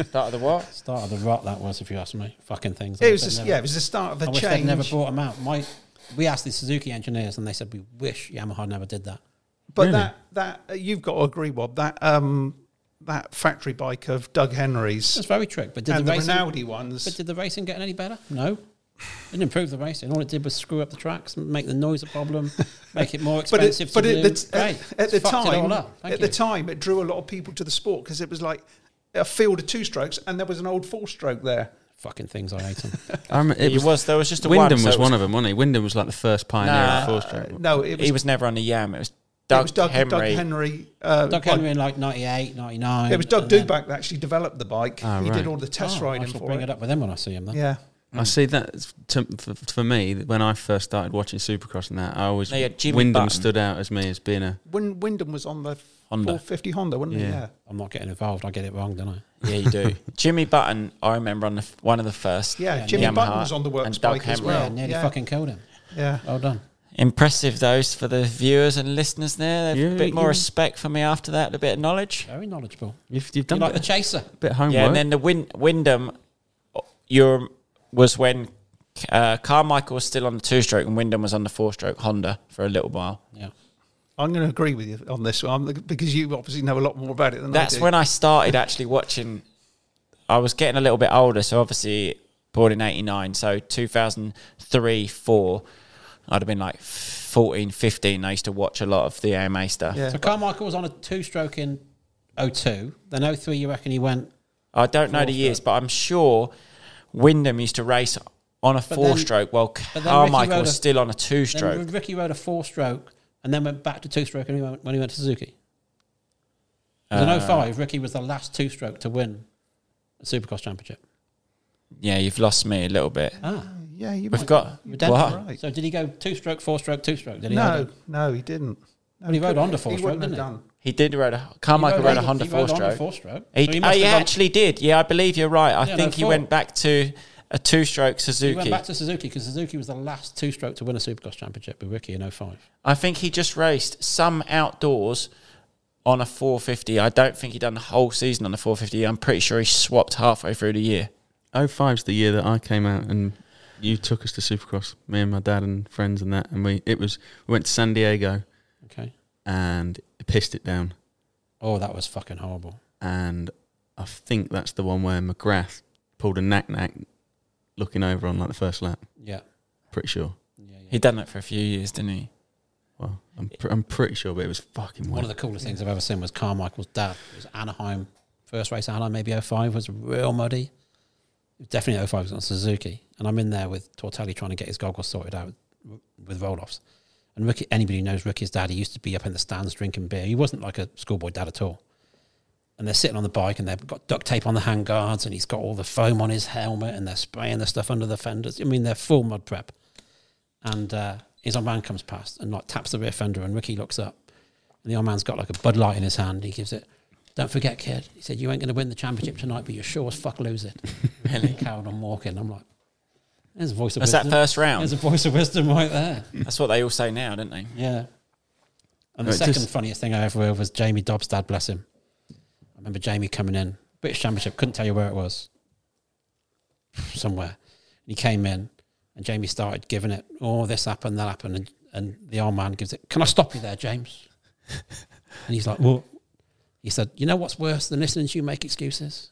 Speaker 6: Start of the what?
Speaker 5: Start of the rot that was, if you ask me. Fucking things. I
Speaker 4: it was
Speaker 5: wish
Speaker 4: just,
Speaker 5: they'd
Speaker 4: yeah
Speaker 5: never-
Speaker 4: it was the start of the
Speaker 5: I wish
Speaker 4: change.
Speaker 5: they'd never brought them out. My, we asked the Suzuki engineers, and they said we wish Yamaha never did that.
Speaker 4: But that that uh, you've got to agree, Bob. That um that factory bike of Doug Henry's
Speaker 5: That's very trick. But did
Speaker 4: and
Speaker 5: the
Speaker 4: the,
Speaker 5: racing,
Speaker 4: Rinaldi
Speaker 5: But
Speaker 4: ones.
Speaker 5: did the racing get any better? No. It didn't improve the racing. All it did was screw up the tracks, make the noise a problem, make it more
Speaker 4: But
Speaker 5: expensive
Speaker 4: it, but
Speaker 5: to
Speaker 4: at
Speaker 5: do.
Speaker 4: the, t-
Speaker 5: Great.
Speaker 4: at, at
Speaker 5: It's
Speaker 4: the
Speaker 5: fucked it all
Speaker 4: time,
Speaker 5: up. Thank
Speaker 4: at the
Speaker 5: you.
Speaker 4: time, it drew a lot of people to the sport because it was like a field of two strokes, and there was an old four stroke there.
Speaker 5: fucking things I hate 'em.
Speaker 3: I remember,
Speaker 6: It was. There was just a
Speaker 3: Wyndham
Speaker 6: one, so
Speaker 3: was
Speaker 6: it
Speaker 3: one of them, wasn't he? Wyndham was like the first pioneer of four stroke.
Speaker 4: No, it was,
Speaker 6: He was never on the yam. It was
Speaker 4: it
Speaker 6: Doug,
Speaker 4: was Doug
Speaker 6: Henry.
Speaker 4: Doug Henry. Uh,
Speaker 5: Doug
Speaker 4: bike.
Speaker 5: Henry in like 98, 99.
Speaker 4: It was Doug
Speaker 5: and then-
Speaker 4: Duback that actually developed the bike.
Speaker 6: Ah,
Speaker 4: he
Speaker 3: right.
Speaker 4: did all the test
Speaker 5: Oh, I
Speaker 4: riding
Speaker 5: shall
Speaker 4: for
Speaker 5: bring
Speaker 4: it.
Speaker 5: it up with him when I see him then.
Speaker 4: Yeah.
Speaker 3: I see that to, for, for me when I first started watching Supercross and that I always
Speaker 6: They had Jimmy
Speaker 3: Wyndham
Speaker 6: Button.
Speaker 3: stood out as me as being a
Speaker 4: When Wyndham was on the
Speaker 6: Honda.
Speaker 4: 450 Honda, wasn't he?
Speaker 3: Yeah.
Speaker 4: Yeah.
Speaker 5: I'm not getting involved. I get it wrong, don't I?
Speaker 6: Yeah, you do. Jimmy Button, I remember on the, f- one of the first.
Speaker 4: Yeah, Jimmy
Speaker 6: Yamaha
Speaker 4: Button was on the works
Speaker 6: and Doug
Speaker 4: bike as
Speaker 6: Henry.
Speaker 4: well.
Speaker 5: Yeah, nearly
Speaker 4: yeah.
Speaker 5: fucking killed him.
Speaker 4: Yeah.
Speaker 5: Well done.
Speaker 6: Impressive, those for the viewers and listeners there. They've
Speaker 3: Yeah,
Speaker 6: a bit more
Speaker 3: yeah.
Speaker 6: respect for me after that, a bit of knowledge.
Speaker 5: Very knowledgeable.
Speaker 3: you've, you've
Speaker 5: You
Speaker 3: done a
Speaker 5: like the
Speaker 3: bit,
Speaker 5: chaser.
Speaker 3: bit of homework
Speaker 6: Yeah, and then the Win- Wyndham, your was when uh, Carmichael was still on the two-stroke and Wyndham was on the four-stroke Honda for a little while.
Speaker 5: Yeah.
Speaker 4: I'm going to agree with you on this one because you obviously know a lot more about it than
Speaker 6: That's
Speaker 4: I do.
Speaker 6: when I started actually watching. I was getting a little bit older, so obviously born in '89, so 2003, four. I'd have been like 14, 15. I used to watch a lot of the AMA stuff.
Speaker 4: Yeah.
Speaker 5: So Carmichael was on a two stroke in 02. Then 03, you reckon he went.
Speaker 6: I don't know the years, but I'm sure Wyndham used to race on a
Speaker 5: then-
Speaker 6: four-stroke. Well,
Speaker 5: then Ricky
Speaker 6: Carmichael
Speaker 5: rode
Speaker 6: was
Speaker 5: a-
Speaker 6: still on a
Speaker 5: Then
Speaker 6: two-stroke.
Speaker 5: Ricky rode a four stroke and then went back to two stroke when he went, when he went to Suzuki. 'Cause
Speaker 6: Uh,
Speaker 5: in 05, Ricky was the last two stroke to win a Supercross Championship.
Speaker 6: Yeah, you've lost me a little bit.
Speaker 4: yeah, you
Speaker 6: We've
Speaker 4: might-
Speaker 6: got
Speaker 4: you're
Speaker 6: what?
Speaker 4: dead right.
Speaker 5: So did he go two stroke, four stroke, two stroke? Did he?
Speaker 4: No,
Speaker 5: ride a-
Speaker 4: no, he didn't. No,
Speaker 5: He rode
Speaker 4: couldn't.
Speaker 5: Honda four-stroke,
Speaker 4: wouldn't have
Speaker 5: didn't he?
Speaker 4: done.
Speaker 6: He did ride a Carmichael
Speaker 5: rode
Speaker 6: rode a
Speaker 5: a-
Speaker 6: Honda
Speaker 5: he rode a Honda
Speaker 6: four-stroke.
Speaker 5: four-stroke.
Speaker 6: He,
Speaker 5: So he
Speaker 6: oh,
Speaker 5: must
Speaker 6: he
Speaker 5: have gone-
Speaker 6: actually did. Yeah, I believe you're right. I
Speaker 5: Yeah,
Speaker 6: think
Speaker 5: no,
Speaker 6: he
Speaker 5: four.
Speaker 6: went back to a two-stroke
Speaker 5: He
Speaker 6: Suzuki.
Speaker 5: went back to Suzuki because Suzuki was the last two stroke to win a Supercross Championship with Ricky in 05.
Speaker 6: I think he just raced some outdoors on a 450. I don't think he done the whole season on the 450. I'm pretty sure he swapped halfway through the year.
Speaker 3: 05's the year that I came out and you took us to Supercross me and my dad and friends and that and we it was we went to San Diego
Speaker 5: Okay.
Speaker 3: and pissed it down
Speaker 5: Oh, that was fucking horrible.
Speaker 3: and I think that's the one where McGrath pulled a knack knack looking over on like the first lap
Speaker 5: Yeah.
Speaker 3: pretty sure
Speaker 6: He'd done that for a few years, didn't he?
Speaker 3: well I'm, pr- I'm pretty sure but it was fucking
Speaker 5: One
Speaker 3: wet.
Speaker 5: of the coolest things I've ever seen was Carmichael's dad. It was Anaheim, first race Anaheim, maybe 05, was real muddy. Definitely 05 was on Suzuki. And I'm in there with Tortelli trying to get his goggles sorted out with roll offs. And Ricky, anybody who knows Ricky's dad, he used to be up in the stands drinking beer. He wasn't like a schoolboy dad at all. And they're sitting on the bike and they've got duct tape on the hand guards and he's got all the foam on his helmet and they're spraying the stuff under the fenders. I mean, they're full mud prep. And uh, his old man comes past and like taps the rear fender and Ricky looks up. And the old man's got like a Bud Light in his hand. He gives it. Don't forget, kid. He said, you ain't going to win the championship tonight, but you sure as fuck lose it. and he carried on walking. I'm like, There's a voice of
Speaker 6: That's that
Speaker 5: wisdom.
Speaker 6: first round.
Speaker 5: There's a voice of wisdom right there.
Speaker 6: That's what they all say now, don't they?
Speaker 5: Yeah. And the
Speaker 3: Right,
Speaker 5: second
Speaker 3: just-
Speaker 5: funniest thing I ever heard was Jamie Dobstad, bless him. I remember Jamie coming in, British Championship, couldn't tell you where it was, somewhere. And he came in, and Jamie started giving it, oh, this happened, that happened. And, and the old man gives it, can I stop you there, James? and he's like, well, he said, you know what's worse than listening to you make excuses?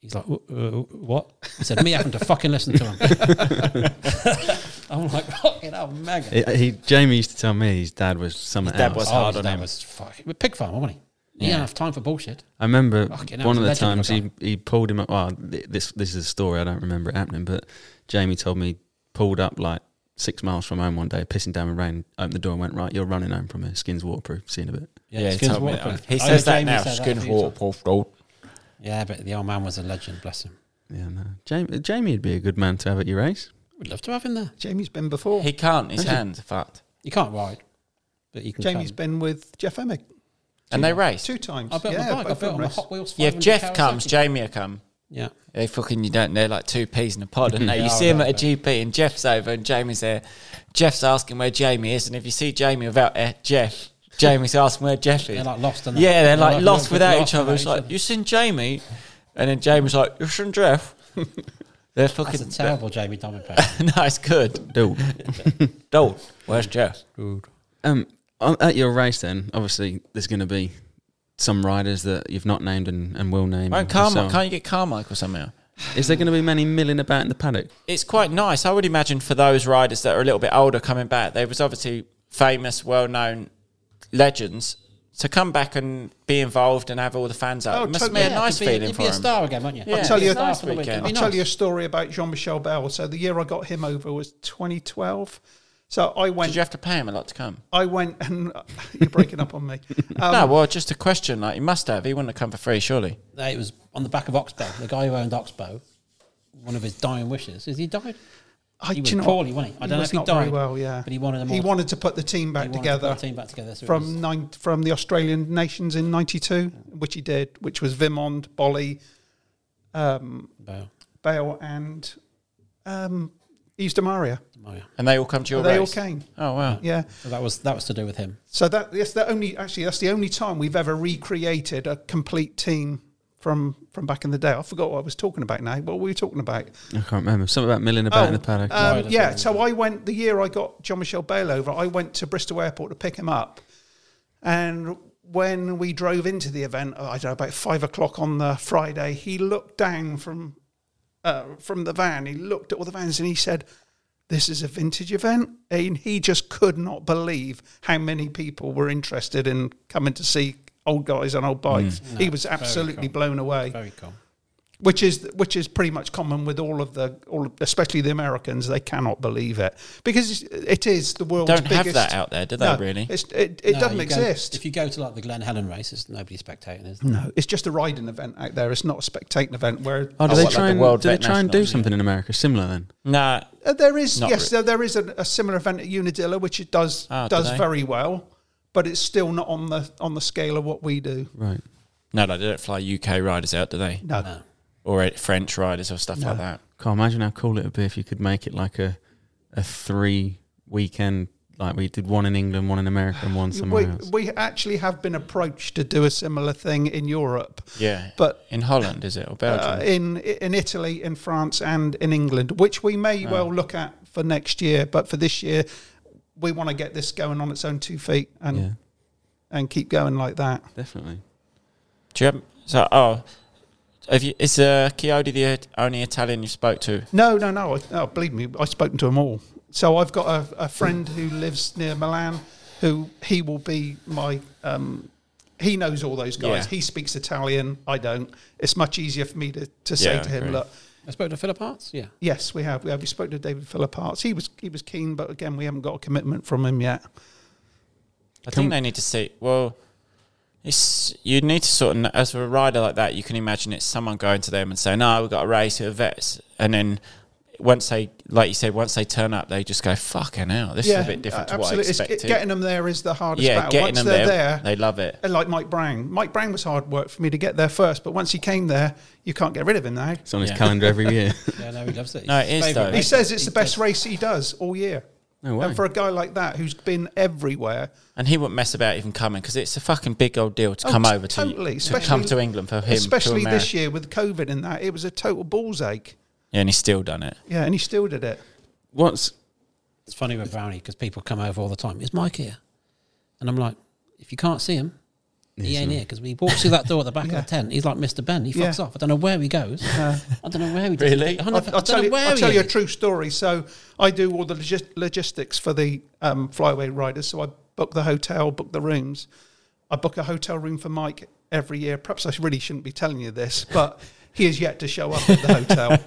Speaker 5: He's like, "Wh- uh, what? He said, me having to fucking listen to him. I'm like, fucking hell, mega.
Speaker 3: He, he- Jamie used to tell me his dad was something
Speaker 6: His dad
Speaker 3: else.
Speaker 6: was-
Speaker 5: Oh,
Speaker 6: hard
Speaker 5: his
Speaker 6: on
Speaker 5: dad
Speaker 6: him.
Speaker 5: was fuck. but Pig farmer, wasn't he? Yeah,
Speaker 6: Yeah.
Speaker 5: enough time for bullshit.
Speaker 3: I remember
Speaker 5: Fucking hell,
Speaker 3: one of the
Speaker 5: it's a
Speaker 3: times he,
Speaker 5: legend
Speaker 3: he pulled him up. Well, th- this this is a story. I don't remember it happening, but Jamie told me pulled up like six miles from home one day, pissing down with rain. Opened the door and went right. You're running home from here. Skin's waterproof. See you in a bit.
Speaker 5: Yeah,
Speaker 6: he,
Speaker 5: skin's
Speaker 6: told me
Speaker 5: waterproof.
Speaker 6: that. he
Speaker 5: Oh,
Speaker 6: says that
Speaker 5: Jamie
Speaker 6: now.
Speaker 5: said that
Speaker 6: Skin
Speaker 5: a few times.
Speaker 6: waterproof, dude.
Speaker 5: Yeah, but the old man was a legend. Bless him.
Speaker 3: Yeah, no. Jamie, Jamie would be a good man to have at your race.
Speaker 5: We'd love to have him there.
Speaker 4: Jamie's been before.
Speaker 6: He can't. His hands are fucked.
Speaker 5: You can't ride, but you can.
Speaker 4: Jamie's
Speaker 5: come.
Speaker 4: been with Jeff Emmick
Speaker 6: And they race.
Speaker 4: two times.
Speaker 5: I built
Speaker 4: yeah,
Speaker 5: my bike. I
Speaker 4: both
Speaker 5: built
Speaker 4: of
Speaker 5: on
Speaker 4: them
Speaker 5: a
Speaker 4: race.
Speaker 5: Hot Wheels.
Speaker 6: Yeah, if
Speaker 5: 500
Speaker 6: Jeff
Speaker 5: Kawasaki.
Speaker 6: comes, Jamie will come.
Speaker 5: Yeah,
Speaker 6: They fucking you don't. They're like two peas in a pod, and they you
Speaker 5: Yeah,
Speaker 6: see him
Speaker 5: I
Speaker 6: at a
Speaker 5: know.
Speaker 6: GP, and Jeff's over, and Jamie's there. Jeff's asking where Jamie is, and if you see Jamie without uh, Jeff, Jamie's asking where Jeff is.
Speaker 5: They're like lost, aren't they?
Speaker 6: Yeah, they're,
Speaker 5: They're
Speaker 6: like,
Speaker 5: like
Speaker 6: lost
Speaker 5: lost
Speaker 6: without
Speaker 5: without
Speaker 6: each other. It's
Speaker 5: each
Speaker 6: like
Speaker 5: other.
Speaker 6: you seen Jamie, and then Jamie's like you seen Jeff. they're fucking.
Speaker 5: that's a terrible Jamie Diamond pair.
Speaker 6: no, it's good.
Speaker 3: Dude.
Speaker 6: Don't. Where's Jeff?
Speaker 3: Um, on- at your race, then obviously there's going to be some riders that you've not named and, and will name.
Speaker 6: Won't
Speaker 3: and
Speaker 6: Carmichael?
Speaker 3: so on.
Speaker 6: Can't you get Carmichael somehow?
Speaker 3: Is there going to be many milling about in the paddock?
Speaker 6: it's quite nice. I would imagine for those riders that are a little bit older coming back, there was obviously famous, well-known legends to come back and be involved and have all the fans out.
Speaker 4: Oh,
Speaker 6: it must
Speaker 4: totally.
Speaker 6: be a
Speaker 4: Yeah,
Speaker 6: nice
Speaker 5: you'd be,
Speaker 6: feeling
Speaker 5: you'd
Speaker 6: for
Speaker 5: be a
Speaker 6: them.
Speaker 5: star again, wouldn't you?
Speaker 6: Yeah. I'll
Speaker 4: tell
Speaker 5: You'd be
Speaker 4: you-
Speaker 5: a star
Speaker 6: Nice
Speaker 5: for the
Speaker 6: weekend.
Speaker 5: weekend.
Speaker 4: I'll
Speaker 5: Be
Speaker 4: tell
Speaker 5: nice.
Speaker 4: you a story about Jean Michel Bell. So the year I got him over was 2012. So I
Speaker 6: Did
Speaker 4: went.
Speaker 6: you have to pay him a lot to come?
Speaker 4: I went and uh, you're breaking up on me. Um,
Speaker 6: no, well, just a question. Like you must have. He wouldn't have come for free, surely.
Speaker 5: It was on the back of Oxbow. The guy who owned Oxbow, one of his dying wishes is he died.
Speaker 4: I,
Speaker 5: He
Speaker 4: do
Speaker 5: was
Speaker 4: you know
Speaker 5: poorly,
Speaker 4: what?
Speaker 5: wasn't he? I don't know
Speaker 4: was
Speaker 5: if he
Speaker 4: not very
Speaker 5: died,
Speaker 4: well, yeah.
Speaker 5: but he wanted them
Speaker 4: He
Speaker 5: all to-
Speaker 4: wanted to put the team
Speaker 5: He
Speaker 4: back
Speaker 5: wanted to
Speaker 4: together
Speaker 5: put the team back together so it was-
Speaker 4: from nine, from the Australian nations in '92, which he did, which was Vimond, Bolly,
Speaker 5: Bale,
Speaker 4: Bale, and um, Yves de Maria.
Speaker 5: Mario.
Speaker 6: And they all come to your
Speaker 4: They all
Speaker 6: race.
Speaker 4: came.
Speaker 6: Oh wow.
Speaker 4: Yeah.
Speaker 5: So that was that was to do with him.
Speaker 4: So that that's the only actually that's the only time we've ever recreated a complete team from from back in the day. I forgot what I was talking about now. What were we talking about?
Speaker 3: I can't remember. Something about milling about in the
Speaker 4: Oh,
Speaker 3: paddock.
Speaker 4: um,
Speaker 5: Right,
Speaker 4: yeah,
Speaker 5: okay.
Speaker 4: so I went the year I got John Michelle Bale over. I went to Bristol Airport to pick him up, and when we drove into the event, I don't know about five o'clock on the Friday, he looked down from uh, from the van. He looked at all the vans and he said, "This is a vintage event," and he just could not believe how many people were interested in coming to see old guys on old bikes. he was absolutely blown away
Speaker 5: Very Mm. cool.
Speaker 4: which is which is pretty much common with all of the all of- especially the Americans they cannot believe it because it is the world's
Speaker 6: Don't have
Speaker 4: biggest
Speaker 6: that out there, do they,
Speaker 4: no,
Speaker 6: really?
Speaker 4: it's, it, it
Speaker 5: No,
Speaker 4: doesn't
Speaker 5: you go-
Speaker 4: exist
Speaker 5: if you go to like the Glen Helen races, nobody's spectating, is there?
Speaker 4: no it's just a riding event out there it's not a spectating event where
Speaker 3: Oh, do they
Speaker 6: Oh, what, like
Speaker 3: try
Speaker 6: the
Speaker 3: and
Speaker 6: World
Speaker 3: do they
Speaker 6: Vet
Speaker 3: try and do
Speaker 6: Nationals, yeah.
Speaker 3: something in America similar then?
Speaker 6: Nah.
Speaker 4: Uh, there is
Speaker 6: Not
Speaker 4: yes
Speaker 6: re-
Speaker 4: there, there is a, a similar event at Unadilla which it does
Speaker 6: Ah, do
Speaker 4: does
Speaker 6: they?
Speaker 4: very well but it's still not on the on the scale of what we do
Speaker 3: Right.
Speaker 6: No, no, they don't fly UK riders out, do they?
Speaker 4: no,
Speaker 6: Or uh, French riders or stuff like that.
Speaker 3: Can't imagine how cool it would be if you could make it like a a three weekend like we did one in England, one in America, and one somewhere
Speaker 4: We,
Speaker 6: Mm.
Speaker 3: else.
Speaker 4: we actually have been approached to do a similar thing in Europe
Speaker 6: Yeah.
Speaker 4: but
Speaker 6: in Holland, is it or Belgium?
Speaker 4: uh, in in Italy, in France, and in England, which we may
Speaker 6: Ah.
Speaker 4: well look at for next year. But for this year, we want to get this going on its own two feet and
Speaker 3: Yeah,
Speaker 4: and keep going like that.
Speaker 3: definitely.
Speaker 6: Do you have, so? Oh, have you, is uh, Chiodi the only Italian you spoke to?
Speaker 4: No, no, no. I, oh, believe me, I've spoken to them all. So I've got a, a friend who lives near Milan, who he will be my. Um, he knows all those guys.
Speaker 6: Yeah.
Speaker 4: He speaks Italian. I don't. It's much easier for me to, to say
Speaker 6: Yeah,
Speaker 4: to him,
Speaker 6: agreed.
Speaker 4: look,
Speaker 5: I spoke to Philip Hartz. Yeah.
Speaker 4: yes, we have. We have. We spoke to David Phillip Hartz. He was he was keen, but again, we haven't got a commitment from him yet.
Speaker 6: I think they need to see. Well, it's you need to sort of kn- as a rider like that, you can imagine it's someone going to them and saying, "No, we've got a race at vets," and then once they, like you said, once they turn up, they just go fucking hell. This is a bit different
Speaker 4: uh,
Speaker 6: to what I
Speaker 4: absolutely. It's get-
Speaker 6: expected.
Speaker 4: getting them there is the hardest
Speaker 6: yeah,
Speaker 4: battle.
Speaker 6: getting
Speaker 4: Once
Speaker 6: them
Speaker 4: they're
Speaker 6: there,
Speaker 4: there,
Speaker 6: they love it.
Speaker 4: uh, like Mike Brown. Mike Brown was hard work for me to get there first, but once he came there, you can't get rid of him now.
Speaker 3: It's on his
Speaker 6: Yeah.
Speaker 3: calendar every year.
Speaker 5: Yeah, no, he loves it.
Speaker 6: No,
Speaker 5: It's
Speaker 6: it
Speaker 5: his
Speaker 6: is,
Speaker 5: favourite
Speaker 6: though.
Speaker 4: He
Speaker 6: Right.
Speaker 5: race.
Speaker 4: says it's the best
Speaker 5: does.
Speaker 4: race he does all year.
Speaker 3: No way.
Speaker 4: And for a guy like that who's been everywhere,
Speaker 6: And he wouldn't mess about even coming because it's a fucking big old deal to
Speaker 4: Oh,
Speaker 6: come
Speaker 4: t-
Speaker 6: over to,
Speaker 4: totally,
Speaker 6: to
Speaker 4: especially-
Speaker 6: come to England for him.
Speaker 4: especially
Speaker 6: to
Speaker 4: this
Speaker 6: America.
Speaker 4: year with COVID and that, it was a total balls ache.
Speaker 6: Yeah, and he's still done it.
Speaker 4: Yeah, and he still did it.
Speaker 3: What's
Speaker 5: It's funny with Brownie because people come over all the time. Is Mike here? And I'm like, if you can't see him, he ain't here because he walks through that door at the back
Speaker 4: Yeah.
Speaker 5: of the tent. He's like Mr. Ben. He fucks
Speaker 4: Yeah. Uh.
Speaker 5: off. I don't know where he goes. I don't know where he does.
Speaker 6: Really?
Speaker 5: I don't, know-
Speaker 4: I'll,
Speaker 5: I
Speaker 4: I'll
Speaker 5: don't
Speaker 4: tell
Speaker 5: know
Speaker 4: you.
Speaker 5: where
Speaker 4: I'll
Speaker 5: he
Speaker 4: tell you a
Speaker 5: is.
Speaker 4: true story. So I do all the logis- logistics for the um, flyaway riders. So I book the hotel, book the rooms. I book a hotel room for Mike every year. Perhaps I really shouldn't be telling you this, but he is yet to show up at the hotel.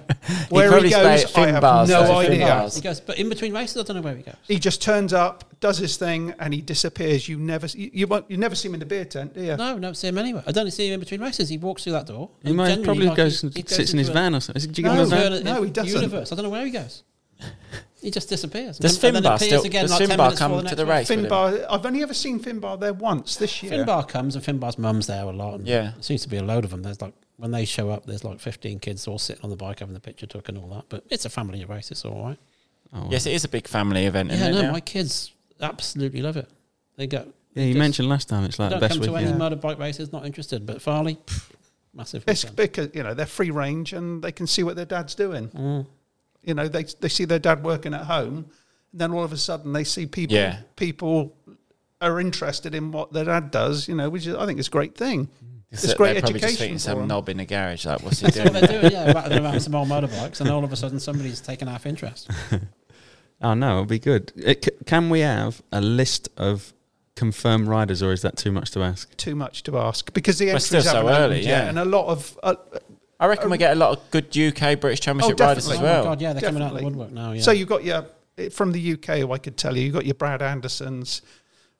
Speaker 4: Where
Speaker 6: probably
Speaker 4: he
Speaker 6: stay
Speaker 4: goes,
Speaker 6: at
Speaker 4: I have
Speaker 6: Finbar's,
Speaker 4: no
Speaker 6: though,
Speaker 4: idea.
Speaker 6: Finbar's.
Speaker 5: He goes, but in between races, I don't know where he goes.
Speaker 4: He just turns up, does his thing, and he disappears. You never, you, you won't, you never see him in the beer tent, do you?
Speaker 5: No, don't see him anywhere. I don't see him in between races. He walks through that door.
Speaker 3: he
Speaker 5: and
Speaker 3: might
Speaker 5: generally,
Speaker 3: probably
Speaker 5: like,
Speaker 3: goes
Speaker 5: he-
Speaker 3: and
Speaker 5: he goes
Speaker 3: sits in his
Speaker 5: into a-
Speaker 3: van or something. Did you give
Speaker 4: No,
Speaker 3: him a van?
Speaker 5: alternative
Speaker 4: No, he doesn't.
Speaker 5: Universe. I don't know where he goes. He just disappears.
Speaker 6: Does
Speaker 5: And then
Speaker 6: Finbar
Speaker 5: appears
Speaker 6: still-
Speaker 5: again,
Speaker 6: does
Speaker 5: like 10
Speaker 6: Finbar
Speaker 5: minutes
Speaker 6: come
Speaker 5: before
Speaker 6: to
Speaker 5: next
Speaker 6: the
Speaker 5: race?
Speaker 6: race?
Speaker 4: Finbar, I've only ever seen Finbar there once this year.
Speaker 5: Finbar comes and Finbar's mum's there a lot. and
Speaker 6: Yeah.
Speaker 5: There seems to be a load of them. There's like, when they show up, there's like 15 kids all sitting on the bike having the picture took and all that. But it's a family race. It's all right.
Speaker 6: Yes, it is a big family event.
Speaker 5: yeah,
Speaker 6: isn't
Speaker 5: no,
Speaker 6: it, now?
Speaker 5: my kids absolutely love it. They go.
Speaker 3: Yeah, you
Speaker 5: just-
Speaker 3: mentioned last time it's like the
Speaker 5: Don't
Speaker 3: best
Speaker 5: come
Speaker 3: week.
Speaker 5: to any
Speaker 3: Yeah.
Speaker 5: motorbike races, not interested. But Farley, pff, massive.
Speaker 4: It's
Speaker 5: fan.
Speaker 4: because you know they're free range and they can see what their dad's doing.
Speaker 6: Mm.
Speaker 4: You know they they see their dad working at home, and then all of a sudden they see people
Speaker 6: Yeah.
Speaker 4: people are interested in what their dad does. You know, which is, I think is a great thing. It's
Speaker 6: They're
Speaker 4: great
Speaker 6: probably Mm. just
Speaker 4: education
Speaker 6: thinking
Speaker 4: for
Speaker 6: some
Speaker 4: 'em.
Speaker 6: knob in the garage. Like, what's he
Speaker 5: That's what
Speaker 6: doing?
Speaker 5: they're doing, yeah, rattling around some old motorbikes, and all of a sudden somebody's taken half interest.
Speaker 3: Oh no, it'll be good. It, c- can we have a list of confirmed riders, or is that too much to ask?
Speaker 4: Too much to ask because the
Speaker 6: We're
Speaker 4: entries
Speaker 6: still so
Speaker 4: haven't opened
Speaker 6: early,
Speaker 4: yet,
Speaker 6: yeah.
Speaker 4: and a lot of uh,
Speaker 6: I reckon we get a lot of good UK British Championship riders as
Speaker 4: definitely.
Speaker 6: well.
Speaker 5: Oh my god, yeah, they're coming out of the
Speaker 4: Definitely.
Speaker 5: woodwork
Speaker 6: Oh,
Speaker 5: now. Yeah.
Speaker 4: so you've got your from the UK. who I could tell you, you've got your Brad Andersons.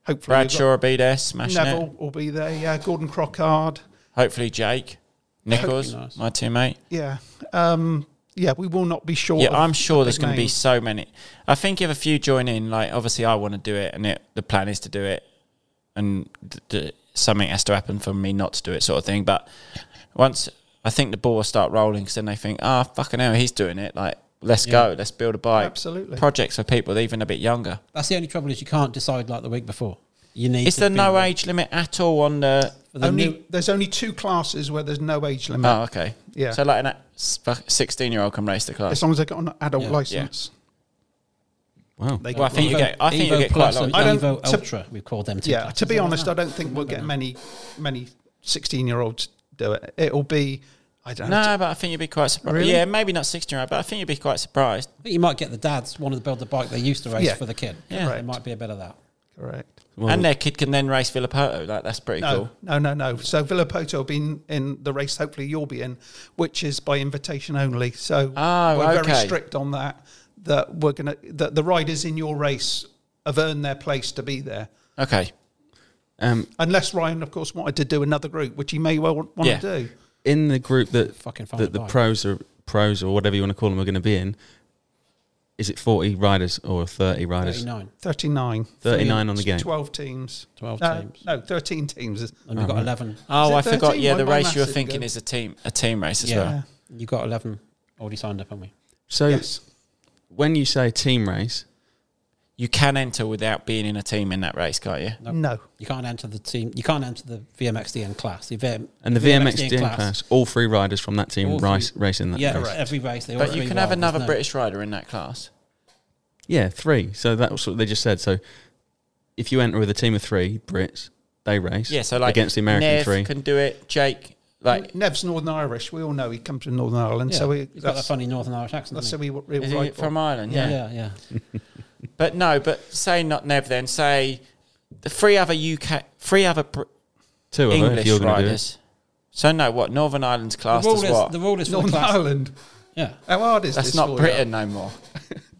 Speaker 4: Hopefully, you've
Speaker 6: Bradshaw will be there,
Speaker 4: got
Speaker 6: smashing
Speaker 4: Neville
Speaker 6: it.
Speaker 4: will be there. Yeah, Gordon Crockard.
Speaker 6: Hopefully, Jake Nichols,
Speaker 5: That'd be nice.
Speaker 6: my teammate.
Speaker 4: Yeah. Um, yeah, we will not be short.
Speaker 6: Yeah,
Speaker 4: of
Speaker 6: I'm sure
Speaker 4: the
Speaker 6: there's
Speaker 4: big
Speaker 6: going to be
Speaker 4: names.
Speaker 6: so many. I think if a few join in, like obviously I want to do it, and it, the plan is to do it, and th- th- something has to happen for me not to do it, sort of thing. But once I think the ball will start rolling, because then they think, ah, fucking hell, he's doing it. Like, let's go, let's build a bike.
Speaker 4: Absolutely.
Speaker 6: projects for people even a bit younger.
Speaker 5: That's the only trouble is you can't decide like the week before. You need.
Speaker 6: Is
Speaker 5: to
Speaker 6: there
Speaker 5: be
Speaker 6: no
Speaker 5: there
Speaker 6: age limit at all on the?
Speaker 5: for the
Speaker 4: Only
Speaker 5: new- Ah.
Speaker 4: there's only two classes where there's no age limit,
Speaker 6: Oh, okay.
Speaker 4: Yeah.
Speaker 6: So like an sixteen-year-old can race the class.
Speaker 4: as long as they got an adult
Speaker 5: Yeah.
Speaker 4: license.
Speaker 3: Wow.
Speaker 4: They
Speaker 6: Well, I
Speaker 4: got
Speaker 6: think you
Speaker 4: one.
Speaker 6: get. I think you
Speaker 5: Evo
Speaker 6: get quite
Speaker 5: Plus
Speaker 6: a lot.
Speaker 5: and
Speaker 6: of-
Speaker 4: I don't-
Speaker 5: Evo
Speaker 4: to-
Speaker 5: Ultra. We've called them. Two
Speaker 4: yeah.
Speaker 5: classes,
Speaker 4: To be
Speaker 5: haven't
Speaker 4: honest,
Speaker 5: we?
Speaker 4: I don't think we'll get many many 16 year olds do it. It'll be I don't know.
Speaker 6: No, but I think you'd be quite surprised.
Speaker 4: Really?
Speaker 6: Yeah, maybe not sixteen-year-old, but I think you'd be quite surprised.
Speaker 5: I think you might get the dads wanting to build the bike they used to race
Speaker 4: Yeah.
Speaker 5: for the kid.
Speaker 6: Yeah.
Speaker 5: it might be a bit of that.
Speaker 4: Correct.
Speaker 6: and their kid can then race Villapoto. Like that's pretty
Speaker 4: No,
Speaker 6: cool.
Speaker 4: no, no, no. So Villapoto will be in, in the race. Hopefully, you'll be in, which is by invitation only. So
Speaker 6: Oh,
Speaker 4: we're very
Speaker 6: okay.
Speaker 4: strict on that. That we're gonna that the riders in your race have earned their place to be there.
Speaker 6: Okay.
Speaker 3: Um,
Speaker 4: Unless Ryan, of course, wanted to do another group, which he may well want
Speaker 6: Yeah.
Speaker 4: to do.
Speaker 3: in the group that
Speaker 5: Fucking find
Speaker 3: that
Speaker 5: a
Speaker 3: the
Speaker 5: bike.
Speaker 3: pros are pros or whatever you want to call them are going to be in, is it forty riders or thirty riders?
Speaker 5: Thirty-nine,
Speaker 4: 39.
Speaker 3: Thirty nine on the game.
Speaker 4: 12 teams.
Speaker 5: 12
Speaker 4: No,
Speaker 5: teams.
Speaker 4: No, 13 teams.
Speaker 5: and we've got eleven. Uh,
Speaker 6: Oh, I
Speaker 4: Is it
Speaker 6: forgot.
Speaker 4: 13?
Speaker 6: Yeah,
Speaker 4: My-
Speaker 6: the
Speaker 4: my
Speaker 6: race you were
Speaker 4: maths is
Speaker 6: thinking
Speaker 4: good.
Speaker 6: is a team, a team race as
Speaker 5: yeah,
Speaker 6: well.
Speaker 5: you got eleven already signed up, haven't we?
Speaker 3: So
Speaker 4: Yes.
Speaker 3: when you say team race,
Speaker 6: You can enter without being in a team in that race, can't you?
Speaker 4: No.
Speaker 5: You can't enter the team. You can't enter the VMXDN class. The VM,
Speaker 3: and the VMX DN class. all three riders from that team
Speaker 5: All
Speaker 3: race
Speaker 5: three.
Speaker 3: race in that
Speaker 5: yeah,
Speaker 3: race.
Speaker 5: every race. They all
Speaker 6: But you
Speaker 5: three
Speaker 6: can have
Speaker 5: rivals,
Speaker 6: another
Speaker 5: no.
Speaker 6: British rider in that class.
Speaker 3: Yeah, three. So that's what they just said. So if you enter with a team of three Brits, they race.
Speaker 6: Yeah, so like
Speaker 3: against the American
Speaker 6: Nev
Speaker 3: three.
Speaker 6: can do it. Jake, like
Speaker 4: Nev's Northern Irish. We all know he comes from Northern Ireland.
Speaker 5: Yeah,
Speaker 4: so we,
Speaker 5: he's got that
Speaker 4: that's,
Speaker 5: funny Northern Irish accent.
Speaker 4: that's
Speaker 5: doesn't
Speaker 4: who we we
Speaker 6: Is
Speaker 4: will
Speaker 6: he
Speaker 4: write
Speaker 6: from
Speaker 4: for.
Speaker 6: Ireland,
Speaker 5: he?
Speaker 6: yeah.
Speaker 5: yeah, yeah.
Speaker 6: But no, but say not Nev then. Say the three other UK, three other br-
Speaker 3: Two of them if
Speaker 6: English
Speaker 3: you're going to do it.
Speaker 6: riders. So no, what Northern Ireland's
Speaker 5: The
Speaker 6: classed
Speaker 5: rule
Speaker 6: as
Speaker 5: is
Speaker 6: what?
Speaker 5: the rule is for the
Speaker 4: Northern
Speaker 5: class.
Speaker 4: Ireland.
Speaker 5: Yeah,
Speaker 4: How hard is
Speaker 6: That's
Speaker 4: this?
Speaker 6: not
Speaker 4: for
Speaker 6: Britain no more,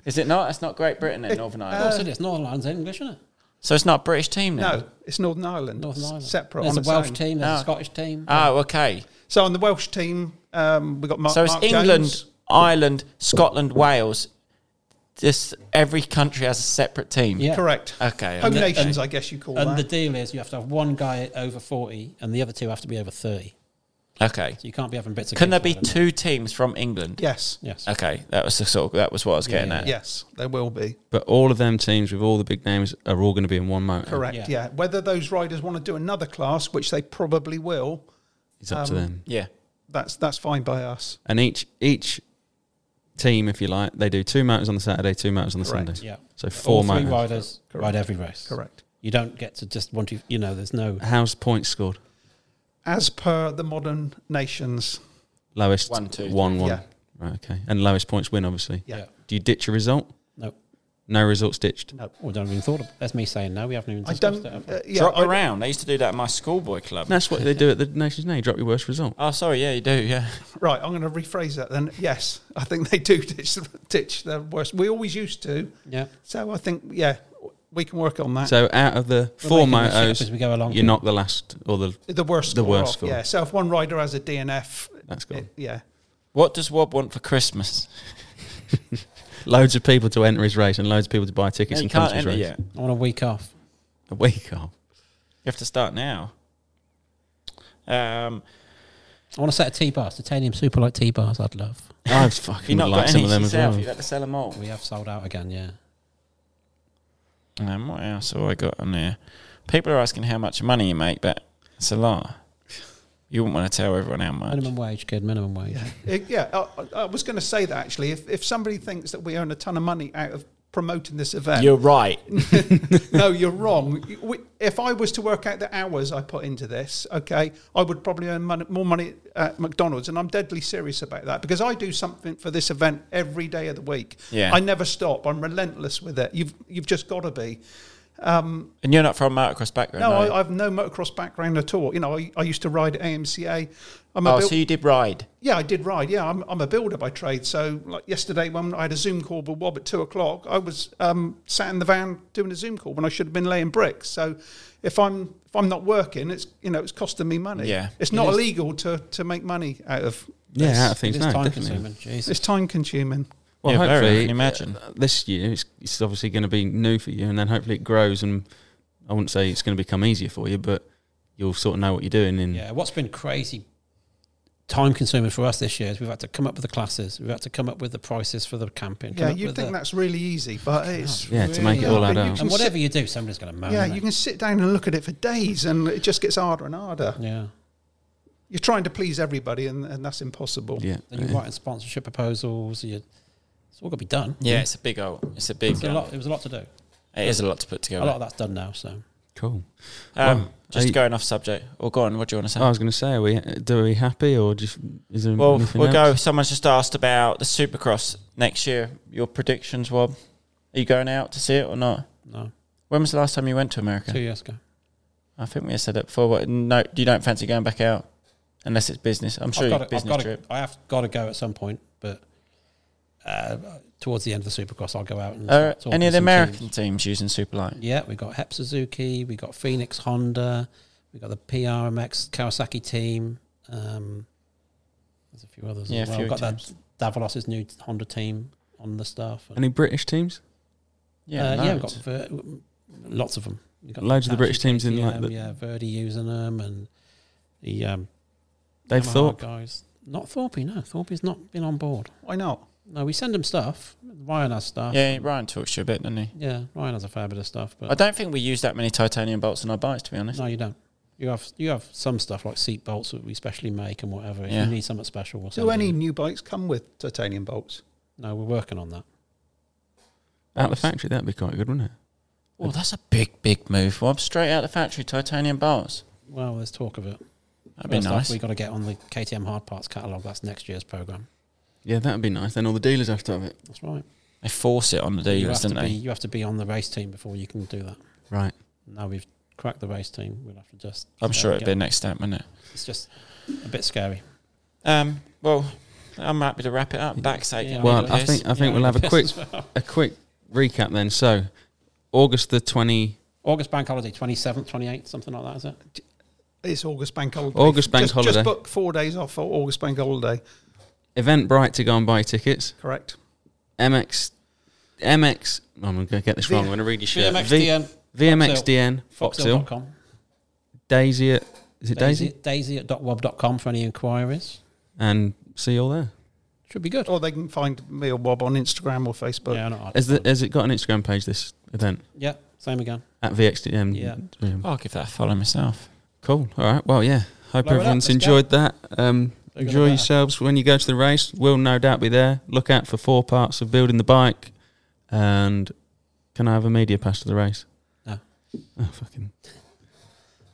Speaker 6: is it not? That's not Great Britain then, Northern
Speaker 5: of
Speaker 6: Ireland.
Speaker 5: course it is. Oh, Northern Ireland's English, isn't it?
Speaker 6: so it's not a British team
Speaker 4: You?
Speaker 6: now.
Speaker 4: No, it's Northern Ireland.
Speaker 5: Northern
Speaker 4: It's
Speaker 5: Ireland.
Speaker 4: Separate
Speaker 5: There's
Speaker 4: on
Speaker 5: a
Speaker 4: its
Speaker 5: Welsh
Speaker 4: own. Ah.
Speaker 5: team. There's
Speaker 6: No.
Speaker 5: a Scottish team.
Speaker 6: Oh, okay.
Speaker 4: So on the Welsh team, um, we've got Mark.
Speaker 6: So it's
Speaker 4: Mark
Speaker 6: England
Speaker 4: Jones.
Speaker 6: Ireland, Scotland, Wales. Just every country has a separate team.
Speaker 5: Yeah.
Speaker 4: Correct.
Speaker 6: Okay.
Speaker 4: Home
Speaker 6: okay.
Speaker 4: nations, I guess you call
Speaker 5: And
Speaker 4: that.
Speaker 5: the deal is you have to have one guy over 40 and the other two have to be over 30.
Speaker 6: Okay.
Speaker 5: So you can't be having bits of.
Speaker 6: Can there be
Speaker 5: cake like that.
Speaker 6: two teams from England?
Speaker 4: yes.
Speaker 5: Yes.
Speaker 6: Okay, that was the sort of, that was what I was getting
Speaker 5: yeah,
Speaker 6: at.
Speaker 4: Yes, there will be.
Speaker 3: But all of them teams with all the big names are all going to be in one motor.
Speaker 4: Correct. Yeah.
Speaker 5: Yeah.
Speaker 4: Whether those riders want to do another class, which they probably will,
Speaker 3: It's up to them.
Speaker 6: Yeah.
Speaker 4: that's that's fine by us.
Speaker 3: And each each team, if you like, they do two motors on the Saturday, two motors on the
Speaker 4: Correct.
Speaker 3: Sunday.
Speaker 5: Yeah.
Speaker 3: So four
Speaker 5: All three
Speaker 3: motors.
Speaker 5: riders ride every race.
Speaker 4: Correct.
Speaker 5: You don't get to just want to, you know, there's no.
Speaker 3: How's points scored?
Speaker 4: As per the modern nations.
Speaker 3: Lowest
Speaker 6: One, two.
Speaker 3: one, one.
Speaker 4: Yeah.
Speaker 3: Right, okay. And lowest points win, obviously.
Speaker 4: Yeah.
Speaker 5: Yeah.
Speaker 3: Do you ditch a result?
Speaker 5: No.
Speaker 3: No results ditched.
Speaker 5: No. We don't even thought of That's me saying no. We haven't even
Speaker 4: I
Speaker 5: discussed
Speaker 4: don't.
Speaker 5: it. have we?
Speaker 4: Uh, yeah,
Speaker 6: Drop
Speaker 4: I-
Speaker 6: around. I used to do that at my schoolboy club.
Speaker 3: That's what they do at the Nations Now. You drop your worst result.
Speaker 6: Oh, sorry. Yeah, you do. Yeah.
Speaker 4: Right, I'm going to rephrase that then. Yes, I think they do ditch, ditch their worst. We always used to.
Speaker 5: yeah.
Speaker 4: So I think, yeah, we can work on that.
Speaker 3: So out of the
Speaker 5: We're
Speaker 3: four
Speaker 5: making this shit up
Speaker 3: motos,
Speaker 5: as we go along.
Speaker 3: you knock the last or the
Speaker 4: the worst
Speaker 3: the
Speaker 4: score
Speaker 3: worst
Speaker 4: off,
Speaker 3: score.
Speaker 4: Yeah, so if one rider has a DNF,
Speaker 3: that's gone.
Speaker 4: it- yeah.
Speaker 6: What does Wob want for Christmas?
Speaker 3: Loads of people to enter his race and loads of people to buy tickets
Speaker 6: you
Speaker 3: and come
Speaker 6: can't
Speaker 3: to his
Speaker 6: enter
Speaker 3: race.
Speaker 6: yet. You
Speaker 5: I want a week off.
Speaker 3: A week off.
Speaker 6: have to start now. Um,
Speaker 5: I want a set of T bars, titanium super light T bars. I'd love.
Speaker 3: I've
Speaker 6: you
Speaker 3: fucking
Speaker 6: not got
Speaker 3: liked some
Speaker 6: any
Speaker 3: of them as
Speaker 6: yourself.
Speaker 3: well.
Speaker 6: You've got to sell them all.
Speaker 5: We have sold out again. Yeah.
Speaker 6: Um, what else have I got on there? People are asking how much money you make, but it's a lot. You wouldn't want to tell everyone how much.
Speaker 5: Minimum wage, kid. Minimum wage.
Speaker 4: It- yeah, I- I, I was going to say that actually. If, if somebody thinks that we earn a ton of money out of promoting this event,
Speaker 6: You're right.
Speaker 4: no, you're wrong. We- If I was to work out the hours I put into this, okay, I would probably earn money, more money at McDonald's, and I'm deadly serious about that because I do something for this event every day of the week.
Speaker 6: Yeah.
Speaker 4: I never stop. I'm relentless with it. You've you've just got to be.
Speaker 6: and you're not from a motocross background.
Speaker 4: No,
Speaker 6: are you?
Speaker 4: I, I've no motocross background at all. You know, I, I used to ride at AMCA. I'm
Speaker 6: oh,
Speaker 4: buil-
Speaker 6: so you did ride.
Speaker 4: yeah, I did ride. Yeah, I'm, I'm a builder by trade. So, like yesterday, when I had a Zoom call with Wob at two o'clock, I was um, sat in the van doing a Zoom call when I should have been laying bricks. So, if I'm if I'm not working, it's you know it's costing me money.
Speaker 6: Yeah.
Speaker 4: it's
Speaker 5: It
Speaker 4: not
Speaker 5: is.
Speaker 4: illegal to to make money out of.
Speaker 3: Yeah,
Speaker 5: It's-
Speaker 3: out of things
Speaker 5: It is
Speaker 3: now,
Speaker 5: time
Speaker 3: definitely.
Speaker 5: consuming. Jesus.
Speaker 4: It's time consuming.
Speaker 3: Well,
Speaker 6: Yeah, very, I
Speaker 3: hopefully,
Speaker 6: can imagine.
Speaker 3: uh, this year it's, it's obviously going to be new for you, and then hopefully it grows. And I wouldn't say it's going to become easier for you, but you'll sort of know what you're doing. And
Speaker 5: Yeah, what's been crazy time consuming for us this year is we've had to come up with the classes, we've had to come up with the prices for the camping. come
Speaker 4: Yeah,
Speaker 5: up
Speaker 4: you'd
Speaker 5: with
Speaker 4: think
Speaker 5: the-
Speaker 4: that's really easy, but it's
Speaker 3: Yeah, to make it
Speaker 4: really
Speaker 3: all
Speaker 4: hard.
Speaker 3: add
Speaker 4: And you
Speaker 3: up.
Speaker 4: can
Speaker 5: And
Speaker 4: sit-
Speaker 5: whatever you do, somebody's going to moan.
Speaker 4: yeah,
Speaker 5: at
Speaker 4: you
Speaker 5: it.
Speaker 4: can sit down and look at it for days, and it just gets harder and harder.
Speaker 5: Yeah.
Speaker 4: You're trying to please everybody, and, and that's impossible.
Speaker 3: yeah, uh,
Speaker 5: Then you're writing sponsorship proposals. You, it's all got to be done.
Speaker 6: Yeah, it's a big old. It's a big.
Speaker 5: It's a
Speaker 6: um,
Speaker 5: lot, it was a lot to do.
Speaker 6: It is a lot to put
Speaker 5: A
Speaker 6: together.
Speaker 5: lot of that's done now. So
Speaker 3: cool.
Speaker 6: Um,
Speaker 3: Well,
Speaker 6: just
Speaker 3: are you-
Speaker 6: going off subject. Or go on. What do you want to say?
Speaker 3: I was going to say, are we do we happy or just is there
Speaker 6: well,
Speaker 3: anything
Speaker 6: we'll go.
Speaker 3: else?
Speaker 6: Someone's just asked about the Supercross next year. Your predictions, Wob? Are you going out to see it or not?
Speaker 5: no,
Speaker 6: When was the last time you went to
Speaker 5: two
Speaker 6: America?
Speaker 5: years ago.
Speaker 6: I think we said it before. But no, you don't fancy going back out unless it's business. I'm sure
Speaker 5: I've
Speaker 6: you
Speaker 5: got to, I've
Speaker 6: business
Speaker 5: got to,
Speaker 6: trip.
Speaker 5: I have got to go at some point, but uh, towards the end of the Supercross, I'll go out and
Speaker 6: Are
Speaker 5: start talking
Speaker 6: Uh, any
Speaker 5: to
Speaker 6: of the
Speaker 5: some
Speaker 6: American
Speaker 5: teams.
Speaker 6: teams, using Superlight?
Speaker 5: Yeah, we got Hep Suzuki, we got Phoenix Honda, we got the PRMX Kawasaki team. Um, there's a few others.
Speaker 6: Yeah, a
Speaker 5: as well.
Speaker 6: few
Speaker 5: We've got that
Speaker 6: teams.
Speaker 5: Davolos's new Honda team on the staff.
Speaker 3: Any British teams?
Speaker 6: Yeah,
Speaker 5: uh, yeah, we've got
Speaker 6: loads.
Speaker 5: Ver- lots of them. We've got
Speaker 3: Loads of the British
Speaker 5: National
Speaker 3: teams in, like,
Speaker 5: KTM,
Speaker 3: the-
Speaker 5: yeah, Verdi using them and the um,
Speaker 3: Dave
Speaker 5: Yamaha
Speaker 3: Thorpe.
Speaker 5: guys. Not Thorpe, no. Thorpe's not been on board.
Speaker 4: Why not?
Speaker 5: No, we send him stuff. Ryan has stuff.
Speaker 6: yeah, Ryan talks to you a bit, doesn't he?
Speaker 5: Yeah, Ryan has a fair bit of stuff,
Speaker 6: I
Speaker 5: but
Speaker 6: don't think we use that many titanium bolts on our bikes, to be honest.
Speaker 5: no, you don't. You have you have some stuff like seat bolts that we specially make and whatever. If
Speaker 6: Yeah.
Speaker 5: You need something special. Or
Speaker 4: Do
Speaker 5: something.
Speaker 4: any new bikes come with titanium bolts?
Speaker 5: No, we're working on that.
Speaker 3: Out the factory, that'd be quite good, wouldn't it?
Speaker 6: Well, that's a big, big move. Well, I'm straight out the factory, titanium bolts.
Speaker 5: Well, there's talk of it.
Speaker 6: That'd be nice.
Speaker 5: We got to get on the KTM hard parts catalog. That's next year's program.
Speaker 3: Yeah, that'd be nice. Then all the dealers have to have it.
Speaker 5: That's right.
Speaker 6: They force it on the
Speaker 5: you have
Speaker 6: dealers,
Speaker 5: to
Speaker 6: didn't
Speaker 5: be
Speaker 6: they?
Speaker 5: you have to be on the race team before you can do that.
Speaker 3: Right.
Speaker 5: Now we've cracked the race team. We'll have to just.
Speaker 6: I'm sure it'd
Speaker 5: get-
Speaker 6: be the next step, wouldn't it?
Speaker 5: It's just a bit scary.
Speaker 6: Um, well, I'm happy to wrap it up. Back's aching.
Speaker 5: Yeah,
Speaker 3: Well,
Speaker 5: I'm
Speaker 3: I think I think
Speaker 5: Yeah,
Speaker 3: we'll have a
Speaker 5: piss
Speaker 3: quick
Speaker 5: as well.
Speaker 3: a quick recap then. So, August the twenty.
Speaker 5: August bank holiday, 27th, 28th, something like that, is it?
Speaker 4: It's August bank holiday.
Speaker 3: August bank
Speaker 4: just,
Speaker 3: holiday.
Speaker 4: Just book four days off for August bank holiday.
Speaker 3: Eventbrite to go and buy tickets.
Speaker 4: Correct.
Speaker 3: MX, MX. I'm going to get this wrong. I'm going to read your shirt.
Speaker 5: VMXDN,
Speaker 3: V- VMXDN. Foxhill.
Speaker 5: Foxhill.com.
Speaker 3: Daisy at is it Daisy?
Speaker 5: Daisy, Daisy at dotwob.com for any inquiries.
Speaker 3: And see you all there.
Speaker 5: Should be good.
Speaker 4: Or they can find me or Bob on Instagram or Facebook.
Speaker 5: yeah, not
Speaker 3: Has, the, has it got an Instagram page? This event
Speaker 5: yeah, same again.
Speaker 3: at VXDM.
Speaker 5: Yeah.
Speaker 6: I'll give that a follow myself.
Speaker 3: Cool. All right. Well, yeah. Hope
Speaker 5: Blow it up.
Speaker 3: everyone's
Speaker 5: Let's go.
Speaker 3: enjoyed that. Um,
Speaker 5: They're gonna
Speaker 3: enjoy
Speaker 5: better.
Speaker 3: yourselves when you go to the race. We'll no doubt be there. Look out for four parts of building the bike. And can I have a media pass to the race?
Speaker 5: No.
Speaker 3: Oh, fucking.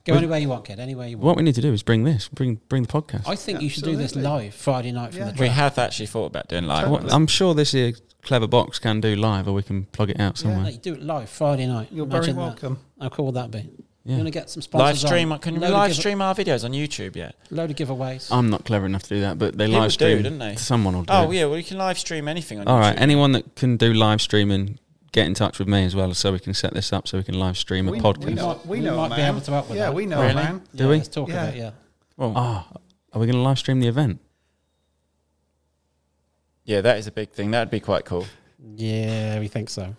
Speaker 5: Go
Speaker 3: We-
Speaker 5: anywhere you want, kid. Anywhere you want.
Speaker 3: What we need to do is bring this. Bring bring the podcast.
Speaker 5: I think you should do this
Speaker 4: Absolutely.
Speaker 5: live Friday night from
Speaker 4: Yeah.
Speaker 5: the
Speaker 6: We
Speaker 5: track.
Speaker 6: have actually thought about doing live.
Speaker 4: Totally.
Speaker 6: ones.
Speaker 3: I'm sure this here clever box can do live, or we can plug it out
Speaker 5: No,
Speaker 3: somewhere.
Speaker 5: you do it live Friday night.
Speaker 4: You're
Speaker 5: Imagine
Speaker 4: very
Speaker 5: that.
Speaker 4: welcome.
Speaker 5: How cool would that be?
Speaker 3: Yeah.
Speaker 5: You're going to get some
Speaker 6: Live
Speaker 5: sponsors.
Speaker 6: stream.
Speaker 5: on,
Speaker 6: Can we
Speaker 5: load of
Speaker 6: live
Speaker 5: give-
Speaker 6: stream our videos on YouTube yet?
Speaker 5: Load of
Speaker 4: Uh,
Speaker 5: giveaways.
Speaker 3: I'm not clever enough to do that, but they
Speaker 6: People
Speaker 3: live stream.
Speaker 6: do, didn't they?
Speaker 3: Someone will do.
Speaker 6: Oh
Speaker 3: it.
Speaker 6: yeah, well you can live stream anything on
Speaker 3: All
Speaker 6: YouTube.
Speaker 3: right. Anyone that can do live streaming, get in touch with me as well, so we can set this up so we can live stream a
Speaker 4: We-
Speaker 3: podcast.
Speaker 4: We know,
Speaker 5: might-
Speaker 4: we
Speaker 5: we
Speaker 4: know a
Speaker 5: might be
Speaker 4: man.
Speaker 5: able to help with
Speaker 4: yeah,
Speaker 5: that.
Speaker 4: we know a
Speaker 3: Really?
Speaker 4: man.
Speaker 5: yeah,
Speaker 3: do we?
Speaker 5: Let's talk
Speaker 4: Yeah.
Speaker 5: about it, yeah.
Speaker 6: Well,
Speaker 3: Ah, are we going to live stream the event?
Speaker 6: yeah, that is a big thing. That'd be quite cool.
Speaker 5: Yeah, we think so.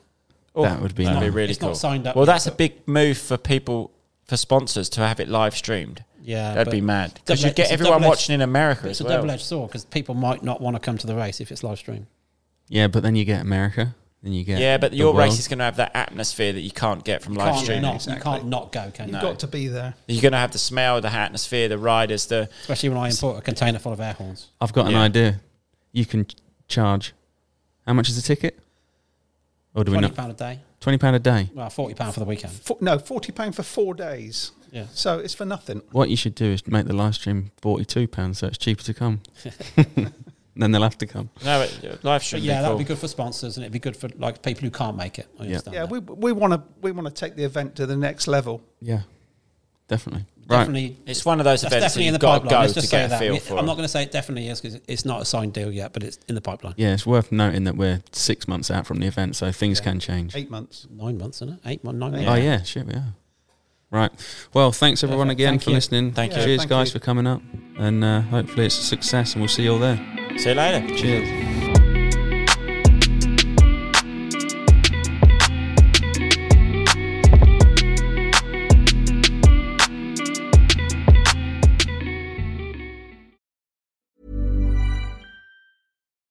Speaker 6: Oh,
Speaker 3: That would be
Speaker 6: that'd be
Speaker 3: nice.
Speaker 6: really
Speaker 5: It's not
Speaker 6: cool.
Speaker 5: signed up
Speaker 6: well,
Speaker 5: yet,
Speaker 6: that's a
Speaker 5: but-
Speaker 6: big move for people for sponsors to have it live streamed.
Speaker 5: Yeah.
Speaker 6: That'd
Speaker 5: but
Speaker 6: be mad because
Speaker 5: double-
Speaker 6: you'd get
Speaker 5: it's a
Speaker 6: everyone
Speaker 5: double-edged-
Speaker 6: watching in America
Speaker 5: but It's
Speaker 6: as
Speaker 5: a
Speaker 6: well.
Speaker 5: double-edged sword because people might not want to come to the race if it's live stream.
Speaker 3: Yeah, but then you get America, then you
Speaker 6: Yeah,
Speaker 3: get
Speaker 6: but
Speaker 3: the
Speaker 6: your
Speaker 3: world.
Speaker 6: race is going to have that atmosphere that you can't get from
Speaker 5: You
Speaker 6: live
Speaker 5: can't
Speaker 6: streaming.
Speaker 5: not,
Speaker 4: exactly.
Speaker 5: You can't not go, can you?
Speaker 4: You've got to be there.
Speaker 6: You're going to have the smell, the atmosphere, the riders, the
Speaker 5: Especially when I import a container full of air horns.
Speaker 3: I've got an
Speaker 6: Yeah.
Speaker 3: idea. You can ch- charge. How much is the ticket? Or do we
Speaker 5: Twenty
Speaker 3: not?
Speaker 5: pound a day.
Speaker 3: Twenty pound a day.
Speaker 5: Well, forty pound for the weekend.
Speaker 4: Fo- no, forty pound for four days.
Speaker 5: Yeah.
Speaker 4: So it's for nothing.
Speaker 3: What you should do is make the live stream forty-two pounds, so it's cheaper to come. then they'll have to come.
Speaker 6: no it- live
Speaker 5: But
Speaker 6: stream.
Speaker 5: yeah,
Speaker 6: Yeah,
Speaker 5: that'd
Speaker 6: cool.
Speaker 5: be good for sponsors, and it'd be good for like people who can't make it. I
Speaker 3: Yeah.
Speaker 5: understand
Speaker 4: Yeah,
Speaker 5: that.
Speaker 4: we we want to we want to take the event to the next level.
Speaker 3: Yeah, definitely. Right.
Speaker 5: definitely.
Speaker 6: It's one of those
Speaker 5: That's
Speaker 6: events that
Speaker 5: definitely
Speaker 6: you've
Speaker 5: in the
Speaker 6: got to
Speaker 5: pipeline.
Speaker 6: go
Speaker 5: Let's
Speaker 6: to
Speaker 5: just say
Speaker 6: get a
Speaker 5: that.
Speaker 6: feel
Speaker 5: We-
Speaker 6: for.
Speaker 5: I'm
Speaker 6: it.
Speaker 5: not going to say it definitely is because it's not a signed deal yet, but it's in the pipeline.
Speaker 3: Yeah, it's worth noting that we're six months out from the event, so things can change.
Speaker 4: Eight months.
Speaker 5: Nine months, isn't it? Eight months, nine months.
Speaker 3: Oh yeah, shit, we are. Right. Well, thanks everyone
Speaker 5: Perfect.
Speaker 3: again
Speaker 5: Thank
Speaker 3: for
Speaker 5: you.
Speaker 3: listening.
Speaker 6: Thank you.
Speaker 3: Cheers,
Speaker 4: Thank
Speaker 3: guys,
Speaker 4: you.
Speaker 3: for coming up, and uh, hopefully it's a success, and we'll see you all there.
Speaker 6: See you later.
Speaker 3: Cheers.